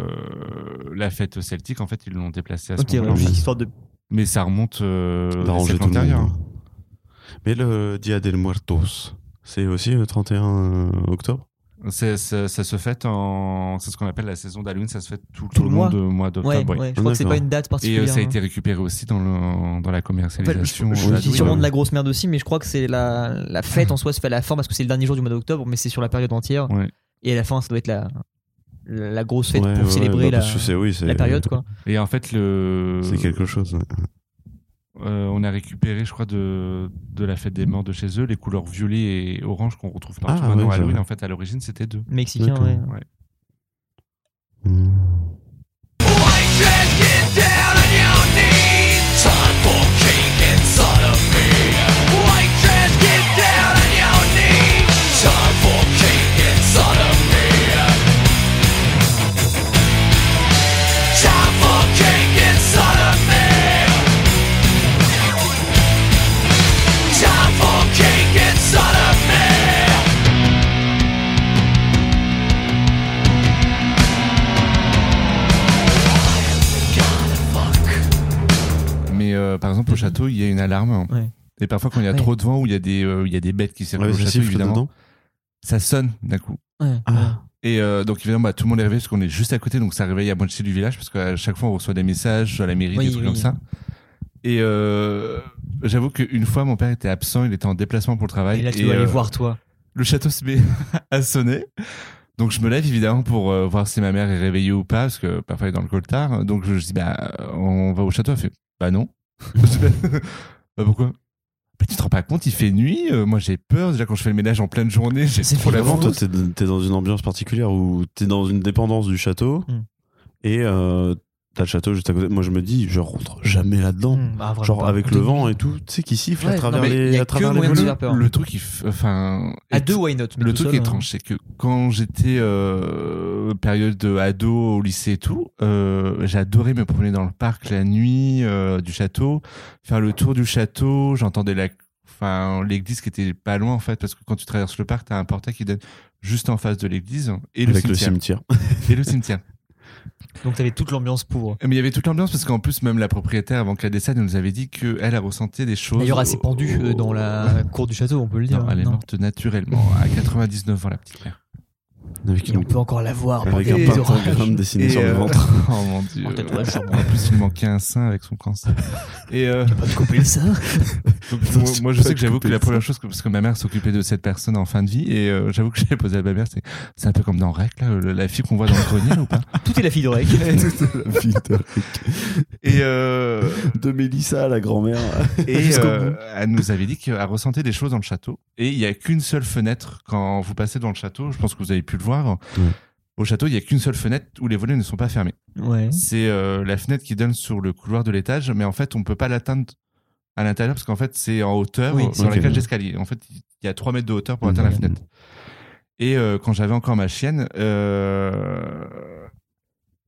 [SPEAKER 5] la fête celtique, en fait, ils l'ont déplacée à ce
[SPEAKER 1] Ok, ouais,
[SPEAKER 5] moment-là.
[SPEAKER 1] juste histoire de.
[SPEAKER 5] Mais ça remonte euh,
[SPEAKER 2] D'arranger
[SPEAKER 5] siècle
[SPEAKER 2] tout le
[SPEAKER 5] antérieur.
[SPEAKER 2] monde.
[SPEAKER 5] hein.
[SPEAKER 2] Mais le Dia del Muertos, c'est aussi euh, le 31 octobre
[SPEAKER 5] C'est- Ça, ça se fête en. C'est ce qu'on appelle la saison d'Halloween, ça se fête tout,
[SPEAKER 1] Tout
[SPEAKER 5] le
[SPEAKER 1] le
[SPEAKER 5] long
[SPEAKER 1] mois.
[SPEAKER 5] de mois
[SPEAKER 1] Ouais,
[SPEAKER 5] d'octobre. oui.
[SPEAKER 1] ouais, je crois que c'est
[SPEAKER 2] D'accord.
[SPEAKER 1] pas une date
[SPEAKER 5] Et euh,
[SPEAKER 1] particulière.
[SPEAKER 5] ça a
[SPEAKER 1] hein.
[SPEAKER 5] été récupéré aussi dans, le, dans la commercialisation.
[SPEAKER 1] Enfin, je- je,
[SPEAKER 5] d'Halloween.
[SPEAKER 1] dis sûrement de la grosse merde aussi, mais je crois que c'est la, la fête en soi se fait à la fin parce que c'est le dernier jour du mois d'octobre, mais c'est sur la période entière.
[SPEAKER 5] Ouais.
[SPEAKER 1] Et à la fin, ça doit être la, la, la grosse fête
[SPEAKER 2] Ouais,
[SPEAKER 1] pour
[SPEAKER 2] ouais,
[SPEAKER 1] célébrer la,
[SPEAKER 2] bah, parce que c'est- oui, c'est-
[SPEAKER 1] la période. Quoi.
[SPEAKER 5] Et en fait, le,
[SPEAKER 2] C'est quelque chose. ouais.
[SPEAKER 5] euh, on a récupéré, je crois, de, de la fête des morts de chez eux, les couleurs violet et orange qu'on retrouve partout
[SPEAKER 2] Ah,
[SPEAKER 5] maintenant
[SPEAKER 2] ouais,
[SPEAKER 5] à Halloween.
[SPEAKER 2] j'avais-
[SPEAKER 5] En fait, à l'origine, c'était deux.
[SPEAKER 1] Mexicain,
[SPEAKER 2] D'accord.
[SPEAKER 1] ouais.
[SPEAKER 5] Ouais.
[SPEAKER 2] Hmm.
[SPEAKER 6] White dress, get down on your knees. Son for king inside of me. White dress, get down on your knees. Son for king inside of me. Son for king inside of me. Son for king inside of me.
[SPEAKER 5] Mais euh, par exemple, au château, il y a une alarme.
[SPEAKER 1] Ouais.
[SPEAKER 5] Et parfois, quand il y a
[SPEAKER 1] Ouais.
[SPEAKER 5] trop de vent ou il y a des, euh, il y a des bêtes qui
[SPEAKER 2] Ouais,
[SPEAKER 5] circulent au
[SPEAKER 2] ça
[SPEAKER 5] château,
[SPEAKER 2] siffle
[SPEAKER 5] évidemment,
[SPEAKER 2] dedans
[SPEAKER 5] ça sonne d'un coup.
[SPEAKER 1] Ouais.
[SPEAKER 2] Ah,
[SPEAKER 5] Et euh, donc, évidemment, bah, tout le monde est réveillé parce qu'on est juste à côté, donc ça réveille à moitié du village parce qu'à chaque fois, on reçoit des messages à la mairie,
[SPEAKER 1] Oui,
[SPEAKER 5] des trucs
[SPEAKER 1] oui.
[SPEAKER 5] comme ça. Et euh, j'avoue qu'une fois, mon père était absent, il était en déplacement pour le travail.
[SPEAKER 1] Et là, tu
[SPEAKER 5] et,
[SPEAKER 1] dois
[SPEAKER 5] euh,
[SPEAKER 1] aller voir, toi.
[SPEAKER 5] Le château se met à sonner. Donc, je me lève évidemment pour euh, voir si ma mère est réveillée ou pas, parce que parfois elle est dans le coltard. Donc, je, je dis, bah, on va au château. Elle fait, bah non. Je dis, bah, bah, pourquoi Bah, tu te rends pas compte, il fait nuit. euh, moi, j'ai peur. Déjà, quand je fais le ménage en pleine journée, j'ai
[SPEAKER 1] C'est
[SPEAKER 5] trop la
[SPEAKER 1] flippant.
[SPEAKER 2] Vraiment, toi, t'es
[SPEAKER 5] vente.
[SPEAKER 2] t'es dans une ambiance particulière où t'es dans une dépendance du château
[SPEAKER 1] Mm.
[SPEAKER 2] et euh, t'as le château juste à côté. Moi, je me dis, je rentre jamais là-dedans.
[SPEAKER 1] Mmh, ah, vraiment
[SPEAKER 2] Genre
[SPEAKER 1] pas.
[SPEAKER 2] avec le vent et tout, tu sais, qui siffle
[SPEAKER 1] Ouais,
[SPEAKER 2] à
[SPEAKER 1] non,
[SPEAKER 2] travers
[SPEAKER 1] mais y
[SPEAKER 2] les,
[SPEAKER 1] a
[SPEAKER 2] à travers
[SPEAKER 1] que
[SPEAKER 2] les
[SPEAKER 1] moyen de
[SPEAKER 2] volets.
[SPEAKER 1] faire peur.
[SPEAKER 5] Le truc, il f- enfin,
[SPEAKER 1] À
[SPEAKER 5] est-
[SPEAKER 1] deux, why not mais
[SPEAKER 5] Le
[SPEAKER 1] tout
[SPEAKER 5] truc
[SPEAKER 1] seul, hein.
[SPEAKER 5] étrange, c'est que quand j'étais euh, période de ado au lycée et tout, euh, j'adorais me promener dans le parc la nuit euh, du château, faire le tour du château. J'entendais la, enfin l'église qui était pas loin en fait, parce que quand tu traverses le parc, t'as un portail qui donne juste en face de l'église et le
[SPEAKER 2] Avec le
[SPEAKER 5] cimetière.
[SPEAKER 2] cimetière.
[SPEAKER 5] et le cimetière.
[SPEAKER 1] Donc t'avais toute l'ambiance pour.
[SPEAKER 5] Mais il y avait toute l'ambiance parce qu'en plus même la propriétaire avant qu'elle décède elle nous avait dit que elle a ressenti des choses.
[SPEAKER 1] D'ailleurs, elle s'est pendue euh, dans la cour du château, on peut le dire.
[SPEAKER 5] Non, elle est
[SPEAKER 1] Non.
[SPEAKER 5] morte naturellement à 99 ans la petite mère.
[SPEAKER 2] Avec,
[SPEAKER 1] Et on peut encore la voir.
[SPEAKER 2] avec
[SPEAKER 1] pendant
[SPEAKER 2] un
[SPEAKER 1] les orages.
[SPEAKER 2] pentagramme dessiné
[SPEAKER 5] Et,
[SPEAKER 2] sur le
[SPEAKER 5] euh,
[SPEAKER 2] ventre.
[SPEAKER 5] Oh mon dieu.
[SPEAKER 1] En tatouage, sûrement.
[SPEAKER 5] En plus, il manquait un sein avec son cancer. Et euh,
[SPEAKER 1] Pas de couper le sein.
[SPEAKER 5] donc,
[SPEAKER 2] Non,
[SPEAKER 5] moi,
[SPEAKER 2] c'est
[SPEAKER 5] moi, je
[SPEAKER 2] pas
[SPEAKER 5] sais que j'avoue que
[SPEAKER 2] coupé,
[SPEAKER 5] la
[SPEAKER 2] ça.
[SPEAKER 5] première chose, que- parce que ma mère s'occupait de cette personne en fin de vie, et euh, j'avoue que j'ai posé à ma mère, c'est c'est un peu comme dans Rec, là, le- la fille qu'on voit dans le grenier ou pas
[SPEAKER 1] Tout est la fille d'oreille.
[SPEAKER 2] La fille de,
[SPEAKER 5] Et, euh,
[SPEAKER 2] de Mélissa, la grand-mère.
[SPEAKER 5] et
[SPEAKER 2] Jusqu'au
[SPEAKER 5] euh, elle nous avait dit qu'elle ressentait des choses dans le château. Et il n'y a qu'une seule fenêtre quand vous passez dans le château, je pense que vous avez pu le voir.
[SPEAKER 2] Oui.
[SPEAKER 5] Au château, il n'y a qu'une seule fenêtre où les volets ne sont pas fermés.
[SPEAKER 1] Ouais.
[SPEAKER 5] C'est euh, la fenêtre qui donne sur le couloir de l'étage, mais en fait, on peut pas l'atteindre à l'intérieur parce qu'en fait, c'est en hauteur
[SPEAKER 1] Oui,
[SPEAKER 5] sur
[SPEAKER 2] ok.
[SPEAKER 5] la cage d'escalier. En fait, il y a 3 mètres de hauteur pour
[SPEAKER 2] Mhm.
[SPEAKER 5] atteindre la fenêtre. Et euh, quand j'avais encore ma chienne, euh,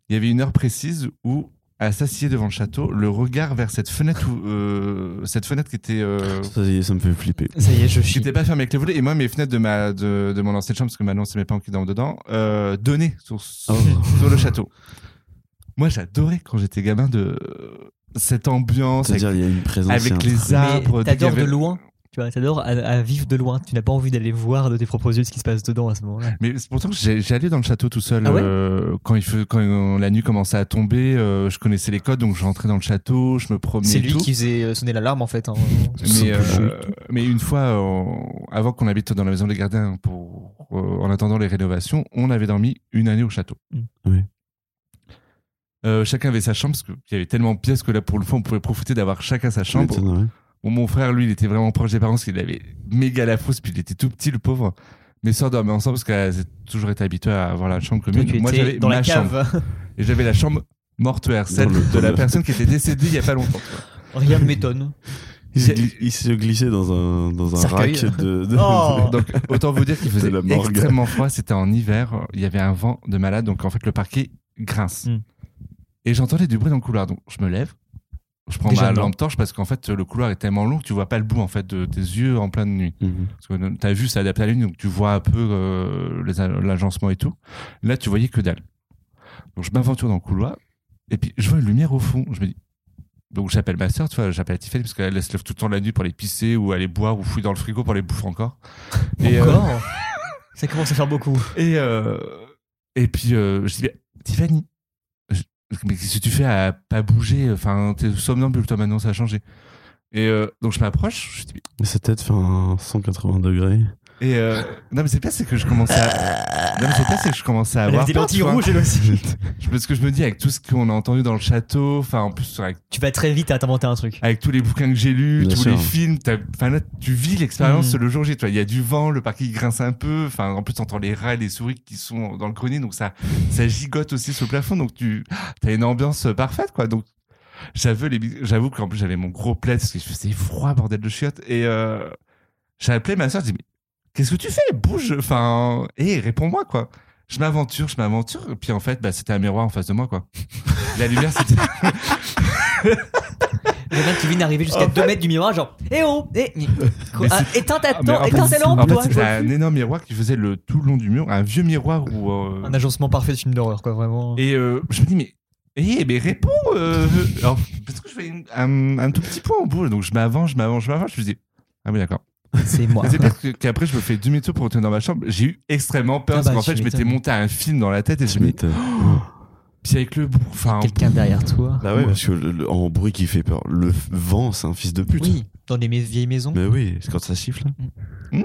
[SPEAKER 5] il y avait une heure précise où à s'assied devant le château, le regard vers cette fenêtre, où, euh, cette fenêtre qui était euh,
[SPEAKER 2] Ça, y est, ça me fait flipper.
[SPEAKER 1] Ça y est, je
[SPEAKER 5] qui
[SPEAKER 1] chie.
[SPEAKER 5] n'était pas fermée avec les volets, et moi mes fenêtres de ma de, de mon ancienne chambre parce que maintenant c'est mes parents qui dorment dedans, euh, donnaient sur
[SPEAKER 2] Oh.
[SPEAKER 5] sur le château. Moi, j'adorais quand j'étais gamin de euh, cette ambiance avec,
[SPEAKER 2] C'est-à-dire, il y a une présence. il y a un
[SPEAKER 5] avec les arbres.
[SPEAKER 1] Mais T'adores
[SPEAKER 5] dès qu'il y
[SPEAKER 1] de
[SPEAKER 5] avait-
[SPEAKER 1] loin. Tu vois, t'adores à, à vivre de loin. Tu n'as pas envie d'aller voir de tes propres yeux ce qui se passe dedans à ce moment-là.
[SPEAKER 5] Mais c'est pourtant que j'ai- j'allais dans le château tout seul
[SPEAKER 1] Ah ouais
[SPEAKER 5] euh, quand il fais- quand euh, la nuit commençait à tomber. euh, je connaissais les codes, donc je rentrais dans le château, je me promenais.
[SPEAKER 1] C'est
[SPEAKER 5] et
[SPEAKER 1] lui
[SPEAKER 5] tout.
[SPEAKER 1] qui faisait euh, sonner l'alarme en fait. hein.
[SPEAKER 5] Mais, euh, mais une fois, euh, avant qu'on habite dans la maison des gardiens, pour, euh, en attendant les rénovations, on avait dormi une année au château.
[SPEAKER 1] Mm.
[SPEAKER 2] Oui.
[SPEAKER 5] Euh, chacun avait sa chambre parce qu'il y avait tellement de pièces que là, pour le fond, on pouvait profiter d'avoir chacun sa chambre.
[SPEAKER 2] Tu m'étonnes, ouais.
[SPEAKER 5] Bon, mon frère, lui, il était vraiment proche des parents parce qu'il avait méga la frousse, puis il était tout petit, le pauvre. Mes soeurs dormaient ensemble parce qu'elles ont toujours été habituées à avoir la chambre
[SPEAKER 1] Toi,
[SPEAKER 5] commune.
[SPEAKER 1] tu
[SPEAKER 5] Moi,
[SPEAKER 1] étais
[SPEAKER 5] j'avais
[SPEAKER 1] dans la
[SPEAKER 5] ma chambre.
[SPEAKER 1] cave.
[SPEAKER 5] Et j'avais la chambre mortuaire, celle
[SPEAKER 2] Dans le-
[SPEAKER 5] de la
[SPEAKER 2] dans le-
[SPEAKER 5] personne qui était décédée il y a pas longtemps.
[SPEAKER 1] Rien ne m'étonne.
[SPEAKER 2] Il s'est gli- il s'est glissé dans un, dans un rack
[SPEAKER 1] Cercueil.
[SPEAKER 2] de. de-
[SPEAKER 1] Oh.
[SPEAKER 5] Donc, autant vous dire qu'il faisait
[SPEAKER 2] De la morgue.
[SPEAKER 5] extrêmement froid. C'était en hiver. Il y avait un vent de malade. Donc, en fait, le parquet grince.
[SPEAKER 1] Mm.
[SPEAKER 5] Et j'entendais du bruit dans le couloir. Donc, je me lève. Je prends
[SPEAKER 1] Déjà
[SPEAKER 5] ma
[SPEAKER 1] blanc.
[SPEAKER 5] lampe torche parce qu'en fait, le couloir est tellement long que tu vois pas le bout, en fait, de tes yeux en pleine nuit.
[SPEAKER 2] Mhm.
[SPEAKER 5] Parce que t'as vu, ça adapte à la lune. Donc, tu vois un peu euh, les a- l'agencement et tout. Là, tu voyais que dalle. Donc, je m'aventure dans le couloir. Et puis, je vois une lumière au fond. Je me dis. Donc, j'appelle ma soeur, tu vois, j'appelle Tiffany parce qu'elle elle se lève tout le temps la nuit pour aller pisser ou aller boire ou fouiller dans le frigo pour les bouffer encore. euh,
[SPEAKER 1] Encore Ça commence à faire beaucoup.
[SPEAKER 5] et, euh, et puis, euh, je dis, mais, Tiffany, je- mais qu'est-ce que tu fais à pas bouger Enfin, t'es somnambule, toi, maintenant, ça a changé. Et euh, donc, je m'approche. je dis,
[SPEAKER 2] Mais Sa tête fait un 180 degrés.
[SPEAKER 5] Et euh, non, mais c'est pas, c'est que je commençais à. Non, mais c'est pas, c'est que je commençais à
[SPEAKER 1] Elle
[SPEAKER 5] avoir.
[SPEAKER 1] avait des
[SPEAKER 5] peur,
[SPEAKER 1] lentilles
[SPEAKER 5] tu vois.
[SPEAKER 1] rouges elle aussi.
[SPEAKER 5] Je- Parce que je me dis, avec tout ce qu'on a entendu dans le château, enfin, en plus, avec,
[SPEAKER 1] Tu vas très vite à t'inventer un truc.
[SPEAKER 5] avec tous les bouquins que j'ai lus,
[SPEAKER 2] Bien
[SPEAKER 5] tous
[SPEAKER 2] sûr.
[SPEAKER 5] les films, t'as- enfin, là, tu vis l'expérience
[SPEAKER 1] Mhm.
[SPEAKER 5] le jour J. tu vois. Il y a du vent, le parquet il grince un peu, enfin, en plus, t'entends les rats et les souris qui sont dans le grenier, donc ça, ça gigote aussi sur le plafond, donc tu as une ambiance parfaite, quoi. Donc, j'avoue, les bi- j'avoue qu'en plus, j'avais mon gros plaid parce qu'il faisait froid, bordel de chiottes, et euh, j'ai appelé ma soeur, je dis, mais qu'est-ce que tu fais Bouge, enfin, et réponds-moi, quoi. Je m'aventure, je m'aventure, et puis en fait, bah, c'était un miroir en face de moi, quoi. La lumière, c'était.
[SPEAKER 1] Le mec qui vient d'arriver jusqu'à 2 mètres du miroir, genre, eh oh, eh, quoi,
[SPEAKER 5] c'est-
[SPEAKER 1] ah, éteins ta
[SPEAKER 5] Ah, mais
[SPEAKER 1] lampe,
[SPEAKER 5] en fait,
[SPEAKER 1] éteins ta
[SPEAKER 5] c'est-
[SPEAKER 1] lampe,
[SPEAKER 5] en fait,
[SPEAKER 1] toi.
[SPEAKER 5] c'était un énorme miroir qui faisait le tout le long du mur, un vieux miroir où. euh,
[SPEAKER 1] Un agencement parfait de film d'horreur, quoi, vraiment.
[SPEAKER 5] et euh, je me dis, mais. Eh, mais réponds euh, alors, Parce que je fais une- un, un tout petit point au bout, donc je m'avance, je m'avance, je m'avance, je me dis. Ah oui, d'accord.
[SPEAKER 1] C'est moi.
[SPEAKER 5] Mais C'est parce que- qu'après, je me fais demi-tour pour retourner dans ma chambre. J'ai eu extrêmement peur
[SPEAKER 1] Ah bah,
[SPEAKER 5] parce qu'en
[SPEAKER 1] tu
[SPEAKER 5] fait, je m'étais
[SPEAKER 1] m'étonnes.
[SPEAKER 5] monté un film dans la tête et je
[SPEAKER 2] Tu
[SPEAKER 5] me dis,
[SPEAKER 2] m'étonnes.
[SPEAKER 5] puis avec le. bruit, Enfin,
[SPEAKER 1] Quelqu'un derrière toi.
[SPEAKER 2] Bah ouais, parce que le- le- en bruit qui fait peur. Le f- vent, c'est un fils de pute.
[SPEAKER 1] Oui, dans les mes- vieilles maisons.
[SPEAKER 2] Mais oui, c'est quand ça siffle. Mm.
[SPEAKER 5] Hmm.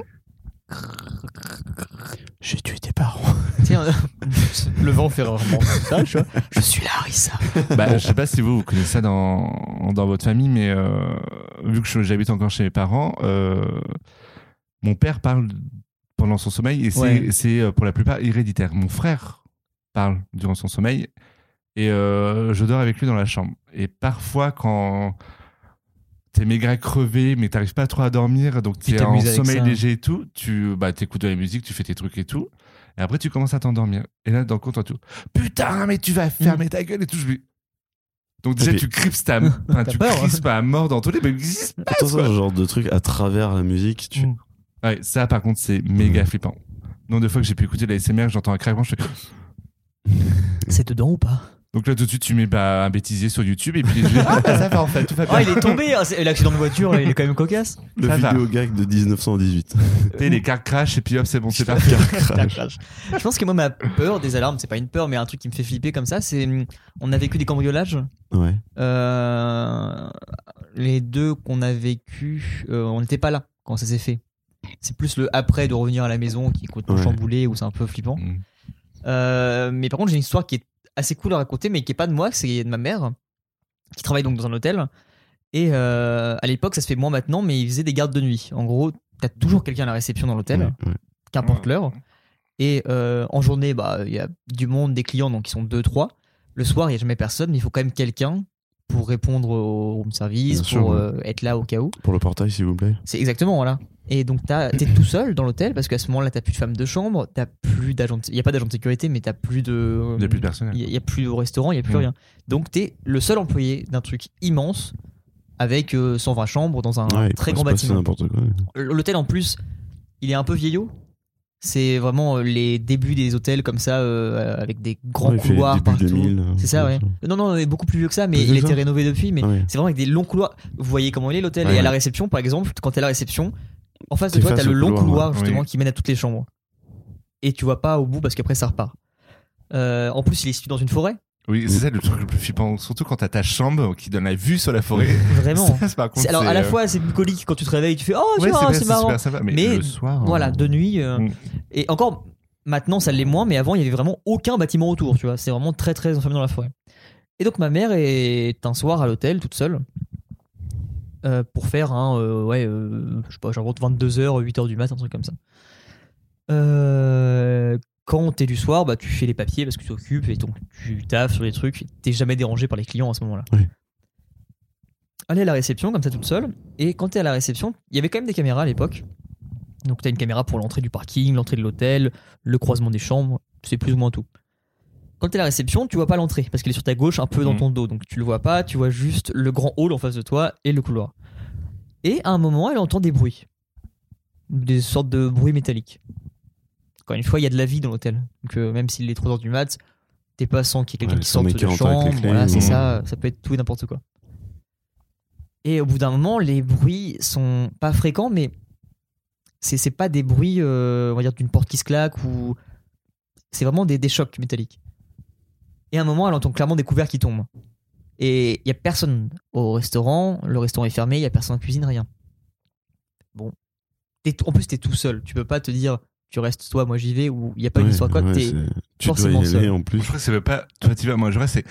[SPEAKER 2] J'ai tué tes parents.
[SPEAKER 1] Tiens, le vent fait rarement ça, tu vois. Je suis là, Rissa.
[SPEAKER 5] Bah, je sais pas si vous, vous connaissez ça dans, dans votre famille, mais euh, vu que je- j'habite encore chez mes parents, euh, mon père parle pendant son sommeil et c'est-
[SPEAKER 1] Ouais.
[SPEAKER 5] c'est euh, pour la plupart héréditaire. Mon frère parle durant son sommeil et euh, je dors avec lui dans la chambre. Et parfois, quand t'es méga crevé, mais t'arrives pas trop à dormir, donc
[SPEAKER 1] Puis
[SPEAKER 5] t'es en
[SPEAKER 1] t'amuses avec
[SPEAKER 5] sommeil
[SPEAKER 1] ça.
[SPEAKER 5] léger et tout, tu bah, t'écoutes de la musique, tu fais tes trucs et tout. Et après, tu commences à t'endormir. Et là, dans le compte, tu putain, mais tu vas
[SPEAKER 1] Mm.
[SPEAKER 5] fermer ta gueule et tout. Je lui- Donc déjà,
[SPEAKER 2] puis-
[SPEAKER 5] tu crispes ta, enfin, tu
[SPEAKER 1] peur, hein.
[SPEAKER 5] crispes à mort dans tous les. Mais qu'est-ce qui se passe,
[SPEAKER 2] Attention,
[SPEAKER 5] quoi
[SPEAKER 2] ce genre de truc à travers la musique, tu.
[SPEAKER 5] Mm. Ouais, ça, par contre, c'est méga
[SPEAKER 1] Mm.
[SPEAKER 5] flippant. Nombre de fois que j'ai pu écouter de la SMR, j'entends un craquement, je fais.
[SPEAKER 1] C'est dedans ou pas
[SPEAKER 5] Donc là, tout de suite, tu mets bah, un bêtisier sur YouTube et puis je dis, ah, bah, ça va en fait, tout va
[SPEAKER 1] Oh,
[SPEAKER 5] bien.
[SPEAKER 1] il est tombé hein, c'est- L'accident de voiture, là, il est quand même cocasse.
[SPEAKER 2] Le
[SPEAKER 5] Ça va.
[SPEAKER 2] vidéo gag de 1918.
[SPEAKER 5] Et les cartes crash et puis hop, c'est bon, c'est parti.
[SPEAKER 1] Je pense que moi, ma peur des alarmes, c'est pas une peur, mais un truc qui me fait flipper comme ça, c'est. hum, On a vécu des cambriolages.
[SPEAKER 2] Ouais.
[SPEAKER 1] Euh, les deux qu'on a vécu, euh, on n'était pas là quand ça s'est fait. C'est plus le après de revenir à la maison qui est complètement
[SPEAKER 2] Ouais.
[SPEAKER 1] chamboulé où c'est un peu flippant.
[SPEAKER 5] Mm.
[SPEAKER 1] Euh, mais par contre, j'ai une histoire qui est assez cool à raconter, mais qui est pas de moi, c'est de ma mère, qui travaille donc dans un hôtel. Et euh, à l'époque, ça se fait moins maintenant, mais ils faisaient des gardes de nuit. En gros, t'as toujours quelqu'un à la réception dans l'hôtel,
[SPEAKER 2] Ouais, ouais.
[SPEAKER 1] qu'importe
[SPEAKER 5] Ouais.
[SPEAKER 1] l'heure. Et euh, en journée, bah, il y a du monde, des clients, donc ils sont deux, trois. Le soir, il n'y a jamais personne, mais il faut quand même quelqu'un pour répondre au room service,
[SPEAKER 2] Bien
[SPEAKER 1] pour
[SPEAKER 2] sûr, ouais.
[SPEAKER 1] euh, être là au cas où.
[SPEAKER 2] Pour le portail, s'il vous plaît.
[SPEAKER 1] C'est exactement, voilà. Et donc, t'as- t'es tout seul dans l'hôtel parce qu'à ce moment-là, t'as plus de femme de chambre, t'as plus d'agent. Il n'y a pas d'agent de sécurité, mais t'as plus de.
[SPEAKER 5] Il n'y a plus de personnel.
[SPEAKER 1] Il n'y a, plus de restaurant, il n'y a plus
[SPEAKER 5] Mm.
[SPEAKER 1] rien. Donc, t'es le seul employé d'un truc immense avec euh, 120 chambres dans un
[SPEAKER 2] Ouais, il
[SPEAKER 1] très
[SPEAKER 2] pourrait
[SPEAKER 1] grand
[SPEAKER 2] se passer
[SPEAKER 1] bâtiment.
[SPEAKER 2] n'importe quoi.
[SPEAKER 1] L'hôtel en plus, il est un peu vieillot. C'est vraiment euh, les débuts des hôtels comme ça, euh, avec des grands
[SPEAKER 2] Ouais, il fait
[SPEAKER 1] couloirs
[SPEAKER 2] début
[SPEAKER 1] partout.
[SPEAKER 2] 2000, euh,
[SPEAKER 1] C'est ça, ouais.
[SPEAKER 2] comme
[SPEAKER 1] Non, non, mais beaucoup plus vieux que ça, mais
[SPEAKER 2] Plus
[SPEAKER 1] il a
[SPEAKER 2] que
[SPEAKER 1] été
[SPEAKER 2] ça
[SPEAKER 1] rénové depuis. Mais
[SPEAKER 2] Ah ouais.
[SPEAKER 1] c'est vraiment avec des longs couloirs. Vous voyez comment il est l'hôtel.
[SPEAKER 2] Ouais,
[SPEAKER 1] et à la
[SPEAKER 2] ouais.
[SPEAKER 1] réception, par exemple, quand t'es à la réception, en face de
[SPEAKER 2] T'es
[SPEAKER 1] toi,
[SPEAKER 2] face
[SPEAKER 1] t'as le
[SPEAKER 2] au
[SPEAKER 1] long couloir,
[SPEAKER 2] couloir,
[SPEAKER 5] ouais.
[SPEAKER 1] justement
[SPEAKER 5] Oui.
[SPEAKER 1] qui mène à toutes les chambres. Et tu vois pas au bout parce qu'après ça repart. Euh, en plus, il est situé dans une forêt.
[SPEAKER 5] Oui, c'est ça le truc le plus flippant. Surtout quand t'as ta chambre qui donne la vue sur la forêt.
[SPEAKER 1] Vraiment.
[SPEAKER 5] Ça, c'est par contre,
[SPEAKER 1] C'est- Alors à la
[SPEAKER 5] euh,
[SPEAKER 1] fois, c'est bucolique quand tu te réveilles, tu fais oh,
[SPEAKER 5] ouais,
[SPEAKER 1] tiens,
[SPEAKER 5] vrai,
[SPEAKER 1] c'est marrant.
[SPEAKER 5] super sympa, mais,
[SPEAKER 1] Mais
[SPEAKER 5] le soir.
[SPEAKER 1] Voilà,
[SPEAKER 5] euh,
[SPEAKER 1] de nuit. euh,
[SPEAKER 5] Mm.
[SPEAKER 1] Et encore, maintenant, ça l'est moins, mais avant, il y avait vraiment aucun bâtiment autour, tu vois. C'est vraiment très, très enfermé dans la forêt. Et donc, ma mère est un soir à l'hôtel, toute seule, euh, pour faire un, euh, ouais, euh, je sais pas, j'invente 22h, 8h du mat, un truc comme ça. Euh, quand t'es du soir, bah, tu fais les papiers parce que tu t'occupes et donc tu taffes sur les trucs. T'es jamais dérangé par les clients à ce moment-là.
[SPEAKER 2] Oui.
[SPEAKER 1] Elle est à la réception, comme ça, toute seule. Et quand t'es à la réception, il y avait quand même des caméras à l'époque. Donc t'as une caméra pour l'entrée du parking, l'entrée de l'hôtel, le croisement des chambres, c'est plus ou moins tout. Quand t'es à la réception, tu vois pas l'entrée parce qu'elle est sur ta gauche, un peu dans
[SPEAKER 5] Mhm.
[SPEAKER 1] ton dos, donc tu le vois pas, tu vois juste le grand hall en face de toi et le couloir. Et à un moment, elle entend des bruits, des sortes de bruits métalliques. Encore une fois, il y a de la vie dans l'hôtel, donc euh, même s'il est 3 heures du mat, t'es pas sans qu'il y ait quelqu'un
[SPEAKER 2] Ouais,
[SPEAKER 1] qui
[SPEAKER 2] sans
[SPEAKER 1] sorte
[SPEAKER 2] mec
[SPEAKER 1] de
[SPEAKER 2] qui rentre avec
[SPEAKER 1] chambre,
[SPEAKER 2] les clés,
[SPEAKER 1] voilà, c'est
[SPEAKER 5] mhm.
[SPEAKER 1] ça, ça peut être tout et n'importe quoi. Et au bout d'un moment, les bruits sont pas fréquents, mais c'est c'est pas des bruits euh, on va dire d'une porte qui se claque ou c'est vraiment des, des chocs métalliques et à un moment elle entend clairement des couverts qui tombent et il y a personne au restaurant le restaurant est fermé il y a personne en cuisine rien bon T'es tout- en plus t'es tout seul tu peux pas te dire tu restes toi moi j'y vais ou il y a pas une
[SPEAKER 2] Ouais,
[SPEAKER 1] histoire quoi
[SPEAKER 2] ouais,
[SPEAKER 1] t'es-
[SPEAKER 2] c'est- Tu dois y
[SPEAKER 1] forcément
[SPEAKER 2] aller
[SPEAKER 1] seul.
[SPEAKER 2] en plus.
[SPEAKER 5] Je crois que c'est même pas. Toi, tu vas, moi, je vois, c'est.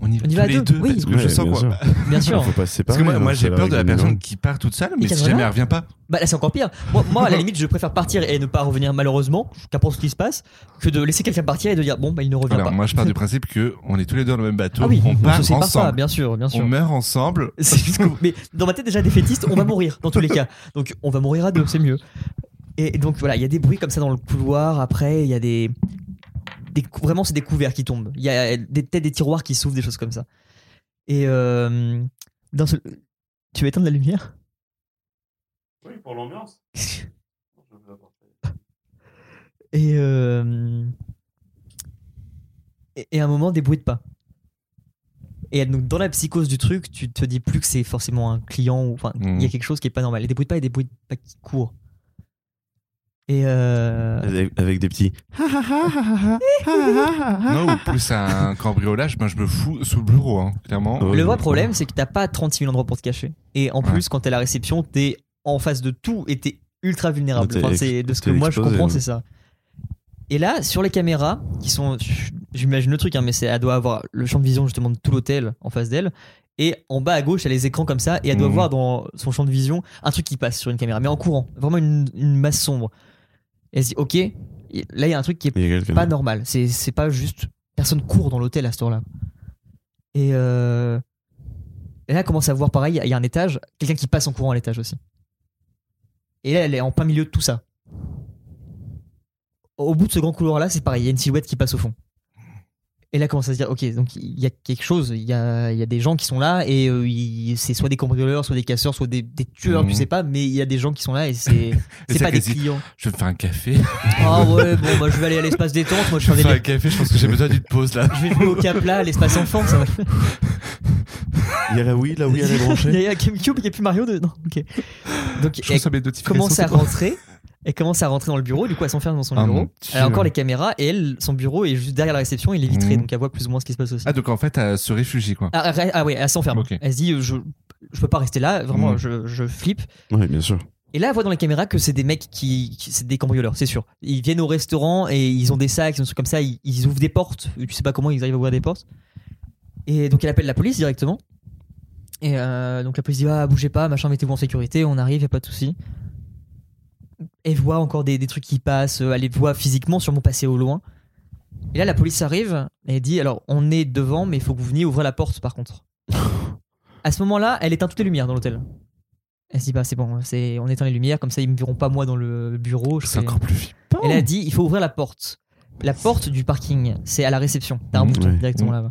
[SPEAKER 5] On y va,
[SPEAKER 1] On y
[SPEAKER 5] tous
[SPEAKER 1] va à
[SPEAKER 5] les
[SPEAKER 1] deux,
[SPEAKER 5] deux.
[SPEAKER 1] oui.
[SPEAKER 5] parce que je
[SPEAKER 2] Ouais,
[SPEAKER 5] sens
[SPEAKER 2] bien
[SPEAKER 5] quoi.
[SPEAKER 2] sûr.
[SPEAKER 1] bien sûr
[SPEAKER 2] Faut pas se
[SPEAKER 5] Parce
[SPEAKER 2] séparer.
[SPEAKER 5] que moi,
[SPEAKER 2] hein,
[SPEAKER 5] moi
[SPEAKER 2] c'est
[SPEAKER 5] j'ai peur
[SPEAKER 2] règle
[SPEAKER 5] de la
[SPEAKER 2] des
[SPEAKER 5] personne
[SPEAKER 2] langues.
[SPEAKER 5] qui part toute seule, mais
[SPEAKER 1] qu'elle
[SPEAKER 5] si
[SPEAKER 1] revient
[SPEAKER 5] jamais elle revient pas.
[SPEAKER 1] Bah là c'est encore pire. Moi, moi, à la limite je préfère partir et ne pas revenir malheureusement, qu'importe ce qui se passe, que de laisser quelqu'un partir et de dire bon bah il ne revient
[SPEAKER 5] Alors,
[SPEAKER 1] pas.
[SPEAKER 5] moi, je pars du principe que on est tous les deux dans le même bateau.
[SPEAKER 1] ah oui,
[SPEAKER 5] on part
[SPEAKER 1] se sépare pas,
[SPEAKER 5] ensemble.
[SPEAKER 1] bien sûr, bien sûr.
[SPEAKER 5] on meurt ensemble.
[SPEAKER 1] C'est juste que- mais dans ma tête déjà défaitiste, on va mourir dans tous les cas. Donc on va mourir à deux, c'est mieux. Et donc voilà, il y a des bruits comme ça dans le couloir. Après, il y a des, des cou- vraiment c'est des couverts qui tombent. Il y a des têtes des tiroirs qui s'ouvrent, des choses comme ça. Et euh, d'un seul- tu vas éteindre la lumière
[SPEAKER 2] Oui, pour l'ambiance.
[SPEAKER 1] Et, euh, et, et à un moment, des bruits de pas. Et donc, dans la psychose du truc, tu te dis plus que c'est forcément un client ou enfin, il y a
[SPEAKER 5] Mm.
[SPEAKER 1] quelque chose qui est pas normal. Et des bruits de pas et des bruits de pas qui courent. Et euh,
[SPEAKER 2] Avec, avec des petits.
[SPEAKER 1] Ah.
[SPEAKER 5] Non, ou plus un cambriolage, moi je me fous sous le bureau, hein, clairement.
[SPEAKER 2] Ouais.
[SPEAKER 1] le vrai problème, c'est que t'as pas 36 000 endroits pour te cacher. Et en
[SPEAKER 5] Ouais.
[SPEAKER 1] plus, quand t'es à la réception, t'es en face de tout et t'es ultra vulnérable.
[SPEAKER 2] T'es
[SPEAKER 1] Enfin,
[SPEAKER 2] ex-
[SPEAKER 1] c'est de ce que
[SPEAKER 2] t'es
[SPEAKER 1] moi je
[SPEAKER 2] exposé,
[SPEAKER 1] comprends,
[SPEAKER 2] ouais.
[SPEAKER 1] c'est ça. Et là, sur les caméras, qui sont, j'imagine le truc, hein, mais c'est, elle doit avoir le champ de vision justement de tout l'hôtel en face d'elle. Et en bas à gauche, elle a les écrans comme ça. Et elle doit
[SPEAKER 5] Mhm.
[SPEAKER 1] voir dans son champ de vision un truc qui passe sur une caméra, mais en courant. Vraiment une, une masse sombre. Et elle se dit, ok, et là, il y a un truc qui est
[SPEAKER 2] Il y a quelqu'un.
[SPEAKER 1] pas
[SPEAKER 5] Mhm.
[SPEAKER 1] normal. C'est c'est pas juste. Personne court dans l'hôtel à ce temps-là. Et, euh, et là, elle commence à voir pareil. Il y a un étage, quelqu'un qui passe en courant à l'étage aussi. Et là, elle est en plein milieu de tout ça. Au bout de ce grand couloir-là, c'est pareil. Il y a une silhouette qui passe au fond. Et là, elle commence à se dire Ok, donc il y a quelque chose. Il y a, il y a des gens qui sont là. Et euh, il- c'est soit des cambrioleurs, soit des casseurs, soit des, des tueurs,
[SPEAKER 5] Mhm.
[SPEAKER 1] tu sais pas. Mais il y a des gens qui sont là et c'est c'est
[SPEAKER 5] ça
[SPEAKER 1] pas des
[SPEAKER 5] qu'elle dit,
[SPEAKER 1] clients.
[SPEAKER 5] Je vais me faire un café.
[SPEAKER 1] Ah ouais, bon, bah, je vais aller à l'espace détente. Moi, je
[SPEAKER 5] Je
[SPEAKER 1] suis
[SPEAKER 5] vais
[SPEAKER 1] un
[SPEAKER 5] me faire
[SPEAKER 1] délire.
[SPEAKER 5] un café, je pense que j'ai besoin d'une pause là.
[SPEAKER 1] Je vais jouer au Capla, l'espace enfant, ça va.
[SPEAKER 2] Il y a la Wii, la Wii, elle est
[SPEAKER 1] il
[SPEAKER 2] branchée.
[SPEAKER 1] y a GameCube, il n'y a plus Mario dedans. Ok. Donc
[SPEAKER 5] Je
[SPEAKER 1] elle
[SPEAKER 5] pense à mes notifications,
[SPEAKER 1] commence à
[SPEAKER 5] c'est bon.
[SPEAKER 1] rentrer. Elle commence à rentrer dans le bureau, du coup elle s'enferme dans son
[SPEAKER 5] Ah, mon
[SPEAKER 1] bureau.
[SPEAKER 5] Dieu.
[SPEAKER 1] Elle a encore les caméras et elle, son bureau est juste derrière la réception, il est vitré,
[SPEAKER 5] Mhm.
[SPEAKER 1] donc elle voit plus ou moins ce qui se passe aussi.
[SPEAKER 5] Ah, donc en fait, à se réfugier quoi.
[SPEAKER 1] Ah, ah, ah, ouais, elle s'enferme.
[SPEAKER 5] Ok.
[SPEAKER 1] Elle se dit euh, je, je peux pas rester là, vraiment
[SPEAKER 5] Mhm.
[SPEAKER 1] je, je flippe.
[SPEAKER 2] Oui, bien sûr.
[SPEAKER 1] Et là elle voit dans les caméras que c'est des mecs qui, qui- c'est des cambrioleurs, c'est sûr. Ils viennent au restaurant et ils ont des sacs, ils ont des trucs comme ça, ils, ils ouvrent des portes. Tu sais pas comment ils arrivent à ouvrir des portes. Et donc elle appelle la police directement. Et euh, donc la police dit ah bougez pas, machin, mettez-vous en sécurité, on arrive, y a pas de souci. Elle voit encore des, des trucs qui passent, euh, elle les voit physiquement sûrement passer au loin. Et là la police arrive et elle dit alors on est devant mais il faut que vous veniez ouvrir la porte par contre. à ce moment-là, elle éteint toutes les lumières dans l'hôtel. Elle se dit bah c'est bon, c'est on éteint les lumières comme ça ils me verront pas moi dans le bureau. je
[SPEAKER 5] C'est
[SPEAKER 1] fais-
[SPEAKER 5] encore plus flippant.
[SPEAKER 1] elle a dit il faut ouvrir la porte. La porte du parking, c'est à la réception. T'as un
[SPEAKER 2] Mmh,
[SPEAKER 1] bouton
[SPEAKER 2] ouais.
[SPEAKER 1] directement
[SPEAKER 5] Mmh.
[SPEAKER 1] là-bas.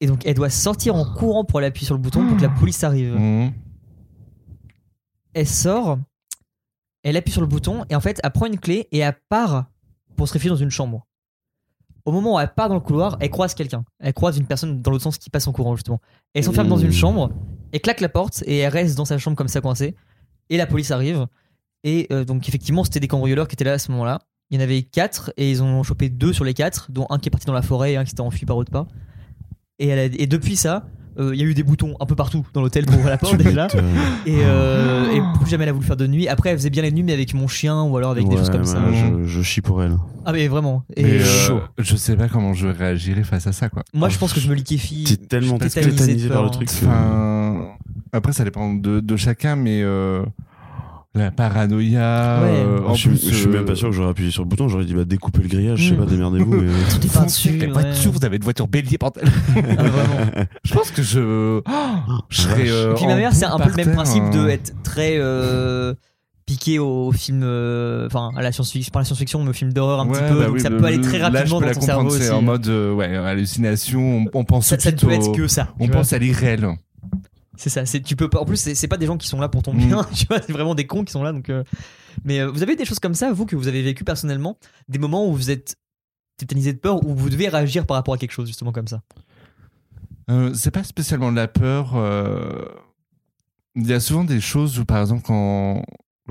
[SPEAKER 1] Et donc elle doit sortir en courant pour aller appuyer sur le bouton pour que la police arrive.
[SPEAKER 5] Mmh.
[SPEAKER 1] Elle sort, elle appuie sur le bouton et en fait elle prend une clé et elle part pour se réfugier dans une chambre. Au moment où elle part dans le couloir, elle croise quelqu'un. Elle croise une personne dans l'autre sens qui passe en courant justement. Elle s'enferme dans
[SPEAKER 2] Mmh.
[SPEAKER 1] une chambre, elle claque la porte et elle reste dans sa chambre comme ça coincée. Et la police arrive. Et euh, donc effectivement c'était des cambrioleurs qui étaient là à ce moment-là. Il y en avait quatre et ils ont chopé deux sur les quatre, dont un qui est parti dans la forêt et un qui s'était enfui par autre part. Et, elle a- et depuis ça, euh, il y a eu des boutons un peu partout dans l'hôtel pour ouvrir la porte déjà.
[SPEAKER 2] Euh,
[SPEAKER 1] Et, euh, et plus jamais elle a voulu faire de nuit. Après, elle faisait bien les nuits, mais avec mon chien ou alors avec des
[SPEAKER 2] ouais,
[SPEAKER 1] choses comme ça.
[SPEAKER 2] ouais, Je, je chie pour elle.
[SPEAKER 1] Ah, mais vraiment. Et
[SPEAKER 5] Mais, euh,
[SPEAKER 1] chaud.
[SPEAKER 5] je sais pas comment je réagirais face à ça quoi.
[SPEAKER 1] Moi, je pense que je me liquéfie.
[SPEAKER 2] T'es tellement
[SPEAKER 1] je suis
[SPEAKER 2] tétanisé,
[SPEAKER 1] tétanisé de
[SPEAKER 2] par le
[SPEAKER 1] peur, hein.
[SPEAKER 2] truc. que- Euh,
[SPEAKER 5] Enfin, après, ça dépend de, de chacun, mais euh, la paranoïa.
[SPEAKER 1] Ouais.
[SPEAKER 5] euh, en
[SPEAKER 2] je, suis-
[SPEAKER 5] plus,
[SPEAKER 2] je suis
[SPEAKER 5] euh,
[SPEAKER 2] même pas sûr que j'aurais appuyé sur le bouton, j'aurais dit bah découpez le grillage, je sais
[SPEAKER 1] Mm.
[SPEAKER 2] pas, démerdez-vous. Mais...
[SPEAKER 1] Tout est
[SPEAKER 5] foncez
[SPEAKER 1] par dessus.
[SPEAKER 5] avec la
[SPEAKER 1] ouais.
[SPEAKER 5] voiture, vous avez une voiture bélier, bordel.
[SPEAKER 1] Ah, vraiment.
[SPEAKER 5] je pense que je. oh, je serais.
[SPEAKER 2] Ah, Vache.
[SPEAKER 5] euh,
[SPEAKER 1] Puis ma
[SPEAKER 5] en
[SPEAKER 1] mère, c'est un
[SPEAKER 5] boule
[SPEAKER 1] peu le même
[SPEAKER 5] par
[SPEAKER 1] principe
[SPEAKER 5] terre,
[SPEAKER 1] de
[SPEAKER 5] hein.
[SPEAKER 1] être très euh, piqué au film, euh, enfin à la science-fiction, pas à la science-fiction, mais au film d'horreur un petit
[SPEAKER 5] Ouais,
[SPEAKER 1] peu.
[SPEAKER 5] bah
[SPEAKER 1] donc
[SPEAKER 5] oui,
[SPEAKER 1] ça
[SPEAKER 5] le-
[SPEAKER 1] peut aller très
[SPEAKER 5] là, je
[SPEAKER 1] rapidement
[SPEAKER 5] peux
[SPEAKER 1] dans
[SPEAKER 5] la
[SPEAKER 1] ton cerveau
[SPEAKER 5] comprendre,
[SPEAKER 1] aussi.
[SPEAKER 5] C'est en mode euh, ouais, hallucination, on, on pense
[SPEAKER 1] ça, ça ne
[SPEAKER 5] tout de
[SPEAKER 1] peut
[SPEAKER 5] suite au-
[SPEAKER 1] être que ça.
[SPEAKER 5] On
[SPEAKER 1] tu
[SPEAKER 5] pense à l'irréel.
[SPEAKER 1] C'est ça, c'est tu peux pas. En plus, c'est c'est pas des gens qui sont là pour ton
[SPEAKER 5] Mm.
[SPEAKER 1] bien, tu vois, c'est vraiment des cons qui sont là. Donc, euh, mais euh, vous avez des choses comme ça, vous que vous avez vécu personnellement, des moments où vous êtes tétanisé de peur, où vous devez réagir par rapport à quelque chose, justement comme ça.
[SPEAKER 5] Euh, c'est pas spécialement de la peur. euh, Il y a souvent des choses où, par exemple, quand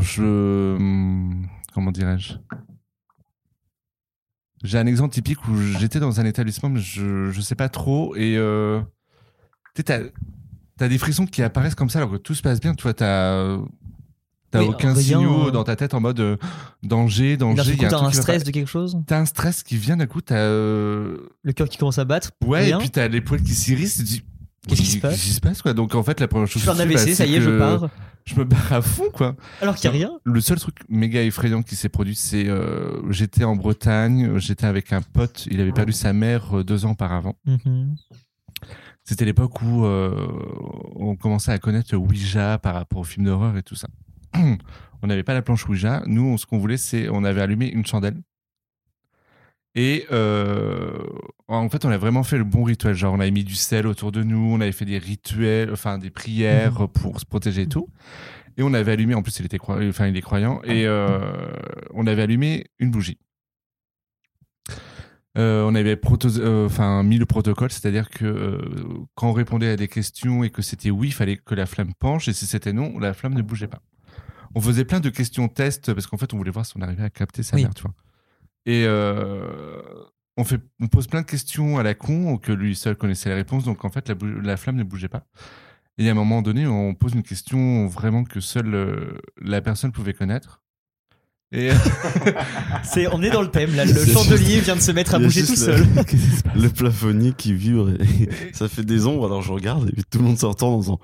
[SPEAKER 5] je. hum, Comment dirais-je J'ai un exemple typique où j'étais dans un établissement, mais je, je sais pas trop. Et. euh, Tu sais, t'as, t'as des frissons qui apparaissent comme ça alors que tout se passe bien. Tu vois, t'as. euh, T'as
[SPEAKER 1] Oui,
[SPEAKER 5] aucun
[SPEAKER 1] rien,
[SPEAKER 5] signaux
[SPEAKER 1] euh,
[SPEAKER 5] dans ta tête en mode euh, danger,
[SPEAKER 1] D'un
[SPEAKER 5] danger.
[SPEAKER 1] seul
[SPEAKER 5] il
[SPEAKER 1] coup,
[SPEAKER 5] y a
[SPEAKER 1] T'as
[SPEAKER 5] truc
[SPEAKER 1] un
[SPEAKER 5] qui va
[SPEAKER 1] stress
[SPEAKER 5] pas.
[SPEAKER 1] de quelque chose,
[SPEAKER 5] T'as un stress qui vient d'un coup, t'as. euh,
[SPEAKER 1] le cœur qui commence à battre.
[SPEAKER 5] Ouais,
[SPEAKER 1] rien.
[SPEAKER 5] et puis t'as les poils qui s'irissent, tu te dis.
[SPEAKER 1] Qu'est-ce qui se passe
[SPEAKER 5] Qu'est-ce qui se passe, quoi Donc en fait, la première
[SPEAKER 1] je
[SPEAKER 5] chose
[SPEAKER 1] fais un
[SPEAKER 5] tu fais, bah,
[SPEAKER 1] AVC, ça
[SPEAKER 5] c'est
[SPEAKER 1] y est, je
[SPEAKER 5] que
[SPEAKER 1] pars.
[SPEAKER 5] Je me barre à fond, quoi.
[SPEAKER 1] Alors qu'il y a rien.
[SPEAKER 5] Le seul truc méga effrayant qui s'est produit, c'est. euh, j'étais en Bretagne, j'étais avec un pote, il avait perdu sa mère euh, deux ans auparavant.
[SPEAKER 1] Mhm.
[SPEAKER 5] C'était l'époque où euh, on commençait à connaître le Ouija par rapport aux films d'horreur et tout ça. on n'avait pas la planche Ouija. Nous, on- ce qu'on voulait, c'est on avait allumé une chandelle. Et euh, en fait, on a vraiment fait le bon rituel. Genre, on avait mis du sel autour de nous, on avait fait des rituels, enfin des prières pour se protéger et tout. Et on avait allumé, en plus, il, était croi- enfin, il est croyant, et euh, on avait allumé une bougie. Euh, on avait proto- euh, enfin, mis le protocole, c'est-à-dire que euh, quand on répondait à des questions et que c'était oui, il fallait que la flamme penche, et si c'était non, la flamme ne bougeait pas. On faisait plein de questions tests parce qu'en fait, on voulait voir si on arrivait à capter sa
[SPEAKER 1] Oui.
[SPEAKER 5] mère, tu vois. Et euh, on, fait, on pose plein de questions à la con, que lui seul connaissait les réponses, donc en fait, la, bou- la flamme ne bougeait pas. Et à un moment donné, on pose une question vraiment que seule euh, la personne pouvait connaître. Et
[SPEAKER 1] C'est, on est dans le thème là. Le
[SPEAKER 2] C'est
[SPEAKER 1] chandelier vient de se mettre à
[SPEAKER 2] Il y a
[SPEAKER 1] bouger
[SPEAKER 2] juste
[SPEAKER 1] tout
[SPEAKER 2] le-
[SPEAKER 1] seul.
[SPEAKER 2] Le plafonnier qui vibre, et ça fait des ombres, alors je regarde, et puis tout le monde s'entend en disant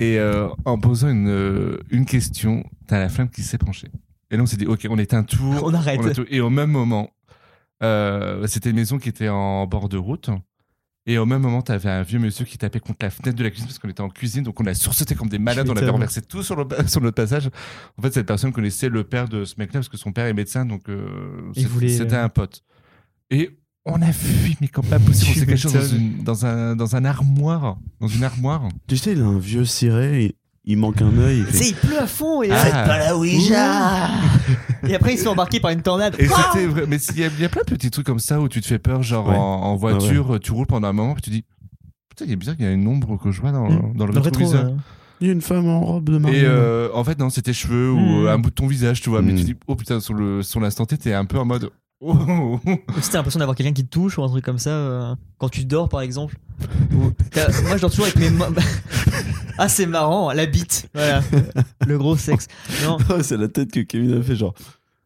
[SPEAKER 5] Et euh, en posant une, euh, une question, t'as la flamme qui s'est penchée. Et là, on s'est dit, OK, on éteint tout.
[SPEAKER 1] On arrête.
[SPEAKER 5] on éteint tout. Et au même moment, euh, c'était une maison qui était en bord de route. Et au même moment, t'avais un vieux monsieur qui tapait contre la fenêtre de la cuisine parce qu'on était en cuisine. Donc, on a sursauté comme des malades. On avait
[SPEAKER 1] m'étonnes.
[SPEAKER 5] renversé tout sur, le, sur notre passage. En fait, cette personne connaissait le père de ce mec-là parce que son père est médecin. Donc, euh,
[SPEAKER 1] Il
[SPEAKER 5] c'est-
[SPEAKER 1] voulait,
[SPEAKER 5] c'était
[SPEAKER 1] euh,
[SPEAKER 5] un pote. Et on a fui, mais comme pas possible. On
[SPEAKER 1] Tu
[SPEAKER 5] s'est caché dans,
[SPEAKER 1] m'étonnes.
[SPEAKER 5] une- dans, un, dans un armoire. Dans une armoire.
[SPEAKER 2] Tu sais, il a un vieux ciré, il, il manque un œil. il fait-
[SPEAKER 1] C'est, il pleut à fond et,
[SPEAKER 5] Ah. Faites pas
[SPEAKER 1] la Ouija. et après, ils sont embarqués par une tornade.
[SPEAKER 5] Et c'était vrai. Mais il y, a- il y a plein de petits trucs comme ça où tu te fais peur, genre
[SPEAKER 2] Ouais.
[SPEAKER 5] en, en voiture, tu roules pendant un moment, puis tu dis Putain, il est bizarre, il y a une ombre que je vois dans,
[SPEAKER 1] Mm.
[SPEAKER 5] dans le
[SPEAKER 1] Dans le rétro,
[SPEAKER 5] rétroviseur.
[SPEAKER 1] euh,
[SPEAKER 2] Il y a une femme en robe de mariée.
[SPEAKER 5] Et euh, en fait, non, c'était cheveux
[SPEAKER 1] Mm.
[SPEAKER 5] ou euh, un bout de ton visage, tu vois. Mais
[SPEAKER 2] Mm.
[SPEAKER 5] tu dis Oh putain, sur le- sur l'instant T, t'es un peu en mode Oh, oh, oh.
[SPEAKER 1] Si t'as l'impression d'avoir quelqu'un qui te touche ou un truc comme ça, euh, quand tu dors par exemple. Ou- t'as- Moi je dors toujours avec mes mains. ah c'est marrant, la bite. Voilà. Le gros sexe. Non,
[SPEAKER 2] c'est la tête que Kevin a fait, genre.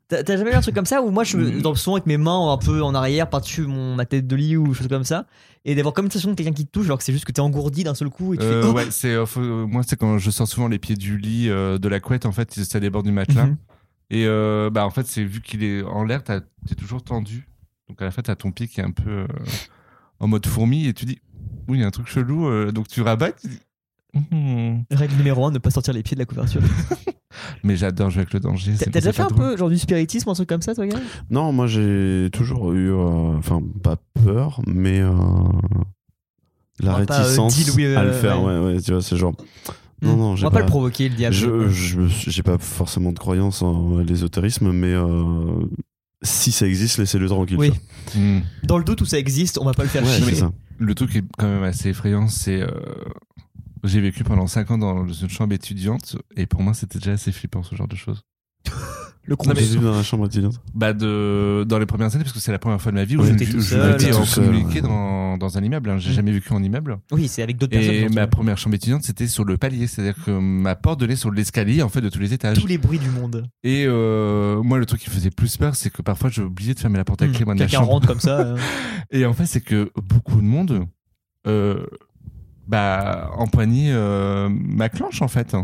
[SPEAKER 1] t'as t'as jamais eu un truc comme ça où moi je me- dors souvent avec mes mains un peu en arrière par-dessus mon, ma tête de lit ou chose comme ça. Et d'avoir comme une sensation de quelqu'un qui te touche alors que c'est juste que t'es engourdi d'un seul coup et tu
[SPEAKER 5] Euh,
[SPEAKER 1] fais. Oh
[SPEAKER 5] ouais, c'est euh, faut- euh, moi, c'est quand je sors souvent les pieds du lit, euh, de la couette, en fait, ça déborde du matelas.
[SPEAKER 1] Mhm.
[SPEAKER 5] Et euh, bah, en fait, c'est vu qu'il est en l'air, t'as- t'es toujours tendu. Donc à la fin, t'as ton pied qui est un peu euh, en mode fourmi et tu dis, oui, il y a un truc chelou. euh, donc tu rabats, tu dis, Mhm.
[SPEAKER 1] Règle numéro 1, ne pas sortir les pieds de la couverture.
[SPEAKER 5] mais j'adore jouer avec le danger.
[SPEAKER 1] T'as
[SPEAKER 5] c'est-
[SPEAKER 1] t'as déjà
[SPEAKER 5] c'est
[SPEAKER 1] fait
[SPEAKER 5] pas
[SPEAKER 1] un
[SPEAKER 5] drôle.
[SPEAKER 1] peu genre du spiritisme, un truc comme ça toi, gars
[SPEAKER 2] Non, moi j'ai toujours eu, euh, enfin, pas peur, mais euh, la
[SPEAKER 1] Ouais, pas, euh,
[SPEAKER 2] réticence
[SPEAKER 1] deal with,
[SPEAKER 2] à le
[SPEAKER 1] euh, Hmm.
[SPEAKER 2] faire. Ouais, ouais, tu vois, c'est genre. Non, non, j'ai
[SPEAKER 1] On va pas le provoquer, le diable.
[SPEAKER 2] Je je- j'ai pas forcément de croyance en l'ésotérisme, mais euh, si ça existe, laissez-le tranquille.
[SPEAKER 1] Oui.
[SPEAKER 2] tu
[SPEAKER 5] Mhm.
[SPEAKER 1] Dans le doute où ça existe, on va pas le
[SPEAKER 2] vois.
[SPEAKER 1] faire
[SPEAKER 2] Ouais,
[SPEAKER 1] chier.
[SPEAKER 2] c'est ça.
[SPEAKER 5] Mmh. Le truc qui est quand même assez effrayant, c'est. euh, j'ai vécu pendant 5 ans dans une chambre étudiante et pour moi, c'était déjà assez flippant ce genre de choses.
[SPEAKER 1] Le
[SPEAKER 2] J'ai
[SPEAKER 1] combat.
[SPEAKER 2] vu dans la chambre étudiante.
[SPEAKER 5] bah de, dans les premières années, parce que c'est la première fois de ma vie où
[SPEAKER 2] Ouais,
[SPEAKER 5] je
[SPEAKER 1] t'es tout
[SPEAKER 5] ne- je
[SPEAKER 1] seul.
[SPEAKER 5] n'étais
[SPEAKER 2] Tout
[SPEAKER 5] en
[SPEAKER 2] seul,
[SPEAKER 5] communiqué
[SPEAKER 2] ouais.
[SPEAKER 5] dans, dans un immeuble. hein. J'ai
[SPEAKER 1] Mm.
[SPEAKER 5] jamais vécu en immeuble.
[SPEAKER 1] Oui, c'est avec d'autres personnes.
[SPEAKER 5] Et
[SPEAKER 1] surtout.
[SPEAKER 5] ma première chambre étudiante, c'était sur le palier. C'est-à-dire que ma porte donnait sur l'escalier, en fait, de tous les étages.
[SPEAKER 1] Tous les bruits du monde.
[SPEAKER 5] Et euh, moi, le truc qui me faisait plus peur, c'est que parfois, j'ai oublié de fermer la porte à clé, moi, de la
[SPEAKER 1] Hmm. Mm. Quelqu'un
[SPEAKER 5] chambre.
[SPEAKER 1] rentre comme ça. euh.
[SPEAKER 5] Et en fait, c'est que beaucoup de monde, euh, bah, empoignait euh, ma clenche, en fait.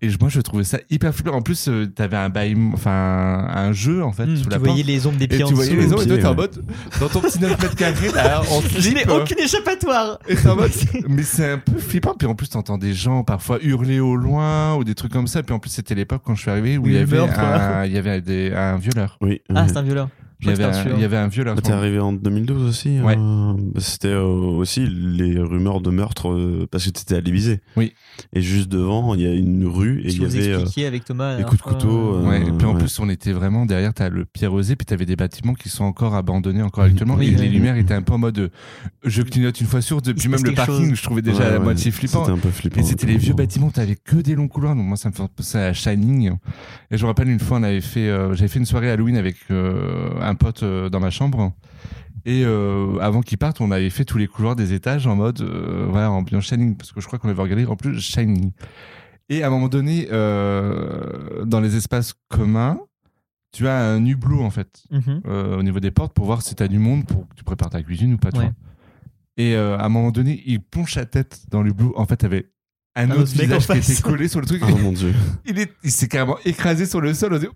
[SPEAKER 5] Et je- moi, je trouvais ça hyper flippant. En plus, euh, t'avais un bail, enfin, un jeu, en fait,
[SPEAKER 1] Mm,
[SPEAKER 5] sous
[SPEAKER 1] tu
[SPEAKER 5] la
[SPEAKER 1] voyais
[SPEAKER 5] porte.
[SPEAKER 1] les ombres des
[SPEAKER 5] Et
[SPEAKER 1] pieds en
[SPEAKER 5] tu voyais
[SPEAKER 1] dessous.
[SPEAKER 5] les autres, et toi,
[SPEAKER 2] pied,
[SPEAKER 5] t'es en
[SPEAKER 2] ouais.
[SPEAKER 5] mode, dans ton petit 9 mètres carrés, là, on te
[SPEAKER 1] Je n'ai
[SPEAKER 5] flippe.
[SPEAKER 1] aucune échappatoire.
[SPEAKER 5] Et t'es en mode, mais c'est un peu flippant. Puis en plus, t'entends des gens parfois hurler au loin ou des trucs comme ça. Puis en plus, c'était l'époque quand je suis arrivé où
[SPEAKER 1] Oui,
[SPEAKER 5] il y
[SPEAKER 1] le
[SPEAKER 5] avait,
[SPEAKER 1] meurtre,
[SPEAKER 5] un, il y avait des- un violeur.
[SPEAKER 2] Oui.
[SPEAKER 1] Ah,
[SPEAKER 2] oui.
[SPEAKER 1] c'est un violeur. Je
[SPEAKER 5] Il y,
[SPEAKER 1] crois que
[SPEAKER 5] avait
[SPEAKER 1] c'était un
[SPEAKER 5] un,
[SPEAKER 1] tueur.
[SPEAKER 5] il y avait un violeur.
[SPEAKER 2] Bah, T'es arrivé en 2012 aussi.
[SPEAKER 5] Ouais.
[SPEAKER 2] euh, bah, c'était euh, aussi les rumeurs de meurtre euh, parce que t'étais à l'Élysée.
[SPEAKER 5] Oui.
[SPEAKER 2] Et juste devant, il y a une rue et
[SPEAKER 1] Si
[SPEAKER 2] il y
[SPEAKER 1] vous
[SPEAKER 2] avait euh,
[SPEAKER 1] expliquiez avec Thomas.
[SPEAKER 2] des
[SPEAKER 1] la
[SPEAKER 2] coups de
[SPEAKER 1] fois,
[SPEAKER 2] couteau.
[SPEAKER 1] euh,
[SPEAKER 2] euh,
[SPEAKER 5] Ouais, et puis en
[SPEAKER 2] ouais.
[SPEAKER 5] plus, on était vraiment derrière, t'as le pierrosé, puis t'avais des bâtiments qui sont encore abandonnés encore actuellement.
[SPEAKER 1] Oui,
[SPEAKER 5] et
[SPEAKER 1] oui.
[SPEAKER 5] les lumières étaient un peu en mode, euh, je clignote une fois sur deux,
[SPEAKER 1] Il
[SPEAKER 5] puis
[SPEAKER 1] se
[SPEAKER 5] même
[SPEAKER 1] passe
[SPEAKER 5] le
[SPEAKER 1] quelque
[SPEAKER 5] parking,
[SPEAKER 1] chose.
[SPEAKER 5] je trouvais déjà
[SPEAKER 2] Ouais,
[SPEAKER 5] à la
[SPEAKER 2] ouais.
[SPEAKER 5] moitié flippant.
[SPEAKER 2] C'était un peu flippant.
[SPEAKER 5] Et c'était
[SPEAKER 2] ouais,
[SPEAKER 5] les vieux
[SPEAKER 2] complètement.
[SPEAKER 5] bâtiments, t'avais que des longs couloirs, donc moi ça me fait penser à Shining. Et je me rappelle une fois, on avait fait, euh, j'avais fait une soirée Halloween avec euh, un pote euh, dans ma chambre. Et euh, avant qu'il parte, on avait fait tous les couloirs des étages en mode, euh, voilà, ambiance Shining, parce que je crois qu'on avait regardé en plus Shining. Et à un moment donné, euh, dans les espaces communs, tu as un hublot en fait
[SPEAKER 1] mhm.
[SPEAKER 5] euh, au niveau des portes pour voir si t'as du monde pour que tu prépares ta cuisine ou pas. tu
[SPEAKER 1] Ouais.
[SPEAKER 5] vois. Et euh, à un moment donné, il plonge sa tête dans le blue. En fait, avait un autre
[SPEAKER 1] autre mec en
[SPEAKER 5] visage qui
[SPEAKER 1] face.
[SPEAKER 5] était collé sur le truc.
[SPEAKER 2] Oh mon dieu.
[SPEAKER 5] Il est- il s'est carrément écrasé sur le sol. On dit,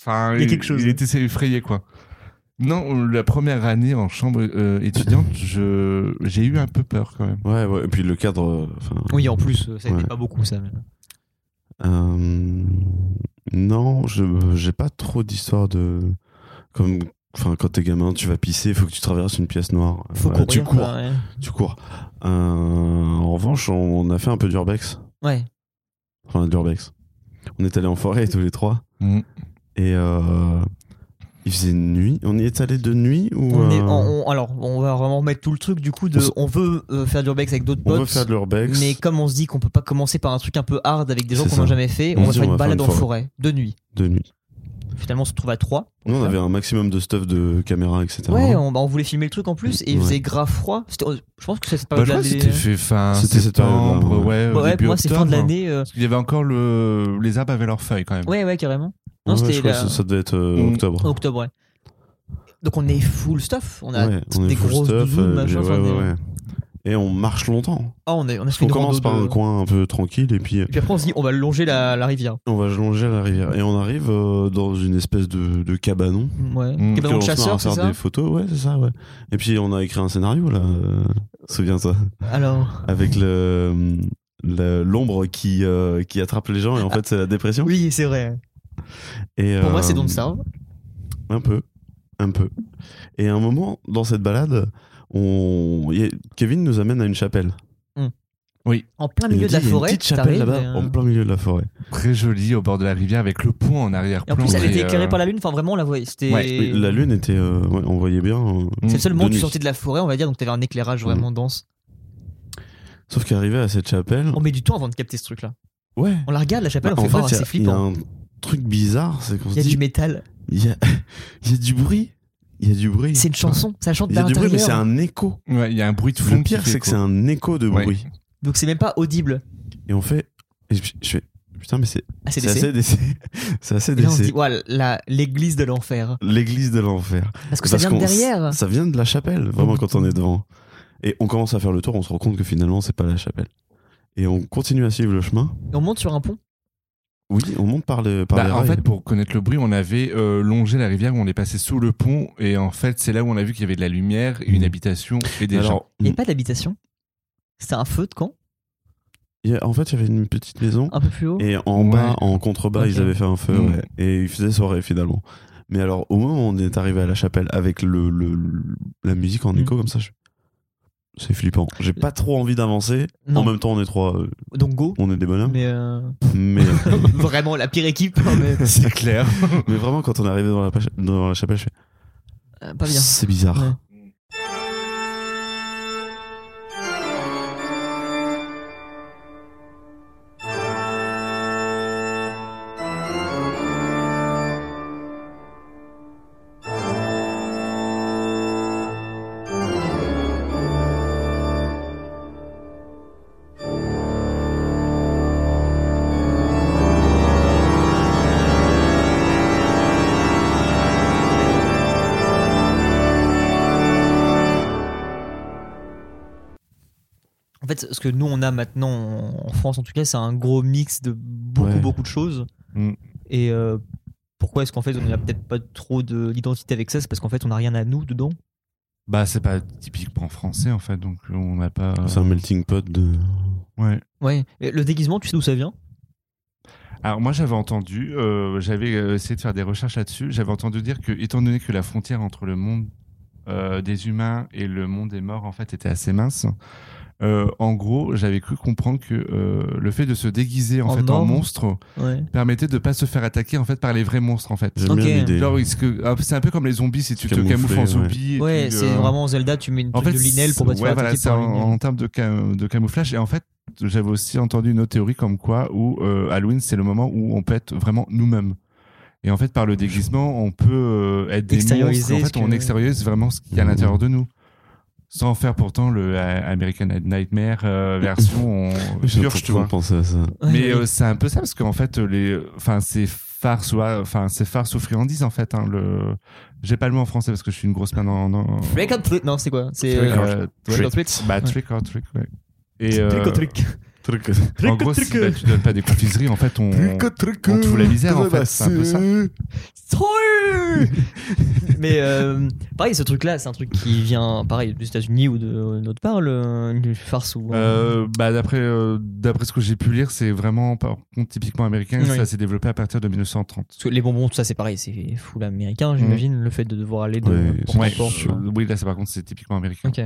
[SPEAKER 5] enfin,
[SPEAKER 1] Il y a quelque chose.
[SPEAKER 5] Il était effrayé, quoi. Non, la première année en chambre euh, étudiante, je j'ai eu un peu peur quand même.
[SPEAKER 2] Ouais, ouais. Et puis le cadre. euh, enfin,
[SPEAKER 1] Oui, en plus, euh, ça n'était
[SPEAKER 2] Ouais.
[SPEAKER 1] pas beaucoup ça. mais-
[SPEAKER 2] Euh, non, je j'ai pas trop d'histoires de comme enfin quand t'es gamin, tu vas pisser, faut que tu traverses une pièce noire.
[SPEAKER 1] Faut
[SPEAKER 2] Voilà,
[SPEAKER 1] courir,
[SPEAKER 2] tu cours,
[SPEAKER 5] hein.
[SPEAKER 1] quoi, ouais.
[SPEAKER 2] tu cours. Euh, en revanche, on, on a fait un peu d'urbex,
[SPEAKER 1] Ouais.
[SPEAKER 2] enfin d'urbex. On est allé en forêt tous les trois
[SPEAKER 5] Mhm.
[SPEAKER 2] et euh, il faisait nuit. On y est allé de nuit ou
[SPEAKER 1] On est,
[SPEAKER 2] euh,
[SPEAKER 1] on- on- alors, on va vraiment mettre tout le truc du coup de.
[SPEAKER 2] On s-
[SPEAKER 1] On veut euh, faire du urbex avec d'autres
[SPEAKER 2] on veut
[SPEAKER 1] potes.
[SPEAKER 2] faire de l'urbex.
[SPEAKER 1] Mais comme on se dit qu'on peut pas commencer par un truc un peu hard avec des gens
[SPEAKER 2] C'est
[SPEAKER 1] qu'on n'a
[SPEAKER 2] ça.
[SPEAKER 1] jamais fait,
[SPEAKER 2] On
[SPEAKER 1] on, va
[SPEAKER 2] se dit,
[SPEAKER 1] faire une balade en forêt de nuit.
[SPEAKER 2] de nuit.
[SPEAKER 1] Finalement, on se trouve à trois.
[SPEAKER 2] Nous, on avait un maximum de stuff de caméra, etc.
[SPEAKER 1] Ouais, on, bah, on voulait filmer le truc en plus et il
[SPEAKER 2] Ouais.
[SPEAKER 1] faisait grave froid. C'était- euh, Je pense que c'est pas euh,
[SPEAKER 5] Bah, je crois que c'était fait fin
[SPEAKER 2] C'était cette
[SPEAKER 5] septembre,
[SPEAKER 2] période-là,
[SPEAKER 5] ouais,
[SPEAKER 1] hein. Ouais,
[SPEAKER 5] début
[SPEAKER 2] hein.
[SPEAKER 1] pour moi c'est fin
[SPEAKER 5] octobre.
[SPEAKER 1] de l'année. euh,
[SPEAKER 5] Parce qu'il y avait encore le les arbres avaient leurs feuilles quand même.
[SPEAKER 1] Ouais, ouais, carrément. Non,
[SPEAKER 2] Ouais,
[SPEAKER 1] c'était
[SPEAKER 2] je crois
[SPEAKER 1] la-
[SPEAKER 2] que ça, ça devait être euh,
[SPEAKER 5] Mm.
[SPEAKER 2] octobre.
[SPEAKER 1] en octobre, ouais. Donc on est full stuff, on a
[SPEAKER 2] Ouais,
[SPEAKER 1] toutes
[SPEAKER 2] on est
[SPEAKER 1] des
[SPEAKER 2] full
[SPEAKER 1] grosses
[SPEAKER 2] stuff,
[SPEAKER 1] douzounes,
[SPEAKER 2] euh,
[SPEAKER 1] machin,
[SPEAKER 2] ouais,
[SPEAKER 1] enfin,
[SPEAKER 2] ouais,
[SPEAKER 1] on est-
[SPEAKER 2] ouais. Et on marche longtemps.
[SPEAKER 1] Ah, on, est, on a
[SPEAKER 2] Parce
[SPEAKER 1] fait
[SPEAKER 2] qu'on
[SPEAKER 1] une grande rando
[SPEAKER 2] commence par
[SPEAKER 1] de-
[SPEAKER 2] un coin un peu tranquille et puis euh,
[SPEAKER 1] Et puis après, on se dit, on va longer la, la rivière.
[SPEAKER 2] on va longer la rivière. Et on arrive euh, dans une espèce de, de cabanon.
[SPEAKER 1] Ouais. Cabanon
[SPEAKER 5] Mm.
[SPEAKER 1] de
[SPEAKER 2] Parce qu'on se met à
[SPEAKER 1] chasseur, c'est
[SPEAKER 2] faire
[SPEAKER 1] ça
[SPEAKER 2] des photos, ouais, c'est ça, ouais. Et puis on a écrit un scénario là, euh, souviens-toi,
[SPEAKER 1] Alors,
[SPEAKER 2] avec le le- l'ombre qui euh, qui attrape les gens et en fait c'est la dépression.
[SPEAKER 1] oui, c'est vrai.
[SPEAKER 2] Et,
[SPEAKER 1] Pour moi,
[SPEAKER 2] euh,
[SPEAKER 1] c'est Don't Starve.
[SPEAKER 2] Un peu. Un peu. Et à un moment, dans cette balade, on... y a- Kevin nous amène à une chapelle.
[SPEAKER 1] En plein
[SPEAKER 2] Il
[SPEAKER 1] milieu
[SPEAKER 2] nous
[SPEAKER 1] de la
[SPEAKER 2] dit, il y a
[SPEAKER 1] forêt,
[SPEAKER 2] Une petite chapelle
[SPEAKER 1] t'arrives,
[SPEAKER 2] là-bas,
[SPEAKER 1] et, euh,
[SPEAKER 2] en plein milieu de la forêt.
[SPEAKER 5] Très jolie au bord de la rivière avec le pont en
[SPEAKER 1] Et
[SPEAKER 5] arrière-plan.
[SPEAKER 1] en plus, elle
[SPEAKER 5] Et,
[SPEAKER 1] était éclairée
[SPEAKER 5] euh,
[SPEAKER 1] par la lune. Enfin, vraiment, on la voyait. C'était.
[SPEAKER 2] Oui, La lune était. euh, ouais, on voyait bien. euh,
[SPEAKER 5] Mm.
[SPEAKER 1] C'est le seul
[SPEAKER 2] de
[SPEAKER 1] moment où tu
[SPEAKER 2] nuit. Mm.
[SPEAKER 1] sortais de la forêt, on va dire, donc t'avais un éclairage vraiment dense.
[SPEAKER 2] Sauf qu'arrivé à cette chapelle.
[SPEAKER 1] On met du temps avant de capter ce truc-là.
[SPEAKER 2] Ouais.
[SPEAKER 1] On la regarde, la chapelle, on
[SPEAKER 2] Bah,
[SPEAKER 1] fait
[SPEAKER 2] en
[SPEAKER 1] voir,
[SPEAKER 2] fait, il y
[SPEAKER 1] c'est
[SPEAKER 2] a- il y, a
[SPEAKER 1] flippant.
[SPEAKER 2] un truc bizarre, c'est qu'on
[SPEAKER 1] Il y
[SPEAKER 2] se
[SPEAKER 1] a du
[SPEAKER 2] dit.
[SPEAKER 1] métal,
[SPEAKER 2] Il y a, il y a du bruit. Il y a du bruit.
[SPEAKER 1] c'est une chanson, ça chante
[SPEAKER 2] Il y a
[SPEAKER 1] par
[SPEAKER 2] du bruit, mais c'est
[SPEAKER 1] l'intérieur.
[SPEAKER 2] un écho.
[SPEAKER 5] Ouais, il y a un bruit de fond.
[SPEAKER 2] Le
[SPEAKER 5] qui
[SPEAKER 2] pire,
[SPEAKER 5] fait
[SPEAKER 2] c'est que c'est
[SPEAKER 5] écho.
[SPEAKER 2] un écho de
[SPEAKER 5] Ouais.
[SPEAKER 2] bruit.
[SPEAKER 1] Donc c'est même pas audible.
[SPEAKER 2] Et on fait. Et je, je fais. Putain, mais c'est
[SPEAKER 1] Ah, c'est
[SPEAKER 2] c'est
[SPEAKER 1] décès.
[SPEAKER 2] assez décès. C'est assez
[SPEAKER 1] Et là, on se
[SPEAKER 2] décès.
[SPEAKER 1] dit, voilà, la- l'église de l'enfer.
[SPEAKER 2] L'église de l'enfer.
[SPEAKER 1] Parce que ça vient de
[SPEAKER 2] qu'on-
[SPEAKER 1] derrière.
[SPEAKER 2] Ça vient de la chapelle, vraiment, quand on est devant. Et on commence à faire le tour, on se rend compte que finalement, c'est pas la chapelle. Et on continue à suivre le chemin.
[SPEAKER 1] Et on monte sur un pont.
[SPEAKER 2] Oui, on monte par, le, par
[SPEAKER 5] Bah,
[SPEAKER 2] les
[SPEAKER 5] en
[SPEAKER 2] rails.
[SPEAKER 5] fait, pour connaître le bruit, on avait euh, longé la rivière, où on est passé sous le pont, et en fait, c'est là où on a vu qu'il y avait de la lumière, et une
[SPEAKER 2] Mm.
[SPEAKER 5] habitation et des gens.
[SPEAKER 2] Alors,
[SPEAKER 1] Il n'y a pas d'habitation. C'était un feu de camp,
[SPEAKER 2] il y a- en fait, il y avait une petite maison.
[SPEAKER 1] un peu plus haut.
[SPEAKER 2] Et en
[SPEAKER 5] Ouais.
[SPEAKER 2] bas, en contrebas,
[SPEAKER 1] Ok.
[SPEAKER 2] ils avaient fait un feu.
[SPEAKER 5] Mm.
[SPEAKER 2] ouais. Et il faisait soirée, finalement. Mais alors, au moment où on est arrivé à la chapelle avec le, le- le- la musique en
[SPEAKER 1] Mm.
[SPEAKER 2] écho, comme ça, je- c'est flippant. J'ai pas trop envie d'avancer.
[SPEAKER 1] Non.
[SPEAKER 2] En même temps, on est trois. euh,
[SPEAKER 1] Donc go.
[SPEAKER 2] On est des bonhommes.
[SPEAKER 1] Mais euh,
[SPEAKER 2] Mais,
[SPEAKER 1] vraiment la pire équipe. Non, mais,
[SPEAKER 5] C'est clair.
[SPEAKER 2] mais vraiment, quand on est arrivé dans la, pache- dans la chapelle, je fais.
[SPEAKER 1] euh, pas bien.
[SPEAKER 2] C'est bizarre.
[SPEAKER 1] Ouais. En fait, ce que nous on a maintenant en France, en tout cas, c'est un gros mix de beaucoup
[SPEAKER 2] Ouais.
[SPEAKER 1] beaucoup de choses.
[SPEAKER 5] Mm.
[SPEAKER 1] Et euh, pourquoi est-ce qu'en fait on n'a peut-être pas trop de d'identité avec ça C'est parce qu'en fait on n'a rien à nous dedans.
[SPEAKER 5] Bah, c'est pas typiquement français, en fait, donc on n'a pas.
[SPEAKER 2] C'est un melting pot de.
[SPEAKER 5] Ouais.
[SPEAKER 1] Ouais. Et le déguisement, tu sais d'où ça vient
[SPEAKER 5] Alors, moi, j'avais entendu, euh, j'avais euh, essayé de faire des recherches là-dessus, j'avais entendu dire que, étant donné que la frontière entre le monde euh, des humains et le monde des morts, en fait, était assez mince. euh, en gros, j'avais cru comprendre que euh, le fait de se déguiser en,
[SPEAKER 1] En
[SPEAKER 5] fait en
[SPEAKER 1] mort.
[SPEAKER 5] monstre
[SPEAKER 1] Ouais.
[SPEAKER 5] permettait de pas se faire attaquer en fait par les vrais monstres en fait.
[SPEAKER 2] J'aime
[SPEAKER 1] Ok.
[SPEAKER 2] bien l'idée.
[SPEAKER 5] Genre, est-ce que- ah, c'est un peu comme les zombies si tu te
[SPEAKER 2] Camoufler,
[SPEAKER 5] camoufles en
[SPEAKER 2] ouais.
[SPEAKER 5] zombie. et
[SPEAKER 1] Ouais,
[SPEAKER 5] tu,
[SPEAKER 1] c'est
[SPEAKER 5] euh,
[SPEAKER 1] vraiment Zelda. Tu mets une
[SPEAKER 5] en
[SPEAKER 1] truc
[SPEAKER 5] fait,
[SPEAKER 1] de linelle pour pas te
[SPEAKER 5] ouais,
[SPEAKER 1] faire
[SPEAKER 5] voilà,
[SPEAKER 1] attaquer
[SPEAKER 5] c'est
[SPEAKER 1] par
[SPEAKER 5] en,
[SPEAKER 1] une-
[SPEAKER 5] en termes de, cam- de camouflage. Et en fait, j'avais aussi entendu une autre théorie comme quoi où euh, Halloween c'est le moment où on peut être vraiment nous-mêmes. Et en fait, par le déguisement, on peut euh, être des monstres.
[SPEAKER 1] Extérioriser
[SPEAKER 5] et En
[SPEAKER 1] ce
[SPEAKER 5] fait, on
[SPEAKER 1] que- Mmh.
[SPEAKER 5] extériorise vraiment ce qu'il y a à
[SPEAKER 2] Mhm.
[SPEAKER 5] l'intérieur de nous. Sans faire pourtant le euh, American Nightmare euh, version on-
[SPEAKER 2] J'ai
[SPEAKER 5] purge, tu vois.
[SPEAKER 2] penser à ça.
[SPEAKER 1] Ouais,
[SPEAKER 5] Mais
[SPEAKER 1] ouais.
[SPEAKER 5] euh, c'est un peu ça parce qu'en fait les, enfin c'est farce ou enfin c'est farce ou friandise en fait. Hein, le, j'ai pas le mot en français parce que je suis une grosse main dans. dans...
[SPEAKER 1] Trick or treat. Non, c'est quoi C'est
[SPEAKER 5] Trick or-
[SPEAKER 1] euh, trick or treat.
[SPEAKER 5] Bah
[SPEAKER 1] Ouais.
[SPEAKER 5] trick or trick. Ouais. Et euh,
[SPEAKER 1] Trick or trick.
[SPEAKER 2] Truc,
[SPEAKER 5] en gros, si bah, tu donnes pas des confiseries, en fait, on.
[SPEAKER 2] truc.
[SPEAKER 5] on te fout la misère, en fait, c'est un peu ça.
[SPEAKER 1] Sorry Mais euh, pareil, ce truc-là, c'est un truc qui vient, pareil, des États-Unis ou de notre part, le, une farce ou.
[SPEAKER 5] Euh, bah d'après euh, d'après ce que j'ai pu lire, c'est vraiment par contre typiquement américain.
[SPEAKER 1] Oui.
[SPEAKER 5] Ça s'est développé à partir de 1930.
[SPEAKER 1] Parce que les bonbons, tout ça, c'est pareil, c'est full américain, j'imagine, le fait de devoir aller de porte
[SPEAKER 2] Ouais,
[SPEAKER 1] en
[SPEAKER 5] Mm. Ouais,
[SPEAKER 1] porte,
[SPEAKER 5] je-
[SPEAKER 1] quoi.
[SPEAKER 5] oui, là, c'est par contre, c'est typiquement américain.
[SPEAKER 1] Ok.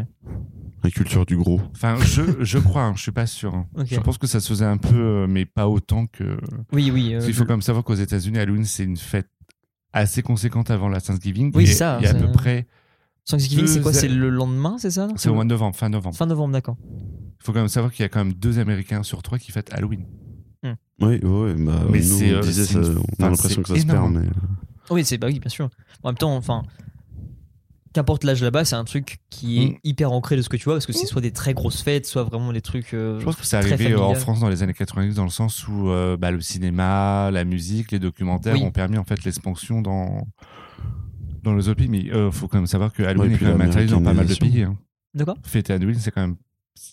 [SPEAKER 2] La culture du gros.
[SPEAKER 5] Enfin, je, je crois, hein, je suis pas sûr. hein.
[SPEAKER 1] Ok.
[SPEAKER 5] Je pense que ça se faisait un peu, euh, mais pas autant que.
[SPEAKER 1] Oui, oui. euh,
[SPEAKER 5] Parce qu'il faut quand même savoir qu'aux États-Unis, Halloween, c'est une fête assez conséquente avant la Thanksgiving.
[SPEAKER 1] Oui,
[SPEAKER 5] et,
[SPEAKER 1] c'est ça,
[SPEAKER 5] Et à
[SPEAKER 1] c'est-
[SPEAKER 5] peu près,
[SPEAKER 1] Thanksgiving, c'est quoi
[SPEAKER 5] Deux-
[SPEAKER 1] C'est le lendemain, c'est ça
[SPEAKER 5] c'est au mois de novembre, fin novembre.
[SPEAKER 1] Fin novembre, d'accord.
[SPEAKER 5] Il faut quand même savoir qu'il y a quand même deux Américains sur trois qui fêtent Halloween.
[SPEAKER 1] Euh,
[SPEAKER 2] Oui, oui, bah,
[SPEAKER 5] Mais
[SPEAKER 2] nous,
[SPEAKER 5] c'est,
[SPEAKER 2] on
[SPEAKER 5] euh,
[SPEAKER 2] disait
[SPEAKER 5] c'est
[SPEAKER 2] ça,
[SPEAKER 5] une-
[SPEAKER 2] on a
[SPEAKER 5] enfin,
[SPEAKER 2] l'impression
[SPEAKER 5] c'est
[SPEAKER 2] que ça se
[SPEAKER 5] énorme.
[SPEAKER 2] perd, mais.
[SPEAKER 1] Oui, c'est bah oui, bien sûr. En même temps, enfin, qu'importe l'âge là-bas, c'est un truc qui est
[SPEAKER 5] Mm.
[SPEAKER 1] hyper ancré de ce que tu vois, parce que c'est soit des très grosses fêtes, soit vraiment des trucs. euh,
[SPEAKER 5] Je pense que c'est
[SPEAKER 1] très
[SPEAKER 5] arrivé euh, en
[SPEAKER 1] familial.
[SPEAKER 5] France dans les années 90 dans le sens où euh, bah, le cinéma, la musique, les documentaires
[SPEAKER 1] Oui.
[SPEAKER 5] ont permis en fait l'expansion dans dans les autres pays. Mais euh, faut quand même savoir que
[SPEAKER 2] Ouais,
[SPEAKER 5] Halloween
[SPEAKER 2] et
[SPEAKER 5] est
[SPEAKER 2] puis
[SPEAKER 5] quand même interdit dans pas mal de
[SPEAKER 2] l'américanisation.
[SPEAKER 5] pays. Hein.
[SPEAKER 1] De quoi
[SPEAKER 5] Fêter Halloween, c'est quand même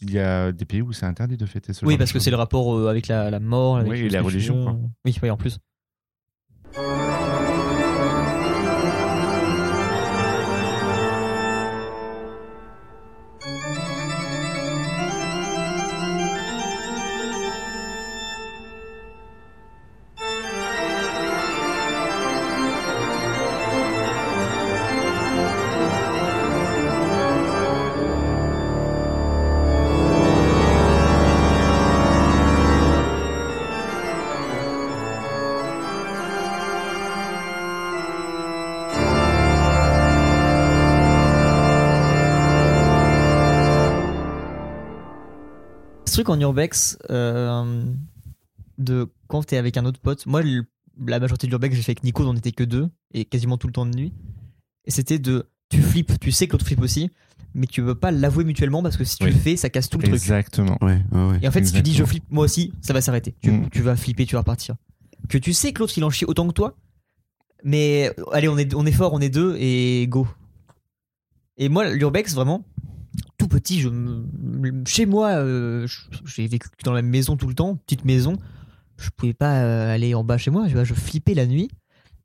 [SPEAKER 5] il y a des pays où c'est interdit de fêter ce
[SPEAKER 1] Oui,
[SPEAKER 5] genre
[SPEAKER 1] parce
[SPEAKER 5] de
[SPEAKER 1] que
[SPEAKER 5] choses.
[SPEAKER 1] c'est le rapport euh, avec la, la mort, avec
[SPEAKER 5] Oui,
[SPEAKER 1] tout ce
[SPEAKER 5] la
[SPEAKER 1] que tu
[SPEAKER 5] religion,
[SPEAKER 1] veux.
[SPEAKER 5] quoi.
[SPEAKER 1] Oui, oui, en plus. Ce truc en urbex, euh, de quand t'es avec un autre pote, moi le- la majorité de l'urbex j'ai fait avec Nico, on n'était que deux, et quasiment tout le temps de nuit. Et c'était de tu flippes, tu sais que l'autre flippe aussi, mais tu veux pas l'avouer mutuellement parce que si tu
[SPEAKER 5] Oui.
[SPEAKER 1] le fais, ça casse tout le truc.
[SPEAKER 5] Exactement.
[SPEAKER 2] Ouais, ouais, ouais.
[SPEAKER 1] Et en fait, si tu dis je
[SPEAKER 5] Exactement.
[SPEAKER 1] flippe moi aussi, ça va s'arrêter. Tu,
[SPEAKER 5] Mm.
[SPEAKER 1] tu vas flipper, tu vas repartir. Que tu sais que l'autre il en chie autant que toi, mais euh, allez, on est, on est fort, on est deux et go. Et moi, l'urbex, vraiment, tout petit, je me- chez moi, euh, je- j'ai vécu dans la maison tout le temps, petite maison. Je pouvais pas euh, aller en bas chez moi, tu vois, je flippais la nuit.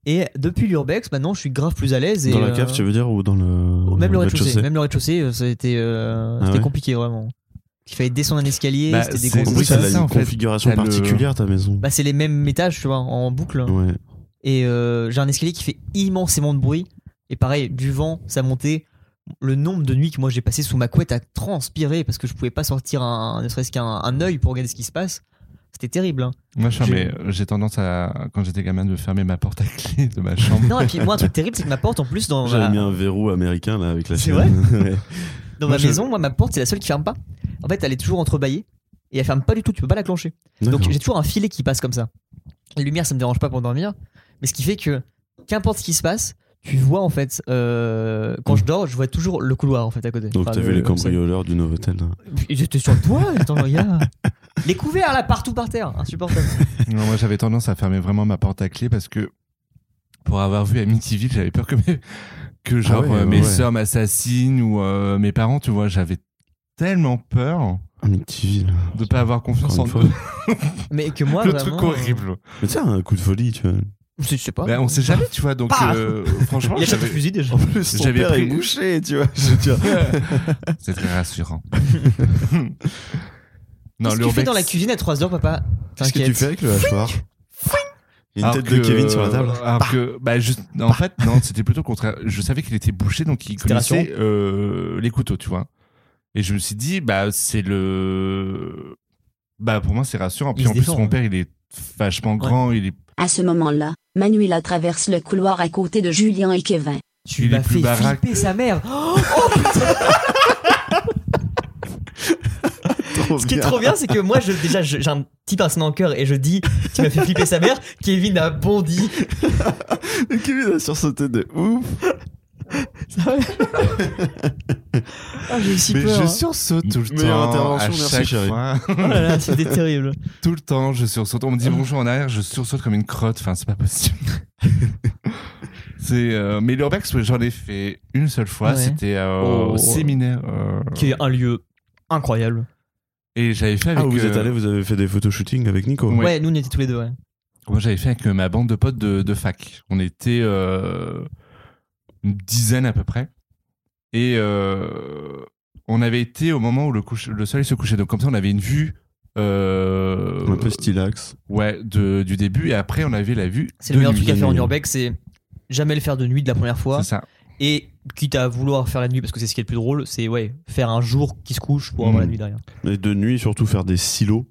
[SPEAKER 1] Et depuis l'urbex, maintenant, je suis grave plus à l'aise. et,
[SPEAKER 2] Dans la cave,
[SPEAKER 1] euh,
[SPEAKER 2] tu veux dire, ou dans le.
[SPEAKER 1] même le
[SPEAKER 2] le
[SPEAKER 1] rez-de-chaussée, même le rez-de-chaussée, euh, ça a été, euh,
[SPEAKER 2] Ah
[SPEAKER 1] c'était
[SPEAKER 2] ouais
[SPEAKER 1] compliqué vraiment. Il fallait descendre un escalier,
[SPEAKER 5] Bah,
[SPEAKER 1] c'était des
[SPEAKER 5] c'est-
[SPEAKER 1] gros
[SPEAKER 2] En
[SPEAKER 5] Oui,
[SPEAKER 2] plus,
[SPEAKER 5] c'est
[SPEAKER 2] elle a
[SPEAKER 5] ça, en
[SPEAKER 2] une
[SPEAKER 5] fait.
[SPEAKER 2] configuration
[SPEAKER 5] T'as le-
[SPEAKER 2] particulière, ta maison.
[SPEAKER 1] bah c'est les mêmes étages tu vois en boucle
[SPEAKER 2] Ouais.
[SPEAKER 1] et euh, j'ai un escalier qui fait immensément de bruit et pareil du vent ça montait le nombre de nuits que moi j'ai passé sous ma couette à transpirer parce que je pouvais pas sortir un ne serait-ce qu'un un œil pour regarder ce qui se passe c'était terrible hein.
[SPEAKER 5] Moi, je suis un-
[SPEAKER 1] J'ai-
[SPEAKER 5] mais euh, j'ai tendance à quand j'étais gamin de fermer ma porte à clé de ma chambre.
[SPEAKER 1] non et puis moi un truc terrible c'est que ma porte en plus dans
[SPEAKER 2] J'avais
[SPEAKER 1] ma,
[SPEAKER 2] mis un verrou américain, là, avec la
[SPEAKER 1] C'est
[SPEAKER 2] chaîne. Ouais.
[SPEAKER 1] dans ma
[SPEAKER 5] Moi, je-
[SPEAKER 1] maison moi ma porte c'est la seule qui ferme pas en fait elle est toujours entrebâillée et elle ferme pas du tout tu peux pas la clencher
[SPEAKER 2] D'accord.
[SPEAKER 1] Donc j'ai toujours un filet qui passe comme ça. La lumière, ça me dérange pas pour dormir, mais ce qui fait que qu'importe ce qui se passe, tu vois en fait euh, quand je dors, je vois toujours le couloir en fait à côté.
[SPEAKER 2] Mhm. Donc,
[SPEAKER 1] Enfin,
[SPEAKER 2] t'as
[SPEAKER 1] le-
[SPEAKER 2] vu les
[SPEAKER 1] le-
[SPEAKER 2] cambrioleurs du Novotel. hein.
[SPEAKER 1] J'étais sur le toit, attends, regarde. Les couverts là partout par terre, insupportable.
[SPEAKER 5] Non, moi j'avais tendance à fermer vraiment ma porte à clé parce que pour avoir vu Amityville, j'avais peur que mes, que genre
[SPEAKER 2] Ah ouais,
[SPEAKER 5] euh,
[SPEAKER 2] ouais,
[SPEAKER 5] mes
[SPEAKER 2] ouais.
[SPEAKER 5] sœurs m'assassinent ou euh, mes parents, tu vois, j'avais tellement peur
[SPEAKER 2] Amityville.
[SPEAKER 5] de pas avoir confiance en
[SPEAKER 2] Encore
[SPEAKER 5] eux.
[SPEAKER 2] une
[SPEAKER 1] Mais que moi,
[SPEAKER 5] Le
[SPEAKER 1] vraiment,
[SPEAKER 5] truc horrible.
[SPEAKER 2] Mais tiens, un coup de folie, tu vois.
[SPEAKER 1] euh, je sais pas.
[SPEAKER 5] Ben, on sait jamais, tu vois, donc
[SPEAKER 1] Pah
[SPEAKER 5] euh, franchement,
[SPEAKER 1] Il achète un
[SPEAKER 5] j'avais-
[SPEAKER 1] fusil déjà.
[SPEAKER 2] plus,
[SPEAKER 5] J'avais pris-
[SPEAKER 2] bouché, tu vois. Je veux dire.
[SPEAKER 5] c'est très rassurant.
[SPEAKER 1] Qu'est-ce
[SPEAKER 5] non,
[SPEAKER 1] que tu fais
[SPEAKER 5] l'urbex-
[SPEAKER 1] dans la cuisine à 3 heures, papa
[SPEAKER 2] Qu'est-ce que tu
[SPEAKER 1] T'inquiète.
[SPEAKER 2] fais avec le hachoir Il y a une
[SPEAKER 5] Alors
[SPEAKER 2] tête de
[SPEAKER 5] que-
[SPEAKER 2] Kevin sur la table.
[SPEAKER 5] alors que, bah, juste, en fait, non, c'était plutôt le contraire. Je savais qu'il était bouché, donc il
[SPEAKER 1] C'était
[SPEAKER 5] connaissait euh, les couteaux, tu vois. Et je me suis dit, bah, c'est le. Bah, pour moi, c'est rassurant. Puis
[SPEAKER 1] Il
[SPEAKER 5] en
[SPEAKER 1] se
[SPEAKER 5] plus,
[SPEAKER 1] défend,
[SPEAKER 5] mon
[SPEAKER 1] ouais.
[SPEAKER 5] père, il est vachement grand, il est,
[SPEAKER 7] À ce moment-là, Manuela traverse le couloir à côté de Julien et Kevin.
[SPEAKER 1] Tu
[SPEAKER 5] Il est
[SPEAKER 1] m'as
[SPEAKER 5] plus
[SPEAKER 1] fait
[SPEAKER 5] baraque.
[SPEAKER 1] flipper sa mère. Oh,
[SPEAKER 2] Trop
[SPEAKER 1] euh, Ce qui est
[SPEAKER 2] bien.
[SPEAKER 1] trop bien, c'est que moi, je, déjà, je- j'ai un petit pincement en cœur et je dis, tu m'as fait flipper sa mère. Kevin a bondi.
[SPEAKER 2] Kevin a sursauté de ouf.
[SPEAKER 1] Ah, j'ai eu si
[SPEAKER 5] mais
[SPEAKER 1] peur.
[SPEAKER 5] je
[SPEAKER 1] hein.
[SPEAKER 5] sursaute tout le
[SPEAKER 2] Meilleure
[SPEAKER 5] temps. à
[SPEAKER 2] intervention, merci,
[SPEAKER 5] chaque
[SPEAKER 2] chérie.
[SPEAKER 5] fois.
[SPEAKER 1] Oh là là, c'était terrible.
[SPEAKER 5] tout le temps, je sursaute. On me dit bonjour en arrière, je sursaute comme une crotte. Enfin, c'est pas possible. c'est, euh, mais l'urbex, ouais, j'en ai fait une seule fois.
[SPEAKER 1] Ouais.
[SPEAKER 5] C'était euh,
[SPEAKER 1] Oh.
[SPEAKER 5] au séminaire. euh,
[SPEAKER 1] Qui est un lieu incroyable.
[SPEAKER 5] Et j'avais fait avec.
[SPEAKER 2] Ah, vous
[SPEAKER 5] euh,
[SPEAKER 2] êtes allé, vous avez fait des photoshootings avec Nico.
[SPEAKER 5] Ouais.
[SPEAKER 1] Ouais, nous on y était tous les deux, ouais.
[SPEAKER 5] Moi, j'avais fait avec euh, ma bande de potes de, de fac. On était euh, une dizaine à peu près. Et euh, on avait été au moment où le, couche- le soleil se couchait. Donc, comme ça, on avait une vue. euh,
[SPEAKER 2] Un peu stylax.
[SPEAKER 5] ouais, de- du début. Et après, on avait la vue.
[SPEAKER 1] C'est
[SPEAKER 5] de
[SPEAKER 1] le meilleur
[SPEAKER 5] nuit.
[SPEAKER 1] truc à faire en
[SPEAKER 2] nuit.
[SPEAKER 1] urbex, c'est jamais le faire de nuit de la première fois.
[SPEAKER 5] C'est ça.
[SPEAKER 1] Et quitte à vouloir faire la nuit, parce que c'est ce qui est le plus drôle, c'est ouais, faire un jour qui se couche pour avoir
[SPEAKER 5] Mm.
[SPEAKER 1] la nuit derrière.
[SPEAKER 2] Et de nuit, surtout faire des silos.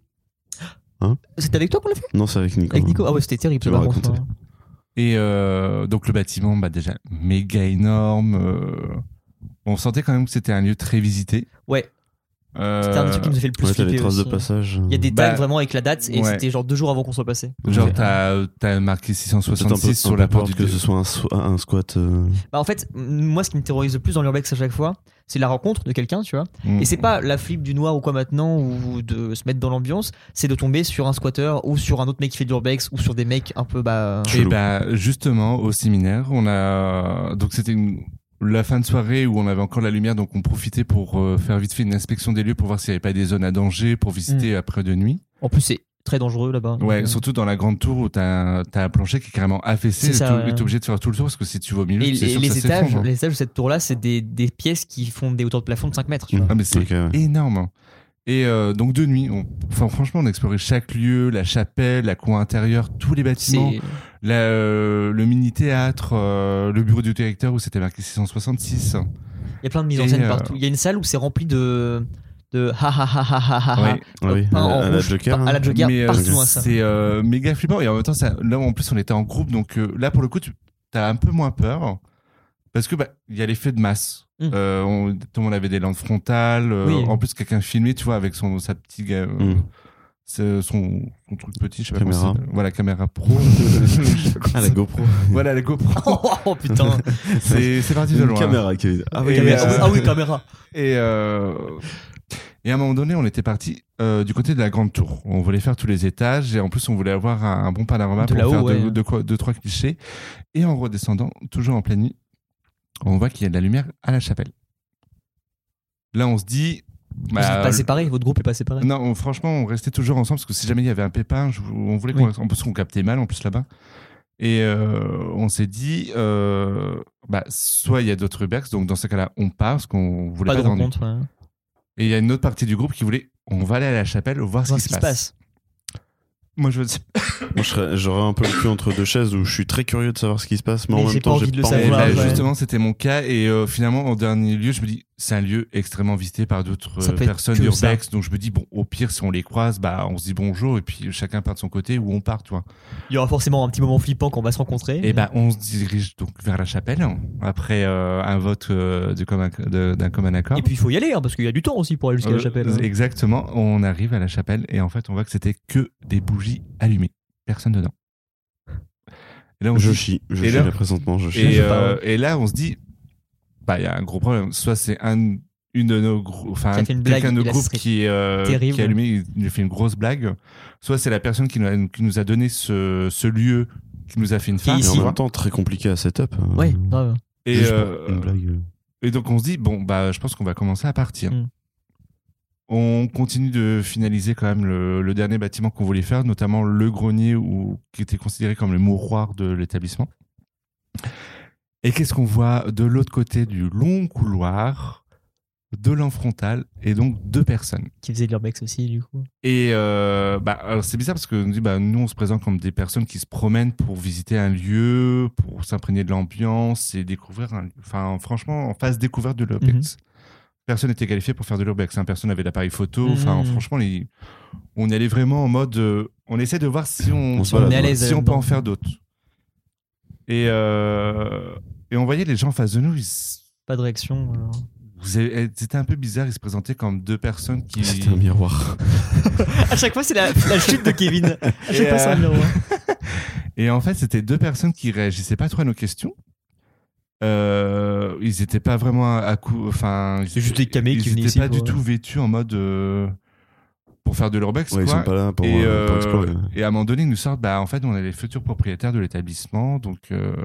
[SPEAKER 1] C'était avec toi qu'on l'a fait
[SPEAKER 2] Non, c'est avec Nico.
[SPEAKER 1] Avec Nico Ah ouais, c'était terrible.
[SPEAKER 2] Tu
[SPEAKER 1] ça, par
[SPEAKER 2] l'as
[SPEAKER 1] contre,
[SPEAKER 2] raconté.
[SPEAKER 1] hein.
[SPEAKER 5] Et euh, donc le bâtiment, bah déjà méga énorme. euh, on sentait quand même que c'était un lieu très visité.
[SPEAKER 1] Ouais. C'était un des trucs qui nous a fait le plus
[SPEAKER 2] Ouais, t'as les
[SPEAKER 1] flipper
[SPEAKER 2] traces de
[SPEAKER 1] aussi. hein.
[SPEAKER 2] passage.
[SPEAKER 1] Il y a des
[SPEAKER 5] Bah,
[SPEAKER 1] tags vraiment avec la date et
[SPEAKER 5] ouais.
[SPEAKER 1] c'était genre deux jours avant qu'on soit passé.
[SPEAKER 5] Euh, Genre,
[SPEAKER 2] Ouais.
[SPEAKER 5] t'as as marqué
[SPEAKER 2] Peut-être un peu-
[SPEAKER 5] 666
[SPEAKER 2] un
[SPEAKER 5] sur
[SPEAKER 2] peu
[SPEAKER 5] la
[SPEAKER 2] peur
[SPEAKER 5] porte du
[SPEAKER 2] que ce soit un, so- un squat. euh,
[SPEAKER 1] Bah en fait, m- moi ce qui me terrorise le plus dans l'urbex à chaque fois, c'est la rencontre de quelqu'un, tu vois.
[SPEAKER 5] Mm.
[SPEAKER 1] Et c'est pas la flip du noir ou quoi maintenant ou de se mettre dans l'ambiance, c'est de tomber sur un squatter ou sur un autre mec qui fait de l'urbex ou sur des mecs un peu bah
[SPEAKER 5] Et
[SPEAKER 2] Chelou.
[SPEAKER 5] bah, justement, au séminaire, on a. Donc, c'était une- la fin de soirée où on avait encore la lumière, donc on profitait pour euh, faire vite fait une inspection des lieux pour voir s'il n'y avait pas des zones à danger pour
[SPEAKER 1] Mm.
[SPEAKER 5] visiter après de nuit.
[SPEAKER 1] en plus c'est très dangereux là-bas.
[SPEAKER 5] Ouais,
[SPEAKER 1] Donc, euh,
[SPEAKER 5] surtout dans la grande tour où t'as un- t'as un plancher qui est carrément affaissé.
[SPEAKER 1] C'est
[SPEAKER 5] et
[SPEAKER 1] ça,
[SPEAKER 5] tout-
[SPEAKER 1] ouais.
[SPEAKER 5] et T'es obligé de faire tout le tour parce que si tu vas au milieu,
[SPEAKER 1] et
[SPEAKER 5] c'est
[SPEAKER 1] les,
[SPEAKER 5] sûr que
[SPEAKER 1] les
[SPEAKER 5] ça
[SPEAKER 1] étages,
[SPEAKER 5] s'effondre. hein.
[SPEAKER 1] les étages de cette tour là, c'est des, des pièces qui font des hauteurs de plafond de 5 mètres. tu vois.
[SPEAKER 5] Ah, mais c'est
[SPEAKER 2] Ok, ouais.
[SPEAKER 5] énorme. Et euh, donc de nuit, on, enfin franchement, on a exploré chaque lieu, la chapelle, la cour intérieure, tous les bâtiments,
[SPEAKER 1] C'est
[SPEAKER 5] la, euh, le mini théâtre, le bureau du directeur où c'était marqué 666.
[SPEAKER 1] il y a plein de mises en
[SPEAKER 5] Et,
[SPEAKER 1] scène
[SPEAKER 5] euh,
[SPEAKER 1] partout. Il y a une salle où c'est rempli de de ha ha ha ha ha ha, ha.
[SPEAKER 5] Ouais.
[SPEAKER 2] Ah oui,
[SPEAKER 1] Peint en
[SPEAKER 2] à la
[SPEAKER 1] rouge,
[SPEAKER 2] Joker.
[SPEAKER 1] peint à
[SPEAKER 2] hein.
[SPEAKER 1] la Joker
[SPEAKER 5] Mais, euh,
[SPEAKER 1] partout hein, ça.
[SPEAKER 5] c'est euh, méga flippant et en même temps, ça, là en plus on était en groupe, donc euh, là pour le coup, tu as un peu moins peur parce que bah il y a l'effet de masse.
[SPEAKER 1] Mm.
[SPEAKER 5] Euh, on, tout le monde avait des lampes frontales. euh,
[SPEAKER 1] Oui.
[SPEAKER 5] En plus, quelqu'un filmait, tu vois, avec son sa petite ga- euh,
[SPEAKER 2] Mm.
[SPEAKER 5] ce- son, son truc petit, je sais pas
[SPEAKER 2] Caméra.
[SPEAKER 5] comment ça s'appelle. Voilà, caméra pro.
[SPEAKER 2] Ah, la GoPro.
[SPEAKER 5] voilà, la GoPro.
[SPEAKER 1] oh putain.
[SPEAKER 5] c'est c'est parti de
[SPEAKER 2] Une
[SPEAKER 5] loin.
[SPEAKER 2] caméra, Kevin. Ah oui,
[SPEAKER 5] Et,
[SPEAKER 2] caméra.
[SPEAKER 5] euh,
[SPEAKER 1] Ah oui, caméra.
[SPEAKER 5] Et, euh, et à un moment donné, on était parti euh, du côté de la grande tour. On voulait faire tous les étages et en plus, on voulait avoir un, un bon panorama
[SPEAKER 1] De
[SPEAKER 5] pour
[SPEAKER 1] là-haut,
[SPEAKER 5] faire
[SPEAKER 1] ouais.
[SPEAKER 5] deux, deux, quoi- deux, trois clichés. Et en redescendant, toujours en pleine nuit, on voit qu'il y a de la lumière à la chapelle. Là, on se dit.
[SPEAKER 1] Vous
[SPEAKER 5] bah,
[SPEAKER 1] êtes pas séparés, votre groupe est pas séparé.
[SPEAKER 5] Non, on- franchement, on restait toujours ensemble parce que si jamais il y avait un pépin, je- on voulait qu'on en plus qu'on captait mal en plus là-bas. Et euh, on s'est dit, euh, bah, soit il y a d'autres Uberx, donc dans ce cas-là, on part parce qu'on voulait
[SPEAKER 1] Pas
[SPEAKER 5] pas,
[SPEAKER 1] de
[SPEAKER 5] dormir.
[SPEAKER 1] rencontre. hein. ouais.
[SPEAKER 5] Et il y a une autre partie du groupe qui voulait, on va aller à la chapelle voir,
[SPEAKER 1] Voir ce qui se passe.
[SPEAKER 5] Moi, je veux
[SPEAKER 2] Moi, je serais- j'aurais un peu le cul entre deux chaises où je suis très curieux de savoir ce qui se passe, mais,
[SPEAKER 1] Mais
[SPEAKER 2] en
[SPEAKER 1] j'ai
[SPEAKER 2] même
[SPEAKER 1] pas
[SPEAKER 2] temps,
[SPEAKER 1] envie
[SPEAKER 2] j'ai
[SPEAKER 1] de le
[SPEAKER 2] pas envie
[SPEAKER 1] savoir,
[SPEAKER 2] de-
[SPEAKER 1] ouais.
[SPEAKER 5] justement, c'était mon cas. Et euh, finalement, en dernier lieu, je me dis, c'est un lieu extrêmement visité par d'autres
[SPEAKER 1] Ça
[SPEAKER 5] euh,
[SPEAKER 1] peut être
[SPEAKER 5] personnes
[SPEAKER 1] que ça.
[SPEAKER 5] urbex. Donc, je me dis, bon, au pire, si on les croise, bah, on se dit bonjour et puis chacun part de son côté ou on part, tu vois.
[SPEAKER 1] Il y aura forcément un petit moment flippant quand on va se rencontrer.
[SPEAKER 5] Et ben, on se dirige donc vers la chapelle après euh, un vote euh, du commun- de- d'un commun accord.
[SPEAKER 1] Et puis il faut y aller hein, parce qu'il y a du temps aussi pour aller jusqu'à la
[SPEAKER 5] Euh,
[SPEAKER 1] chapelle. hein.
[SPEAKER 5] Exactement. On arrive à la chapelle et en fait, on voit que c'était que des bougies allumées. Personne dedans. Et là, on se
[SPEAKER 2] Je
[SPEAKER 5] dit-
[SPEAKER 2] chie, je
[SPEAKER 5] Et
[SPEAKER 2] chie
[SPEAKER 5] là-
[SPEAKER 2] là présentement, je chie.
[SPEAKER 5] Et,
[SPEAKER 1] Je sais pas,
[SPEAKER 5] euh, et là, on se dit, bah, il y a un gros problème. Soit c'est un, une de nos grou-
[SPEAKER 1] Qui
[SPEAKER 5] enfin,
[SPEAKER 1] a fait une blague,
[SPEAKER 5] quelqu'un de
[SPEAKER 1] il a
[SPEAKER 5] groupe
[SPEAKER 1] serait
[SPEAKER 5] qui, euh,
[SPEAKER 1] terrible.
[SPEAKER 5] qui a allumé, il lui fait une grosse blague. Soit c'est la personne qui nous a, qui nous a donné ce, ce lieu, qui nous a fait une farce.
[SPEAKER 2] Et
[SPEAKER 1] ici.
[SPEAKER 2] en même temps, très compliqué à setup. hein.
[SPEAKER 1] Ouais, grave.
[SPEAKER 5] Et,
[SPEAKER 2] Juste
[SPEAKER 5] euh,
[SPEAKER 2] pour une blague.
[SPEAKER 5] et donc on se dit, bon, bah, je pense qu'on va commencer à partir.
[SPEAKER 1] Mm.
[SPEAKER 5] On continue de finaliser quand même le, le dernier bâtiment qu'on voulait faire, notamment le grenier où, qui était considéré comme le mouroir de l'établissement. Et qu'est-ce qu'on voit de l'autre côté du long couloir, de l'en frontal, et donc deux personnes.
[SPEAKER 1] Qui faisait de l'urbex aussi du coup.
[SPEAKER 5] Et euh, bah, alors c'est bizarre parce que on dit, bah, nous, on se présente comme des personnes qui se promènent pour visiter un lieu, pour s'imprégner de l'ambiance et découvrir un lieu. Enfin, franchement, en phase découverte de l'urbex. Personne n'était qualifié pour faire de l'urbex. hein. Personne n'avait d'appareil photo. Enfin,
[SPEAKER 1] Mhm.
[SPEAKER 5] franchement, les- on y allait vraiment en mode. euh, on essaie de voir si on,
[SPEAKER 2] On
[SPEAKER 5] si
[SPEAKER 2] se balade,
[SPEAKER 5] on-
[SPEAKER 2] ouais.
[SPEAKER 5] si
[SPEAKER 1] Euh,
[SPEAKER 5] on peut
[SPEAKER 1] dans-
[SPEAKER 5] en faire d'autres. Et, euh, et on voyait les gens en face de nous. Ils, s-
[SPEAKER 1] Pas de réaction. alors.
[SPEAKER 5] vous avez- c'était un peu bizarre. Ils se présentaient comme deux personnes qui.
[SPEAKER 2] C'était un miroir.
[SPEAKER 1] À chaque fois c'est la, la chute de Kevin. À chaque
[SPEAKER 5] Et, euh,
[SPEAKER 1] fois c'est un miroir.
[SPEAKER 5] Et en fait, c'était deux personnes qui réagissaient pas trop à nos questions. Euh, ils étaient pas vraiment à coup. Enfin,
[SPEAKER 1] C'est juste des camés
[SPEAKER 5] ils
[SPEAKER 1] qui venaient
[SPEAKER 5] étaient
[SPEAKER 1] ici
[SPEAKER 5] pas
[SPEAKER 1] pour-
[SPEAKER 5] du tout vêtus en mode euh, pour faire de l'urbex.
[SPEAKER 2] Ouais, ils
[SPEAKER 5] quoi.
[SPEAKER 2] sont pas là pour,
[SPEAKER 5] et,
[SPEAKER 2] euh, pour
[SPEAKER 5] euh,
[SPEAKER 2] explorer.
[SPEAKER 5] et à un moment donné, ils nous sortent. Bah, en fait, on est les futurs propriétaires de l'établissement, donc. euh,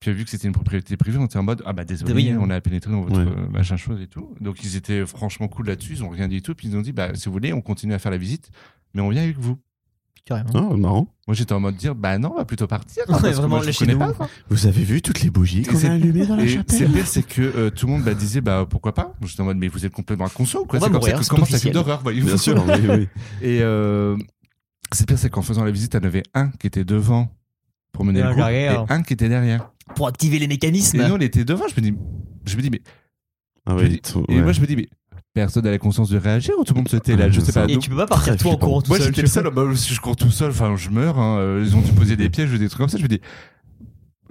[SPEAKER 5] Puis vu que c'était une propriété privée, on était en mode ah bah désolé,
[SPEAKER 1] Oui, hein.
[SPEAKER 5] on a pénétré dans votre
[SPEAKER 2] Ouais.
[SPEAKER 5] euh, machin chose et tout. Donc ils étaient franchement cool là-dessus, ils ont rien dit du tout. Puis ils nous ont dit bah si vous voulez, on continue à faire la visite, mais on vient avec vous.
[SPEAKER 1] Carrément.
[SPEAKER 2] Ah, marrant.
[SPEAKER 5] Moi j'étais en mode dire bah non, on va plutôt partir. hein,
[SPEAKER 1] Ouais,
[SPEAKER 5] parce que
[SPEAKER 1] vraiment,
[SPEAKER 5] moi, je vous
[SPEAKER 1] lâchez-nous.
[SPEAKER 5] connais pas.
[SPEAKER 2] Vous avez vu toutes les bougies qu'on
[SPEAKER 5] c'est-
[SPEAKER 2] a allumées dans la
[SPEAKER 5] Et c'est
[SPEAKER 2] chapelle
[SPEAKER 5] pire, c'est que euh, tout le monde bah, disait bah pourquoi pas. J'étais en mode mais vous êtes complètement inconscient ou quoi
[SPEAKER 1] On va
[SPEAKER 5] C'est comme
[SPEAKER 1] mourir,
[SPEAKER 5] ça que
[SPEAKER 1] c'est
[SPEAKER 5] commence la
[SPEAKER 1] officiel. hein.
[SPEAKER 5] film d'horreur, voyez-vous.
[SPEAKER 2] Bien sûr, oui, oui.
[SPEAKER 5] Et euh, c'est pire, c'est qu'en faisant la visite, il y en avait un qui était devant pour mener
[SPEAKER 1] Et
[SPEAKER 5] le
[SPEAKER 1] un
[SPEAKER 5] groupe
[SPEAKER 1] derrière.
[SPEAKER 5] et un qui était derrière.
[SPEAKER 1] Pour activer les
[SPEAKER 5] Et nous,
[SPEAKER 1] mécanismes.
[SPEAKER 5] on était devant. Je me dis, je me dis mais
[SPEAKER 2] Ah
[SPEAKER 5] Je dis-
[SPEAKER 2] oui, tout-
[SPEAKER 5] et
[SPEAKER 2] ouais.
[SPEAKER 5] moi je me dis mais personne n'a la conscience de réagir ou tout le monde se tait là. Je sais pas.
[SPEAKER 1] Et
[SPEAKER 5] Donc,
[SPEAKER 1] tu peux pas partir
[SPEAKER 2] Très
[SPEAKER 1] toi en courant tout
[SPEAKER 5] moi
[SPEAKER 1] seul.
[SPEAKER 5] j'étais
[SPEAKER 1] tu
[SPEAKER 5] le
[SPEAKER 1] vois.
[SPEAKER 5] seul. bah, si je cours tout seul, enfin je meurs. hein, euh, ils ont dû poser des pièges, ou des trucs comme ça. Je me dis,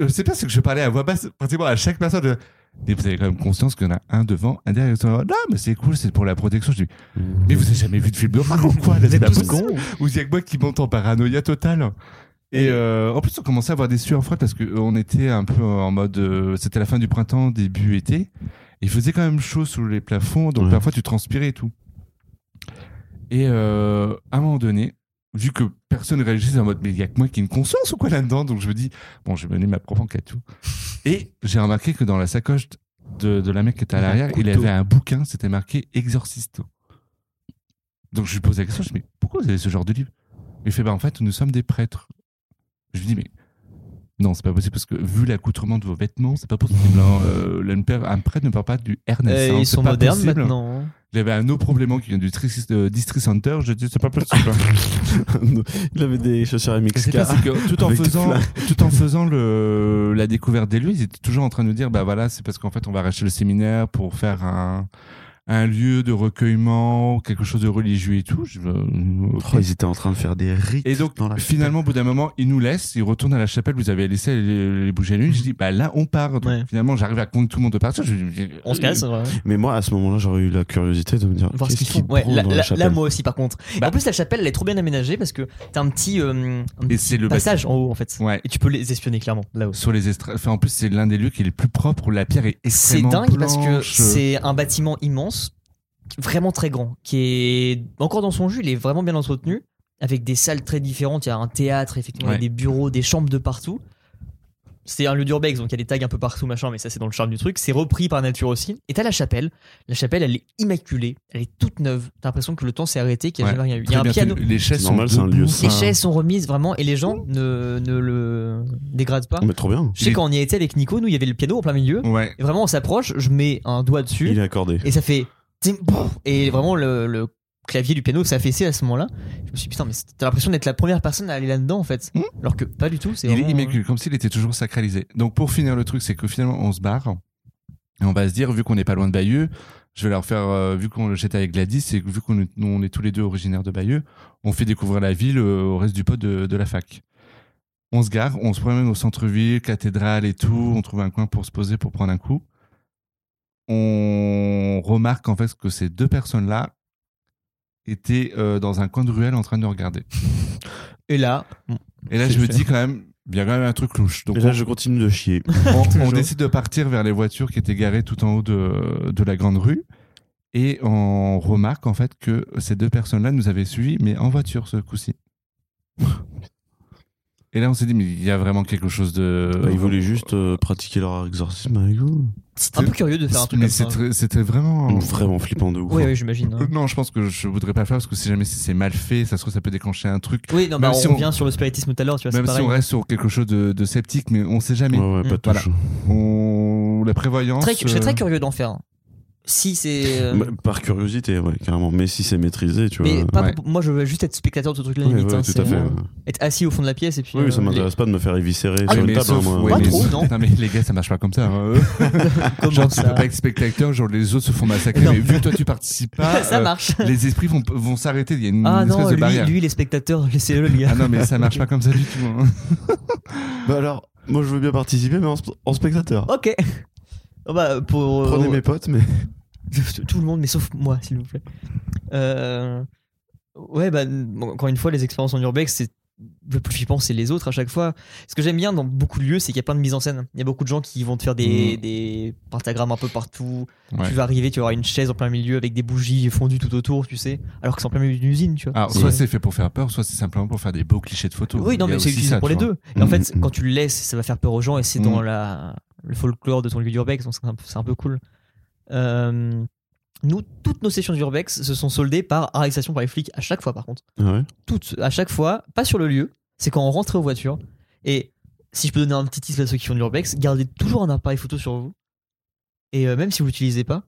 [SPEAKER 5] euh, c'est pire, c'est que je parlais à voix basse pratiquement à chaque personne. je- Et vous avez quand même conscience qu'il y en a un devant, un derrière. Ils sont là, Non, mais c'est cool, c'est pour la protection. Je dis,
[SPEAKER 2] Mm.
[SPEAKER 5] mais vous avez jamais vu de film d'horreur ou quoi là,
[SPEAKER 1] Vous
[SPEAKER 5] c'est
[SPEAKER 1] êtes
[SPEAKER 5] pas
[SPEAKER 1] tous
[SPEAKER 5] possible.
[SPEAKER 1] cons.
[SPEAKER 5] Ou il y a que moi qui monte en paranoïa totale. Et euh, en plus, on commençait à avoir des sueurs froides parce qu'on était un peu en mode. euh, C'était la fin du printemps, début été. Et il faisait quand même chaud sous les plafonds, donc
[SPEAKER 2] Ouais.
[SPEAKER 5] parfois tu transpirais et tout. Et euh, à un moment donné, vu que personne ne réagissait en mode, mais il y a que moi qui ai une conscience ou quoi là-dedans, donc je me dis, bon, je vais mener ma propre enquête. tout. Et j'ai remarqué que dans la sacoche de, de la mec qui était à l'arrière, il
[SPEAKER 1] couteau.
[SPEAKER 5] avait un bouquin, c'était marqué Exorcisto. Donc je lui pose la question, je lui dis, mais pourquoi vous avez ce genre de livre Il fait, bah en fait, nous sommes des prêtres. Je lui dis, mais non, c'est pas possible parce que vu l'accoutrement de vos vêtements, c'est pas possible. hein. Euh, le- un prêtre ne parle pas du Ernest.
[SPEAKER 1] Euh,
[SPEAKER 5] hein,
[SPEAKER 1] ils
[SPEAKER 5] c'est
[SPEAKER 1] sont
[SPEAKER 5] pas
[SPEAKER 1] modernes
[SPEAKER 5] possible.
[SPEAKER 1] maintenant. hein.
[SPEAKER 5] Il avait un no problème qui vient du Tris- euh, District Center. Je dis, c'est pas possible.
[SPEAKER 2] Il avait des chaussures
[SPEAKER 5] Et c'est
[SPEAKER 2] MXK.
[SPEAKER 5] pas- c'est que tout en
[SPEAKER 2] Avec des
[SPEAKER 5] faisant,
[SPEAKER 2] flingues.
[SPEAKER 5] tout en faisant le, la découverte des lieux, ils étaient toujours en train de nous dire, bah voilà, c'est parce qu'en fait, on va racheter le séminaire pour faire un, un lieu de recueillement, quelque chose de religieux et tout. Je- euh, ok.
[SPEAKER 2] Oh, ils étaient en train de faire des rites.
[SPEAKER 5] Et donc,
[SPEAKER 2] dans la
[SPEAKER 5] finalement, au bout d'un moment, ils nous laissent, ils retournent à la chapelle, vous avez laissé les, les bougies à l'une. Je dis, bah là, on part. Donc,
[SPEAKER 1] Ouais.
[SPEAKER 5] finalement, j'arrive à convaincre tout le monde de partir. Je dis,
[SPEAKER 1] On se casse. ouais.
[SPEAKER 2] Mais moi, à ce moment-là, j'aurais eu la curiosité de me dire
[SPEAKER 1] Voir ce
[SPEAKER 2] qu'est-ce
[SPEAKER 1] qu'ils font.
[SPEAKER 2] qu'ils
[SPEAKER 1] Ouais,
[SPEAKER 2] branlent
[SPEAKER 1] la-
[SPEAKER 2] dans la
[SPEAKER 1] la- là,
[SPEAKER 2] chapelle
[SPEAKER 1] moi aussi, par contre. Et en plus, la chapelle, elle est trop bien aménagée parce que t'as un petit, euh, un
[SPEAKER 5] Bah. Et
[SPEAKER 1] petit
[SPEAKER 5] c'est le
[SPEAKER 1] passage en haut, en fait.
[SPEAKER 5] Ouais.
[SPEAKER 1] Et tu peux les espionner clairement, là-haut.
[SPEAKER 5] Sur les estrades. Enfin, en plus, c'est l'un des lieux qui est le plus propre où la pierre est
[SPEAKER 1] C'est
[SPEAKER 5] extrêmement
[SPEAKER 1] dingue parce que
[SPEAKER 5] blanche. euh,
[SPEAKER 1] c'est un bâtiment immense, vraiment très grand, qui est encore dans son jus, il est vraiment bien entretenu, avec des salles très différentes. Il y a un théâtre, effectivement,
[SPEAKER 5] Ouais.
[SPEAKER 1] avec des bureaux, des chambres de partout. C'est un lieu d'urbex, donc il y a des tags un peu partout, machin, mais ça c'est dans le charme du truc. C'est repris par nature aussi. Et t'as la chapelle. La chapelle, elle est immaculée, elle est toute neuve. T'as l'impression que le temps s'est arrêté, qu'il n'y a
[SPEAKER 5] Ouais.
[SPEAKER 1] jamais rien eu. Il y
[SPEAKER 5] Très
[SPEAKER 1] a un
[SPEAKER 5] bien Ah.
[SPEAKER 1] piano.
[SPEAKER 5] tenu. Les chaises
[SPEAKER 2] C'est
[SPEAKER 5] sont
[SPEAKER 2] normal, c'est un lieu
[SPEAKER 5] debout.
[SPEAKER 2] saint.
[SPEAKER 1] Les
[SPEAKER 2] Enfin-
[SPEAKER 1] chaises sont remises vraiment, et les gens ne, ne le dégradent pas.
[SPEAKER 2] Ah, Mais trop bien.
[SPEAKER 1] Je sais
[SPEAKER 5] Il-
[SPEAKER 1] quand on y était avec Nico, nous il y avait le piano en plein milieu.
[SPEAKER 5] Ouais.
[SPEAKER 1] Et vraiment, on s'approche, je mets un doigt dessus
[SPEAKER 2] Il est accordé.
[SPEAKER 1] et ça fait ting, boum, et vraiment le, le clavier du piano s'affaissait à ce moment-là. Je me suis dit, putain, mais c'est- t'as l'impression d'être la première personne à aller là-dedans en fait,
[SPEAKER 5] Hmm.
[SPEAKER 1] alors que pas du tout. C'est
[SPEAKER 5] Il est
[SPEAKER 1] vraiment-
[SPEAKER 5] immaculé, comme s'il était toujours sacralisé. Donc pour finir le truc, c'est que finalement on se barre et on va se dire, vu qu'on n'est pas loin de Bayeux, je vais leur faire, euh, vu qu'on j'étais avec Gladys et que vu qu'on est, nous, on est tous les deux originaires de Bayeux, on fait découvrir la ville euh, au reste du pot de, de la fac. On se gare, on se promène au centre-ville, cathédrale et tout, on trouve un coin pour se poser, pour prendre un coup. On remarque en fait que ces deux personnes-là étaient euh, dans un coin de ruelle en train de nous regarder.
[SPEAKER 1] Et là,
[SPEAKER 5] Et là,
[SPEAKER 1] C'est
[SPEAKER 5] je me
[SPEAKER 1] fait.
[SPEAKER 5] dis quand même, il y a quand même un truc louche. Donc
[SPEAKER 2] Et là, je continue de chier.
[SPEAKER 5] on, on
[SPEAKER 1] Toujours.
[SPEAKER 5] décide de partir vers les voitures qui étaient garées tout en haut de, de la grande rue. Et on remarque en fait que ces deux personnes-là nous avaient suivis, mais en voiture ce coup-ci. Et là, on s'est dit, mais il y a vraiment quelque chose de.
[SPEAKER 2] Bah, ils voulaient juste euh, pratiquer leur exorcisme avec vous.
[SPEAKER 1] un peu curieux de faire un truc
[SPEAKER 5] Mais
[SPEAKER 1] comme ça.
[SPEAKER 5] c'est très- c'était vraiment.
[SPEAKER 2] Vraiment flippant de ouf.
[SPEAKER 1] Oh. Oui, oui, j'imagine. hein.
[SPEAKER 5] Non, je pense que je voudrais pas le faire parce que si jamais c'est mal fait, ça se trouve, ça peut déclencher un truc.
[SPEAKER 1] Oui, non, bah,
[SPEAKER 5] Même
[SPEAKER 1] on
[SPEAKER 5] si on-
[SPEAKER 1] revient sur le spiritisme tout à l'heure, tu vois, c'est
[SPEAKER 5] Même si
[SPEAKER 1] pareil.
[SPEAKER 5] on reste sur quelque chose de, de sceptique, mais on sait jamais.
[SPEAKER 2] Ouais, ouais,
[SPEAKER 1] Mm,
[SPEAKER 2] pas de
[SPEAKER 5] Voilà.
[SPEAKER 2] touche.
[SPEAKER 5] On... La prévoyance.
[SPEAKER 1] Très- je serais
[SPEAKER 5] euh,
[SPEAKER 1] très curieux d'en faire. un. Si c'est. euh,
[SPEAKER 2] Bah, Par curiosité, ouais, carrément. Mais si c'est maîtrisé, tu vois.
[SPEAKER 1] Mais pas
[SPEAKER 5] ouais.
[SPEAKER 1] pour- moi je veux juste être spectateur de ce truc-là
[SPEAKER 2] Ouais,
[SPEAKER 1] limite.
[SPEAKER 2] ouais,
[SPEAKER 1] hein,
[SPEAKER 2] tout
[SPEAKER 1] c'est,
[SPEAKER 2] à fait.
[SPEAKER 1] euh,
[SPEAKER 2] ouais.
[SPEAKER 1] Être assis au fond de la pièce et puis.
[SPEAKER 2] Oui,
[SPEAKER 1] euh,
[SPEAKER 2] ça
[SPEAKER 1] les-
[SPEAKER 2] m'intéresse pas de me faire éviscérer sur
[SPEAKER 5] Ah oui,
[SPEAKER 2] une
[SPEAKER 5] mais
[SPEAKER 2] table.
[SPEAKER 5] sauf-
[SPEAKER 2] hein,
[SPEAKER 5] ouais,
[SPEAKER 2] moi.
[SPEAKER 1] Pas
[SPEAKER 5] mais-
[SPEAKER 1] trop, non.
[SPEAKER 5] mais les gars, ça marche pas comme ça. hein.
[SPEAKER 1] Comment
[SPEAKER 5] Genre, tu
[SPEAKER 1] ça
[SPEAKER 5] peux pas être spectateur, genre les autres se font massacrer,
[SPEAKER 1] Non.
[SPEAKER 5] mais vu que toi tu participes pas,
[SPEAKER 1] Ça
[SPEAKER 5] euh,
[SPEAKER 1] marche.
[SPEAKER 5] les esprits vont, vont s'arrêter, il y a une,
[SPEAKER 1] Ah
[SPEAKER 5] espèce
[SPEAKER 1] non,
[SPEAKER 5] de
[SPEAKER 1] lui,
[SPEAKER 5] barrière.
[SPEAKER 1] lui, les spectateurs, laissez-le, le gars.
[SPEAKER 5] Ah non, mais ça marche pas comme ça du tout. hein.
[SPEAKER 2] Bah alors, moi je veux bien participer, mais en, sp- en spectateur.
[SPEAKER 1] Ok. Oh bah, pour.
[SPEAKER 2] Prenez mes potes, mais.
[SPEAKER 1] Tout le monde, mais sauf moi, s'il vous plaît. Euh, Ouais, bah, bon, encore une fois, les expériences en urbex, c'est. Le plus flippant, c'est les autres à chaque fois. Ce que j'aime bien dans beaucoup de lieux, c'est qu'il y a plein de mises en scène. Il y a beaucoup de gens qui vont te faire des,
[SPEAKER 5] Mm.
[SPEAKER 1] des pentagrammes un peu partout.
[SPEAKER 5] Ouais.
[SPEAKER 1] Tu vas arriver, tu vas avoir une chaise en plein milieu avec des bougies fondues tout autour, tu sais. Alors que c'est en plein milieu d'une usine, tu vois.
[SPEAKER 5] Alors, soit c'est fait pour faire peur, soit c'est simplement pour faire des beaux clichés de photos.
[SPEAKER 1] Oui, non,
[SPEAKER 5] Il y a
[SPEAKER 1] mais c'est
[SPEAKER 5] aussi
[SPEAKER 1] utilisé
[SPEAKER 5] ça,
[SPEAKER 1] pour
[SPEAKER 5] tu
[SPEAKER 1] les
[SPEAKER 5] vois.
[SPEAKER 1] deux. Et en
[SPEAKER 2] Mm,
[SPEAKER 1] fait,
[SPEAKER 2] mm.
[SPEAKER 1] quand tu le laisses, ça va faire peur aux gens et c'est dans
[SPEAKER 5] Mm.
[SPEAKER 1] la, le folklore de ton lieu d'urbex, donc c'est un, peu- c'est un peu cool. Euh, nous, toutes nos sessions d'urbex se sont soldées par arrestation par les flics à chaque fois, par contre.
[SPEAKER 2] Ah ouais
[SPEAKER 1] Toutes, à chaque fois, pas sur le lieu, c'est quand on rentrait aux voitures. Et si je peux donner un petit tips à ceux qui font de l'urbex, gardez toujours un appareil photo sur vous. Et euh, même si vous l'utilisez pas,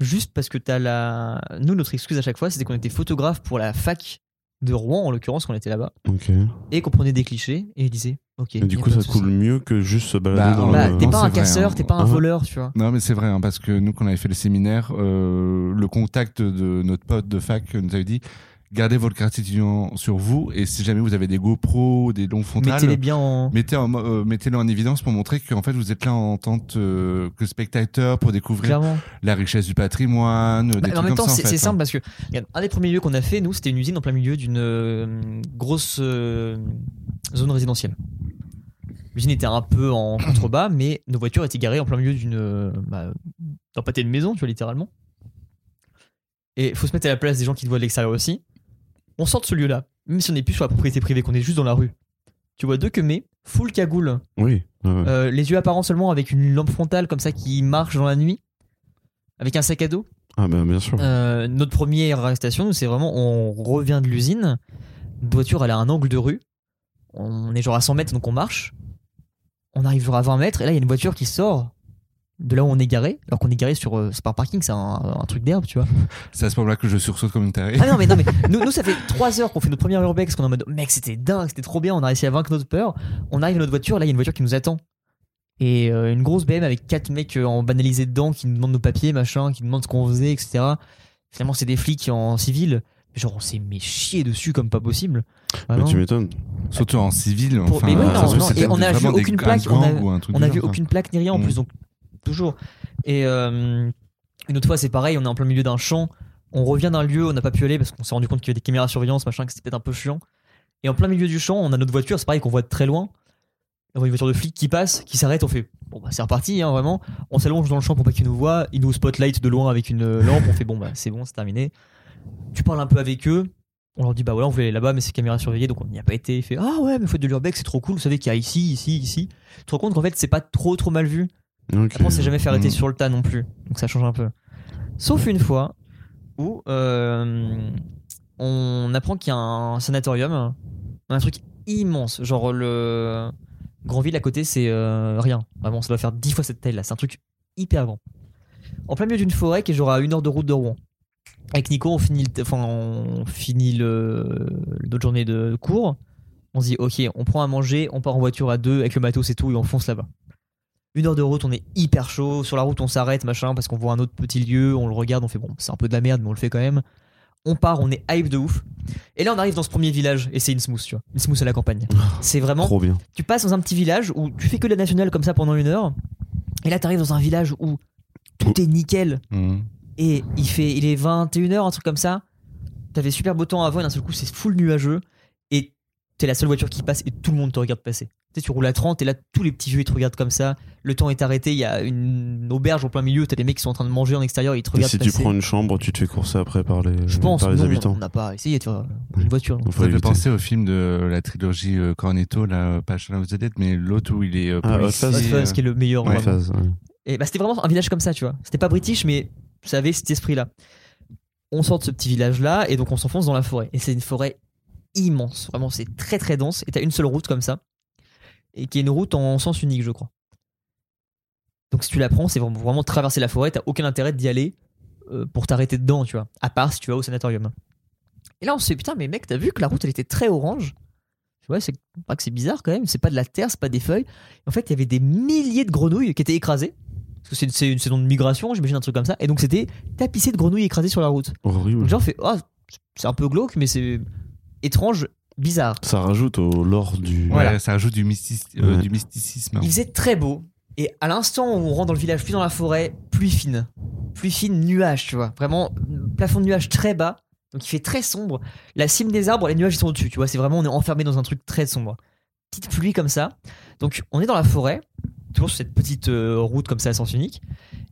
[SPEAKER 1] juste parce que t'as la. Nous, notre excuse à chaque fois, c'était qu'on était photographe pour la fac de Rouen, en l'occurrence, qu'on était là-bas
[SPEAKER 2] Ok.
[SPEAKER 1] et qu'on prenait des clichés et il disait ok
[SPEAKER 2] Et du
[SPEAKER 1] y a
[SPEAKER 2] coup,
[SPEAKER 1] pas de
[SPEAKER 2] ça
[SPEAKER 1] souci.
[SPEAKER 2] coule euh, mieux que juste se balader
[SPEAKER 5] Bah,
[SPEAKER 2] dans
[SPEAKER 1] Bah,
[SPEAKER 2] le.
[SPEAKER 1] t'es pas
[SPEAKER 5] c'est
[SPEAKER 1] un
[SPEAKER 5] vrai,
[SPEAKER 1] casseur
[SPEAKER 5] hein.
[SPEAKER 1] t'es pas
[SPEAKER 2] Ah
[SPEAKER 1] un
[SPEAKER 2] ouais.
[SPEAKER 1] voleur tu vois
[SPEAKER 5] Non, mais c'est vrai, hein, parce que nous, quand on avait fait le séminaire, euh, le contact de notre pote de fac nous avait dit Gardez votre carte étudiant sur vous et si jamais vous avez des GoPro, des longs frontales,
[SPEAKER 1] Mettez-les bien en.
[SPEAKER 5] mettez en mo- euh, mettez-le en évidence pour montrer qu'en fait vous êtes là en tant euh, que spectateur pour découvrir
[SPEAKER 1] Clairement.
[SPEAKER 5] la richesse du patrimoine.
[SPEAKER 1] Bah,
[SPEAKER 5] des
[SPEAKER 1] mais
[SPEAKER 5] trucs
[SPEAKER 1] en même
[SPEAKER 5] comme
[SPEAKER 1] temps,
[SPEAKER 5] ça,
[SPEAKER 1] c'est
[SPEAKER 5] fait,
[SPEAKER 1] c'est
[SPEAKER 5] hein.
[SPEAKER 1] simple parce que regarde, un des premiers lieux qu'on a fait, nous, c'était une usine en plein milieu d'une euh, grosse euh, zone résidentielle. L'usine était un peu en contrebas, mais nos voitures étaient garées en plein milieu d'une. euh, Bah, d'un pâté de maison, tu vois, littéralement. Et faut se mettre à la place des gens qui te voient de l'extérieur aussi. On sort de ce lieu-là, même si on n'est plus sur la propriété privée, qu'on est juste dans la rue. Tu vois deux que mais, full cagoule,
[SPEAKER 2] Oui. ouais, ouais.
[SPEAKER 1] euh, les yeux apparents seulement avec une lampe frontale comme ça qui marche dans la nuit, avec un sac à dos.
[SPEAKER 2] Ah, ben bien sûr.
[SPEAKER 1] Euh, notre première arrestation, nous, c'est vraiment on revient de l'usine. Notre voiture, elle a un angle de rue. On est genre à 100 mètres, donc on marche. On arrive genre à 20 mètres, et là, il y a une voiture qui sort de là où on est garé. Alors qu'on est garé sur. euh, c'est pas un parking, c'est un, un truc d'herbe, tu vois.
[SPEAKER 5] C'est à ce moment-là que je sursaute comme une tarée.
[SPEAKER 1] Ah non, mais non, mais nous, nous, ça fait 3 heures qu'on fait notre première urbex, qu'on est en mode mec, c'était dingue, c'était trop bien, on a réussi à vaincre notre peur. On arrive à notre voiture, là, il y a une voiture qui nous attend. Et euh, une grosse BM avec quatre mecs euh, en banalisé dedans qui nous demandent nos papiers, machin, qui nous demandent ce qu'on faisait, etc. Finalement, c'est des flics en civil. Mais Genre, on s'est mis chier dessus comme pas possible. Ah
[SPEAKER 2] Mais
[SPEAKER 1] Vraiment.
[SPEAKER 2] tu m'étonnes.
[SPEAKER 5] Surtout en civil.
[SPEAKER 1] Pour-
[SPEAKER 5] Enfin,
[SPEAKER 1] mais oui,
[SPEAKER 5] ça
[SPEAKER 1] non,
[SPEAKER 5] se trouve,
[SPEAKER 1] non,
[SPEAKER 5] c'est
[SPEAKER 1] et on a vu
[SPEAKER 5] vraiment des-
[SPEAKER 1] aucune
[SPEAKER 5] un
[SPEAKER 1] plaque,
[SPEAKER 5] gang
[SPEAKER 1] on a-
[SPEAKER 5] ou un truc
[SPEAKER 1] on a
[SPEAKER 5] du
[SPEAKER 1] vu
[SPEAKER 5] genre,
[SPEAKER 1] aucune plaque ni rien en
[SPEAKER 5] Mm.
[SPEAKER 1] plus, donc toujours. Et euh, une autre fois, c'est pareil, on est en plein milieu d'un champ, on revient d'un lieu, on n'a pas pu aller parce qu'on s'est rendu compte qu'il y avait des caméras de surveillance, machin, que c'était peut-être un peu chiant. Et en plein milieu du champ, on a notre voiture, c'est pareil qu'on voit de très loin. On voit une voiture de flic qui passe, qui s'arrête, on fait bon bah c'est reparti, hein, vraiment. On s'allonge dans le champ pour pas qu'ils nous voient, ils nous spotlight de loin avec une euh, lampe, on fait bon bah c'est bon, c'est terminé. Tu parles un peu avec eux, on leur dit bah voilà, on voulait aller là-bas, mais c'est caméra surveillée donc on n'y a pas été. Il fait ah ouais, mais faut de l'urbex, c'est trop cool, vous savez qu'il y a ici, ici, ici. Tu te rends compte qu'en fait c'est pas trop trop mal vu.
[SPEAKER 2] Ok.
[SPEAKER 1] Après, on s'est jamais fait arrêter
[SPEAKER 5] Mm.
[SPEAKER 1] sur le tas non plus. Donc ça change un peu. Sauf une fois où euh, on apprend qu'il y a un sanatorium, un truc immense. Genre le Grandville à côté, c'est euh, rien. Vraiment, ça doit faire 10 fois cette taille là. C'est un truc hyper grand. En plein milieu d'une forêt qui est genre à une heure de route de Rouen. Avec Nico, on finit, le- enfin, on finit le, notre journée de cours. On se dit, ok, on prend à manger, on part en voiture à deux avec le matos et tout, et on fonce là-bas. Une heure de route, on est hyper chaud. Sur la route, on s'arrête, machin, parce qu'on voit un autre petit lieu, on le regarde, on fait bon, c'est un peu de la merde, mais on le fait quand même. On part, on est hype de ouf. Et là, on arrive dans ce premier village, et c'est Innsmouth, tu vois. Innsmouth à la campagne. C'est vraiment
[SPEAKER 2] Trop bien.
[SPEAKER 1] tu passes dans un petit village où tu fais que de la nationale comme ça pendant une heure, et là t'arrives dans un village où tout est nickel,
[SPEAKER 5] Mhm.
[SPEAKER 1] et il fait il est 21h, un truc comme ça, t'avais super beau temps avant, et d'un seul coup c'est full nuageux, et t'es la seule voiture qui passe, et tout le monde te regarde passer. Tu sais, tu roules à 30, et là tous les petits vieux ils te regardent comme ça, le temps est arrêté, il y a une auberge au plein milieu, t'as des mecs qui sont en train de manger en extérieur, ils te
[SPEAKER 2] Et
[SPEAKER 1] regardent
[SPEAKER 2] si tu
[SPEAKER 1] passer.
[SPEAKER 2] prends une chambre, tu te fais courser après par les,
[SPEAKER 1] Je pense,
[SPEAKER 2] par les
[SPEAKER 1] non,
[SPEAKER 2] habitants.
[SPEAKER 1] on n'a pas essayé de faire une voiture.
[SPEAKER 2] Donc, faut
[SPEAKER 5] Ça me fait
[SPEAKER 2] éviter.
[SPEAKER 5] penser au film de la trilogie euh, Cornetto, là, pas Shaun of the Dead, mais l'autre où il est euh,
[SPEAKER 2] Ah, Hot
[SPEAKER 5] policier,
[SPEAKER 2] Fuzz.
[SPEAKER 1] Hot Fuzz, qui est le meilleur.
[SPEAKER 2] Ouais,
[SPEAKER 1] vraiment.
[SPEAKER 2] phase, ouais.
[SPEAKER 1] Et bah, c'était vraiment un village comme ça, tu vois. C'était pas british, mais ça avait cet esprit-là. On sort de ce petit village-là, et donc on s'enfonce dans la forêt. Et c'est une forêt immense, vraiment, c'est très très dense. Et t'as une seule route comme ça, et qui est une route en sens unique, je crois. Donc si tu la prends, c'est vraiment, vraiment traverser la forêt, t'as aucun intérêt d'y aller euh, pour t'arrêter dedans, tu vois. À part si tu vas au sanatorium. Et là, on se fait, putain, mais mec, t'as vu que la route, elle était très orange Tu vois, c'est pas que c'est bizarre quand même, c'est pas de la terre, c'est pas des feuilles. En fait, il y avait des milliers de grenouilles qui étaient écrasées. Parce que c'est une, c'est une saison de migration, j'imagine un truc comme ça. Et donc, c'était tapissé de grenouilles écrasées sur la route.
[SPEAKER 2] Horrible.
[SPEAKER 1] Donc, genre, on fait, Ah, c'est un peu glauque, mais c'est étrange, bizarre.
[SPEAKER 2] Ça rajoute au lore du.
[SPEAKER 5] Ouais, euh, ça ajoute du, mystici- euh,
[SPEAKER 2] Ouais.
[SPEAKER 5] du mysticisme.
[SPEAKER 1] Il faisait très beau. Et à l'instant où on rentre dans le village, puis dans la forêt, pluie fine. Pluie fine, nuage, tu vois. Vraiment, plafond de nuages très bas. Donc il fait très sombre. La cime des arbres, les nuages ils sont au-dessus, tu vois. C'est vraiment, on est enfermé dans un truc très sombre. Petite pluie comme ça. Donc on est dans la forêt, toujours sur cette petite euh, route comme ça à sens unique.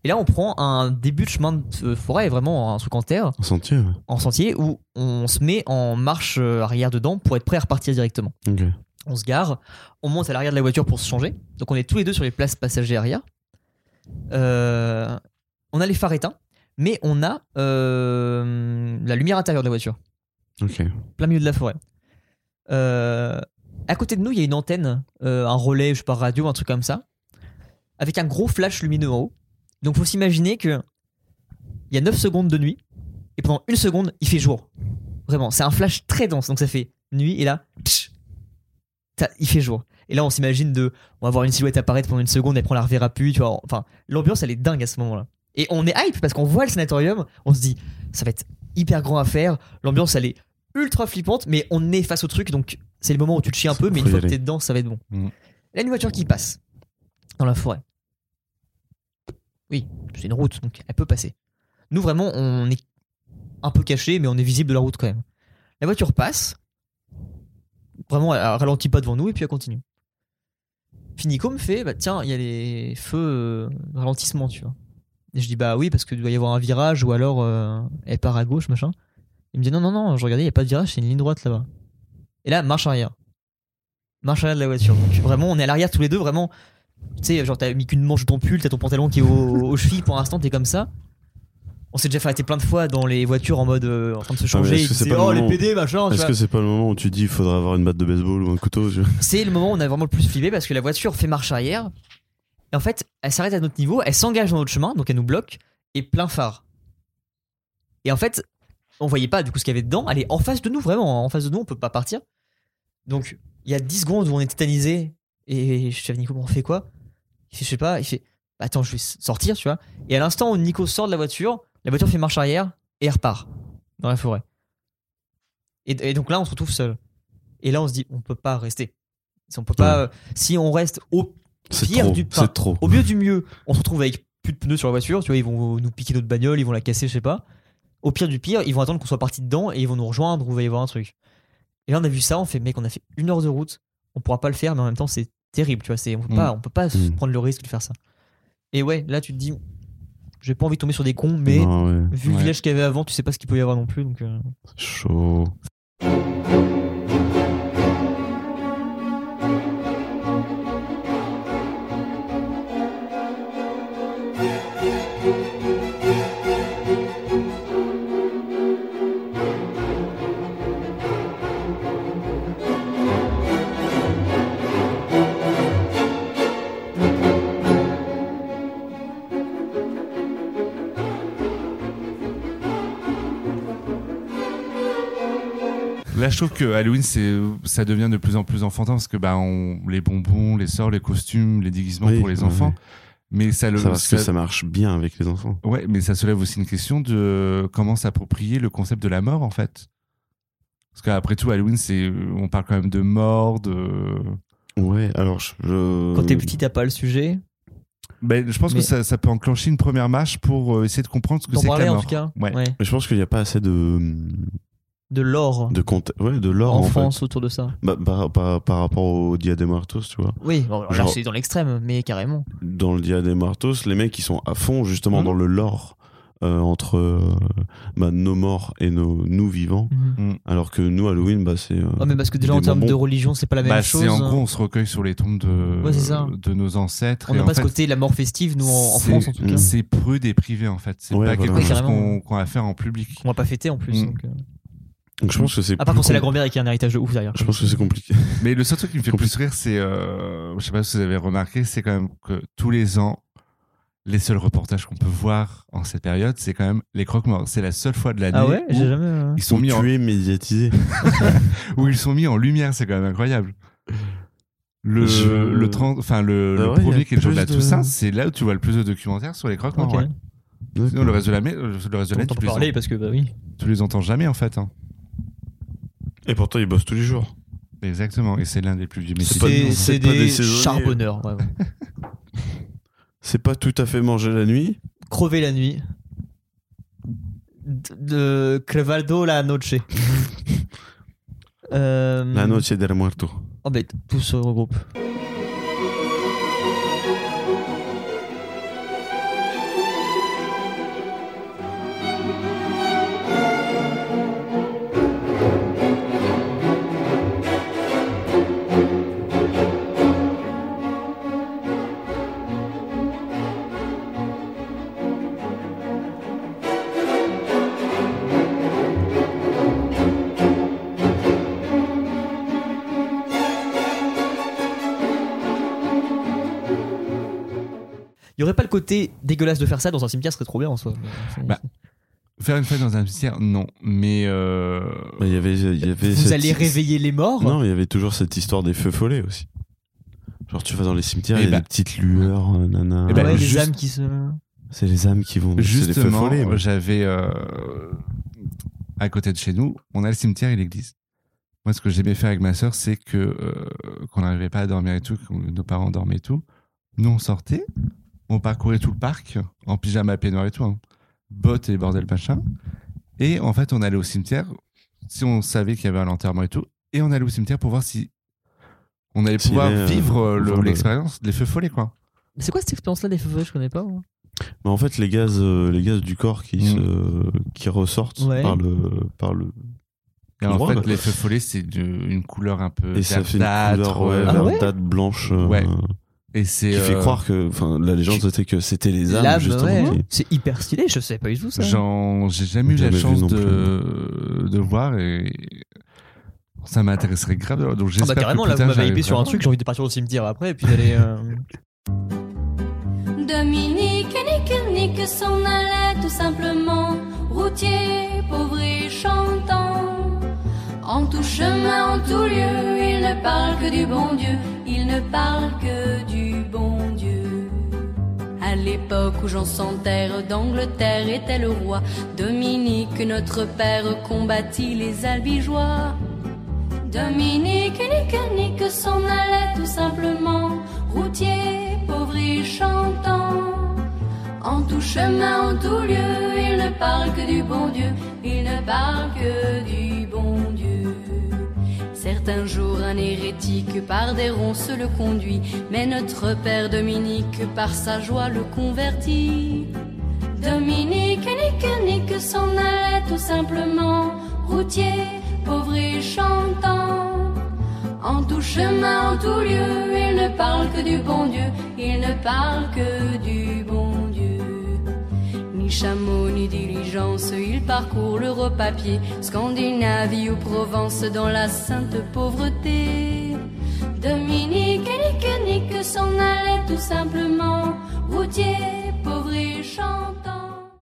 [SPEAKER 1] Et là, on prend un début de chemin de euh, forêt, vraiment un truc en terre
[SPEAKER 2] Un sentier, ouais.
[SPEAKER 1] en sentier où on se met en marche euh, arrière dedans pour être prêt à repartir directement.
[SPEAKER 2] Ok.
[SPEAKER 1] On se gare, on monte à l'arrière de la voiture pour se changer. Donc on est tous les deux sur les places passagers arrière. Euh, on a les phares éteints, mais on a euh, la lumière intérieure de la voiture,
[SPEAKER 2] Ok.
[SPEAKER 1] plein milieu de la forêt. Euh, à côté de nous, il y a une antenne, euh, un relais, je sais pas, radio, un truc comme ça, avec un gros flash lumineux en haut. Donc faut s'imaginer que il y a 9 secondes de nuit, et pendant une seconde, il fait jour. Vraiment, c'est un flash très dense, donc ça fait nuit, et là, tch, ça- il fait jour. Et là, on s'imagine de, on va voir une silhouette apparaître pendant une seconde, et après on la reverra plus, tu vois. Enfin, l'ambiance, elle est dingue à ce moment-là. Et on est hype parce qu'on voit le sanatorium, on se dit, ça va être hyper grand à faire, l'ambiance, elle est ultra flippante, mais on est face au truc, donc c'est le moment où tu te chies un peu, mais une
[SPEAKER 2] Faut y
[SPEAKER 1] fois que
[SPEAKER 2] aller.
[SPEAKER 1] t'es dedans, ça va être bon.
[SPEAKER 5] Mm.
[SPEAKER 1] Là, une voiture qui passe dans la forêt. Oui, c'est une route, donc elle peut passer. Nous, vraiment, on est un peu caché, mais on est visible de la route quand même. La voiture passe, vraiment, elle ralentit pas devant nous, et puis elle continue. Finico me fait, bah tiens, il y a les feux euh, ralentissement, tu vois. Et je dis, bah oui, parce qu'il doit y avoir un virage, ou alors euh, elle part à gauche, machin. Il me dit, non, non, non, je regardais, il n'y a pas de virage, c'est une ligne droite là-bas. Et là, marche arrière. Marche arrière de la voiture. Donc vraiment, on est à l'arrière tous les deux, vraiment. Tu sais, genre, t'as mis qu'une manche de ton pull, t'as ton pantalon qui est au, aux chevilles, pour l'instant, t'es comme ça. On s'est déjà fait arrêter plein de fois dans les voitures en mode euh, en train de se
[SPEAKER 2] mais
[SPEAKER 1] changer.
[SPEAKER 2] est-ce
[SPEAKER 1] ils
[SPEAKER 2] que c'est
[SPEAKER 1] disaient,
[SPEAKER 2] pas le
[SPEAKER 1] oh, les
[SPEAKER 2] moment où-
[SPEAKER 1] PD, machin. tu
[SPEAKER 2] Est-ce
[SPEAKER 1] vois.
[SPEAKER 2] que c'est pas le moment où tu dis il faudrait avoir une batte de baseball ou un couteau je-
[SPEAKER 1] C'est le moment où on a vraiment le plus flippé parce que la voiture fait marche arrière. Et en fait, elle s'arrête à notre niveau, elle s'engage dans notre chemin, donc elle nous bloque, et plein phare. Et en fait, on voyait pas du coup ce qu'il y avait dedans. Elle est en face de nous, vraiment, en face de nous, on peut pas partir. Donc, il y a 10 secondes où on est tétanisé, et je fais à Nico, on fait quoi Il fait, je sais pas, il fait, bah, attends, je vais s- sortir, tu vois. Et à l'instant où Nico sort de la voiture, la voiture fait marche arrière, et elle repart dans la forêt. Et, et donc là, on se retrouve seul. Et là, on se dit, on peut pas rester. Si on peut pas, euh, si on reste au,
[SPEAKER 2] C'est
[SPEAKER 1] Pire
[SPEAKER 2] trop.
[SPEAKER 1] du pain.
[SPEAKER 2] C'est trop.
[SPEAKER 1] au mieux du mieux, on se retrouve avec plus de pneus sur la voiture, tu vois, ils vont nous piquer notre bagnole, ils vont la casser, je sais pas. Au pire du pire, ils vont attendre qu'on soit parti dedans et ils vont nous rejoindre ou il va y avoir un truc. Et là, on a vu ça, on fait, mec, on a fait une heure de route, on pourra pas le faire, mais en même temps, c'est terrible, tu vois, c'est, on peut
[SPEAKER 5] Mm.
[SPEAKER 1] pas, on peut pas se
[SPEAKER 2] Mm.
[SPEAKER 1] prendre le risque de faire ça. Et ouais, là, tu te dis, j'ai pas envie de tomber sur des cons, mais
[SPEAKER 2] Non, Ah ouais.
[SPEAKER 1] vu le
[SPEAKER 5] Ouais.
[SPEAKER 1] village qu'il y avait avant, tu sais pas ce qu'il peut y avoir non plus, donc. euh,
[SPEAKER 2] Chaud.
[SPEAKER 5] Là, je trouve que Halloween, c'est, ça devient de plus en plus enfantin parce que bah, on, les bonbons, les sorts, les costumes, les déguisements
[SPEAKER 2] Oui,
[SPEAKER 5] pour les
[SPEAKER 2] ouais,
[SPEAKER 5] enfants.
[SPEAKER 2] ouais.
[SPEAKER 5] Mais ça, le,
[SPEAKER 2] Ça, parce que
[SPEAKER 5] ça-
[SPEAKER 2] ça marche bien avec les enfants.
[SPEAKER 5] ouais, mais ça soulève aussi une question de comment s'approprier le concept de la mort en fait. Parce qu'après tout, Halloween, c'est, on parle quand même de mort, de.
[SPEAKER 2] Ouais, alors je. je-
[SPEAKER 1] Quand t'es petit, t'as pas le sujet.
[SPEAKER 5] Ben, je pense
[SPEAKER 1] Mais-
[SPEAKER 5] que ça, ça peut enclencher une première marche pour euh, essayer de comprendre ce que
[SPEAKER 1] D'en
[SPEAKER 5] c'est que
[SPEAKER 1] parler
[SPEAKER 5] la
[SPEAKER 1] en
[SPEAKER 5] mort.
[SPEAKER 1] tout cas.
[SPEAKER 5] Ouais.
[SPEAKER 1] Ouais.
[SPEAKER 2] Mais Je pense qu'il n'y a pas assez de.
[SPEAKER 1] De l'or.
[SPEAKER 2] de compte... Ouais, de l'or en fait.
[SPEAKER 1] Enfance autour de ça.
[SPEAKER 2] Bah, par, par- par rapport au Dia de Muertos, tu vois.
[SPEAKER 1] Oui, bon, alors là
[SPEAKER 2] Genre-
[SPEAKER 1] c'est dans l'extrême, mais carrément.
[SPEAKER 2] Dans le Dia de Muertos, les mecs, ils sont à fond justement
[SPEAKER 1] Mhm.
[SPEAKER 2] dans le lore euh, entre euh, bah, nos morts et nos, nous vivants. Alors que nous, Halloween, bah, c'est. euh,
[SPEAKER 1] Ouais, Ah, mais parce que déjà
[SPEAKER 2] des
[SPEAKER 1] en termes de
[SPEAKER 2] bonbons.
[SPEAKER 1] religion, c'est pas la même
[SPEAKER 5] Bah,
[SPEAKER 1] chose.
[SPEAKER 5] c'est en gros, on se recueille sur les tombes de,
[SPEAKER 1] Ouais, c'est ça.
[SPEAKER 5] de nos ancêtres.
[SPEAKER 1] on
[SPEAKER 5] et
[SPEAKER 1] n'a
[SPEAKER 5] en
[SPEAKER 1] pas ce
[SPEAKER 5] fait,
[SPEAKER 1] côté de la mort festive, nous en, en
[SPEAKER 5] c'est- Mm.
[SPEAKER 1] France en tout cas.
[SPEAKER 5] C'est prude et privé en fait. C'est
[SPEAKER 2] Ouais,
[SPEAKER 5] pas
[SPEAKER 2] voilà.
[SPEAKER 5] quelque chose
[SPEAKER 1] Carrément.
[SPEAKER 5] qu'on qu'on va faire en public.
[SPEAKER 1] On va pas fêter en plus.
[SPEAKER 5] Mm.
[SPEAKER 1] donc, euh.
[SPEAKER 2] Donc je pense que c'est.
[SPEAKER 1] À part
[SPEAKER 2] plus
[SPEAKER 1] quand c'est la
[SPEAKER 2] com-
[SPEAKER 1] grand-mère et qu'il y a un héritage de ouf derrière.
[SPEAKER 2] Je pense que c'est compliqué.
[SPEAKER 5] Mais le seul truc qui me fait le
[SPEAKER 2] Compli-
[SPEAKER 5] plus rire, c'est, euh, je sais pas si vous avez remarqué, c'est quand même que tous les ans, les seuls reportages qu'on peut voir en cette période, c'est quand même les croque-morts. C'est la seule fois de l'année
[SPEAKER 1] Ah ouais
[SPEAKER 5] où,
[SPEAKER 1] J'ai jamais. euh,
[SPEAKER 5] ils sont mis en,
[SPEAKER 2] Tu es médiatisé.
[SPEAKER 5] où ils sont mis en lumière. C'est quand même incroyable. Le,
[SPEAKER 2] Je-
[SPEAKER 5] le, tren- enfin, le,
[SPEAKER 2] Ah
[SPEAKER 1] Bah
[SPEAKER 5] le
[SPEAKER 2] ouais, il y a
[SPEAKER 5] premier qui est le jour de la
[SPEAKER 2] plus de-
[SPEAKER 5] Toussaint, c'est là où tu vois le plus de documentaires sur les croque-morts.
[SPEAKER 1] Ok.
[SPEAKER 5] Ah ouais. Sinon, le reste de la mai- euh, le reste de
[SPEAKER 1] On
[SPEAKER 5] l'année,
[SPEAKER 1] entend
[SPEAKER 5] tu, les
[SPEAKER 1] parler
[SPEAKER 5] en-
[SPEAKER 1] parce que bah oui.
[SPEAKER 5] tu les entends jamais en fait. hein.
[SPEAKER 2] Et pourtant, ils bossent tous les jours.
[SPEAKER 5] Exactement. Et c'est l'un des plus vieux métiers.
[SPEAKER 2] pas-
[SPEAKER 1] C'est
[SPEAKER 2] c'est
[SPEAKER 1] c'est
[SPEAKER 2] pas
[SPEAKER 1] des
[SPEAKER 2] des saisonniers.
[SPEAKER 1] charbonneurs. ouais, ouais.
[SPEAKER 2] C'est pas tout à fait manger la nuit.
[SPEAKER 1] Crever la nuit. De- De Crevaldo la noche. Euh,
[SPEAKER 2] La noche del muerto.
[SPEAKER 1] Oh, mais t- tout se regroupe. Il y aurait pas le côté dégueulasse de faire ça dans un cimetière, ce serait trop bien en soi. mais-
[SPEAKER 5] Bah, Faire une fête dans un cimetière, non. Mais euh,
[SPEAKER 2] Bah, Il y avait, il y avait
[SPEAKER 1] Vous
[SPEAKER 2] cette-
[SPEAKER 1] allez réveiller les morts
[SPEAKER 2] Non, il y avait toujours cette histoire des feux follets aussi. Genre, tu vas dans les cimetières,
[SPEAKER 5] Eh
[SPEAKER 2] il y a
[SPEAKER 5] bah.
[SPEAKER 2] des petites lueurs, euh, nana.
[SPEAKER 5] Eh bah,
[SPEAKER 1] Ouais,
[SPEAKER 5] juste-
[SPEAKER 1] les âmes qui se.
[SPEAKER 2] C'est les âmes qui vont. C'est les feux
[SPEAKER 5] justement,
[SPEAKER 2] follets. mais-
[SPEAKER 5] j'avais euh, à côté de chez nous, on a le cimetière et l'église. Moi, ce que j'aimais faire avec ma sœur, c'est que euh, qu'on n'arrivait pas à dormir et tout, que nos parents dormaient et tout. Nous, on sortait, on parcourait tout le parc en pyjama, peignoir et tout, hein. bottes et bordel machin. Et en fait, on allait au cimetière si on savait qu'il y avait un enterrement et tout, et on allait au cimetière pour voir si on allait
[SPEAKER 2] S'il
[SPEAKER 5] pouvoir
[SPEAKER 2] est, euh,
[SPEAKER 5] vivre euh, le-
[SPEAKER 2] voilà.
[SPEAKER 5] l'expérience, les feux follets quoi.
[SPEAKER 1] Mais C'est quoi cette expérience-là des feux Je connais pas. moi.
[SPEAKER 2] Mais en fait, les gaz, euh, les gaz du corps qui,
[SPEAKER 5] Mm.
[SPEAKER 2] se, qui ressortent
[SPEAKER 1] Ouais.
[SPEAKER 2] par le. Par le...
[SPEAKER 5] Et en
[SPEAKER 2] Ouais,
[SPEAKER 5] fait,
[SPEAKER 2] bah.
[SPEAKER 5] les feux follets, c'est de- une couleur un peu
[SPEAKER 2] Et ça fait une couleur ouais,
[SPEAKER 1] Ah ouais
[SPEAKER 2] verdâtre, blanche euh,
[SPEAKER 5] Ouais. et c'est
[SPEAKER 2] qui fait
[SPEAKER 5] euh,
[SPEAKER 2] croire que. Enfin, la légende c'était que c'était les âmes,
[SPEAKER 1] L'âme,
[SPEAKER 2] justement.
[SPEAKER 1] ouais.
[SPEAKER 2] qui-
[SPEAKER 1] C'est hyper stylé, je savais pas du tout ça.
[SPEAKER 5] J'en- j'ai jamais eu
[SPEAKER 2] Jamais
[SPEAKER 5] la
[SPEAKER 2] vu
[SPEAKER 5] chance
[SPEAKER 2] non
[SPEAKER 5] de, de voir et ça m'intéresserait grave. Donc
[SPEAKER 1] Ah
[SPEAKER 5] j'espère
[SPEAKER 1] bah carrément,
[SPEAKER 5] que
[SPEAKER 1] là
[SPEAKER 5] plus
[SPEAKER 1] vous
[SPEAKER 5] tard,
[SPEAKER 1] m'avez
[SPEAKER 5] j'arriverai
[SPEAKER 1] hypé sur un
[SPEAKER 5] à-
[SPEAKER 1] truc, j'ai envie de partir au cimetière après et puis d'aller. euh,
[SPEAKER 8] Dominique et Nick, Nick s'en allait tout simplement, routier, pauvre et chantant. En tout chemin, en tout lieu, il ne parle que du bon Dieu, il ne parle que du bon Dieu. À l'époque où Jean sans terre d'Angleterre était le roi, Dominique, notre père, combattit les albigeois. Dominique, Nick, Nick s'en allait tout simplement, routier, pauvre et chantant. En tout chemin, en tout lieu, il ne parle que du bon Dieu, il ne parle que du bon Dieu. Certains jours, un hérétique par des ronces le conduit, mais notre père Dominique par sa joie le convertit. Dominique, Nick, Nick s'en allait tout simplement, routier, pauvre et chantant. En tout chemin, en tout lieu, il ne parle que du bon Dieu, il ne parle que du bon Dieu. Ni chameau, ni diligence, il parcourt l'Europe à pied, Scandinavie ou Provence dans la sainte pauvreté. Dominique et Nick, Nick s'en allait tout simplement, routier, pauvre et chantant.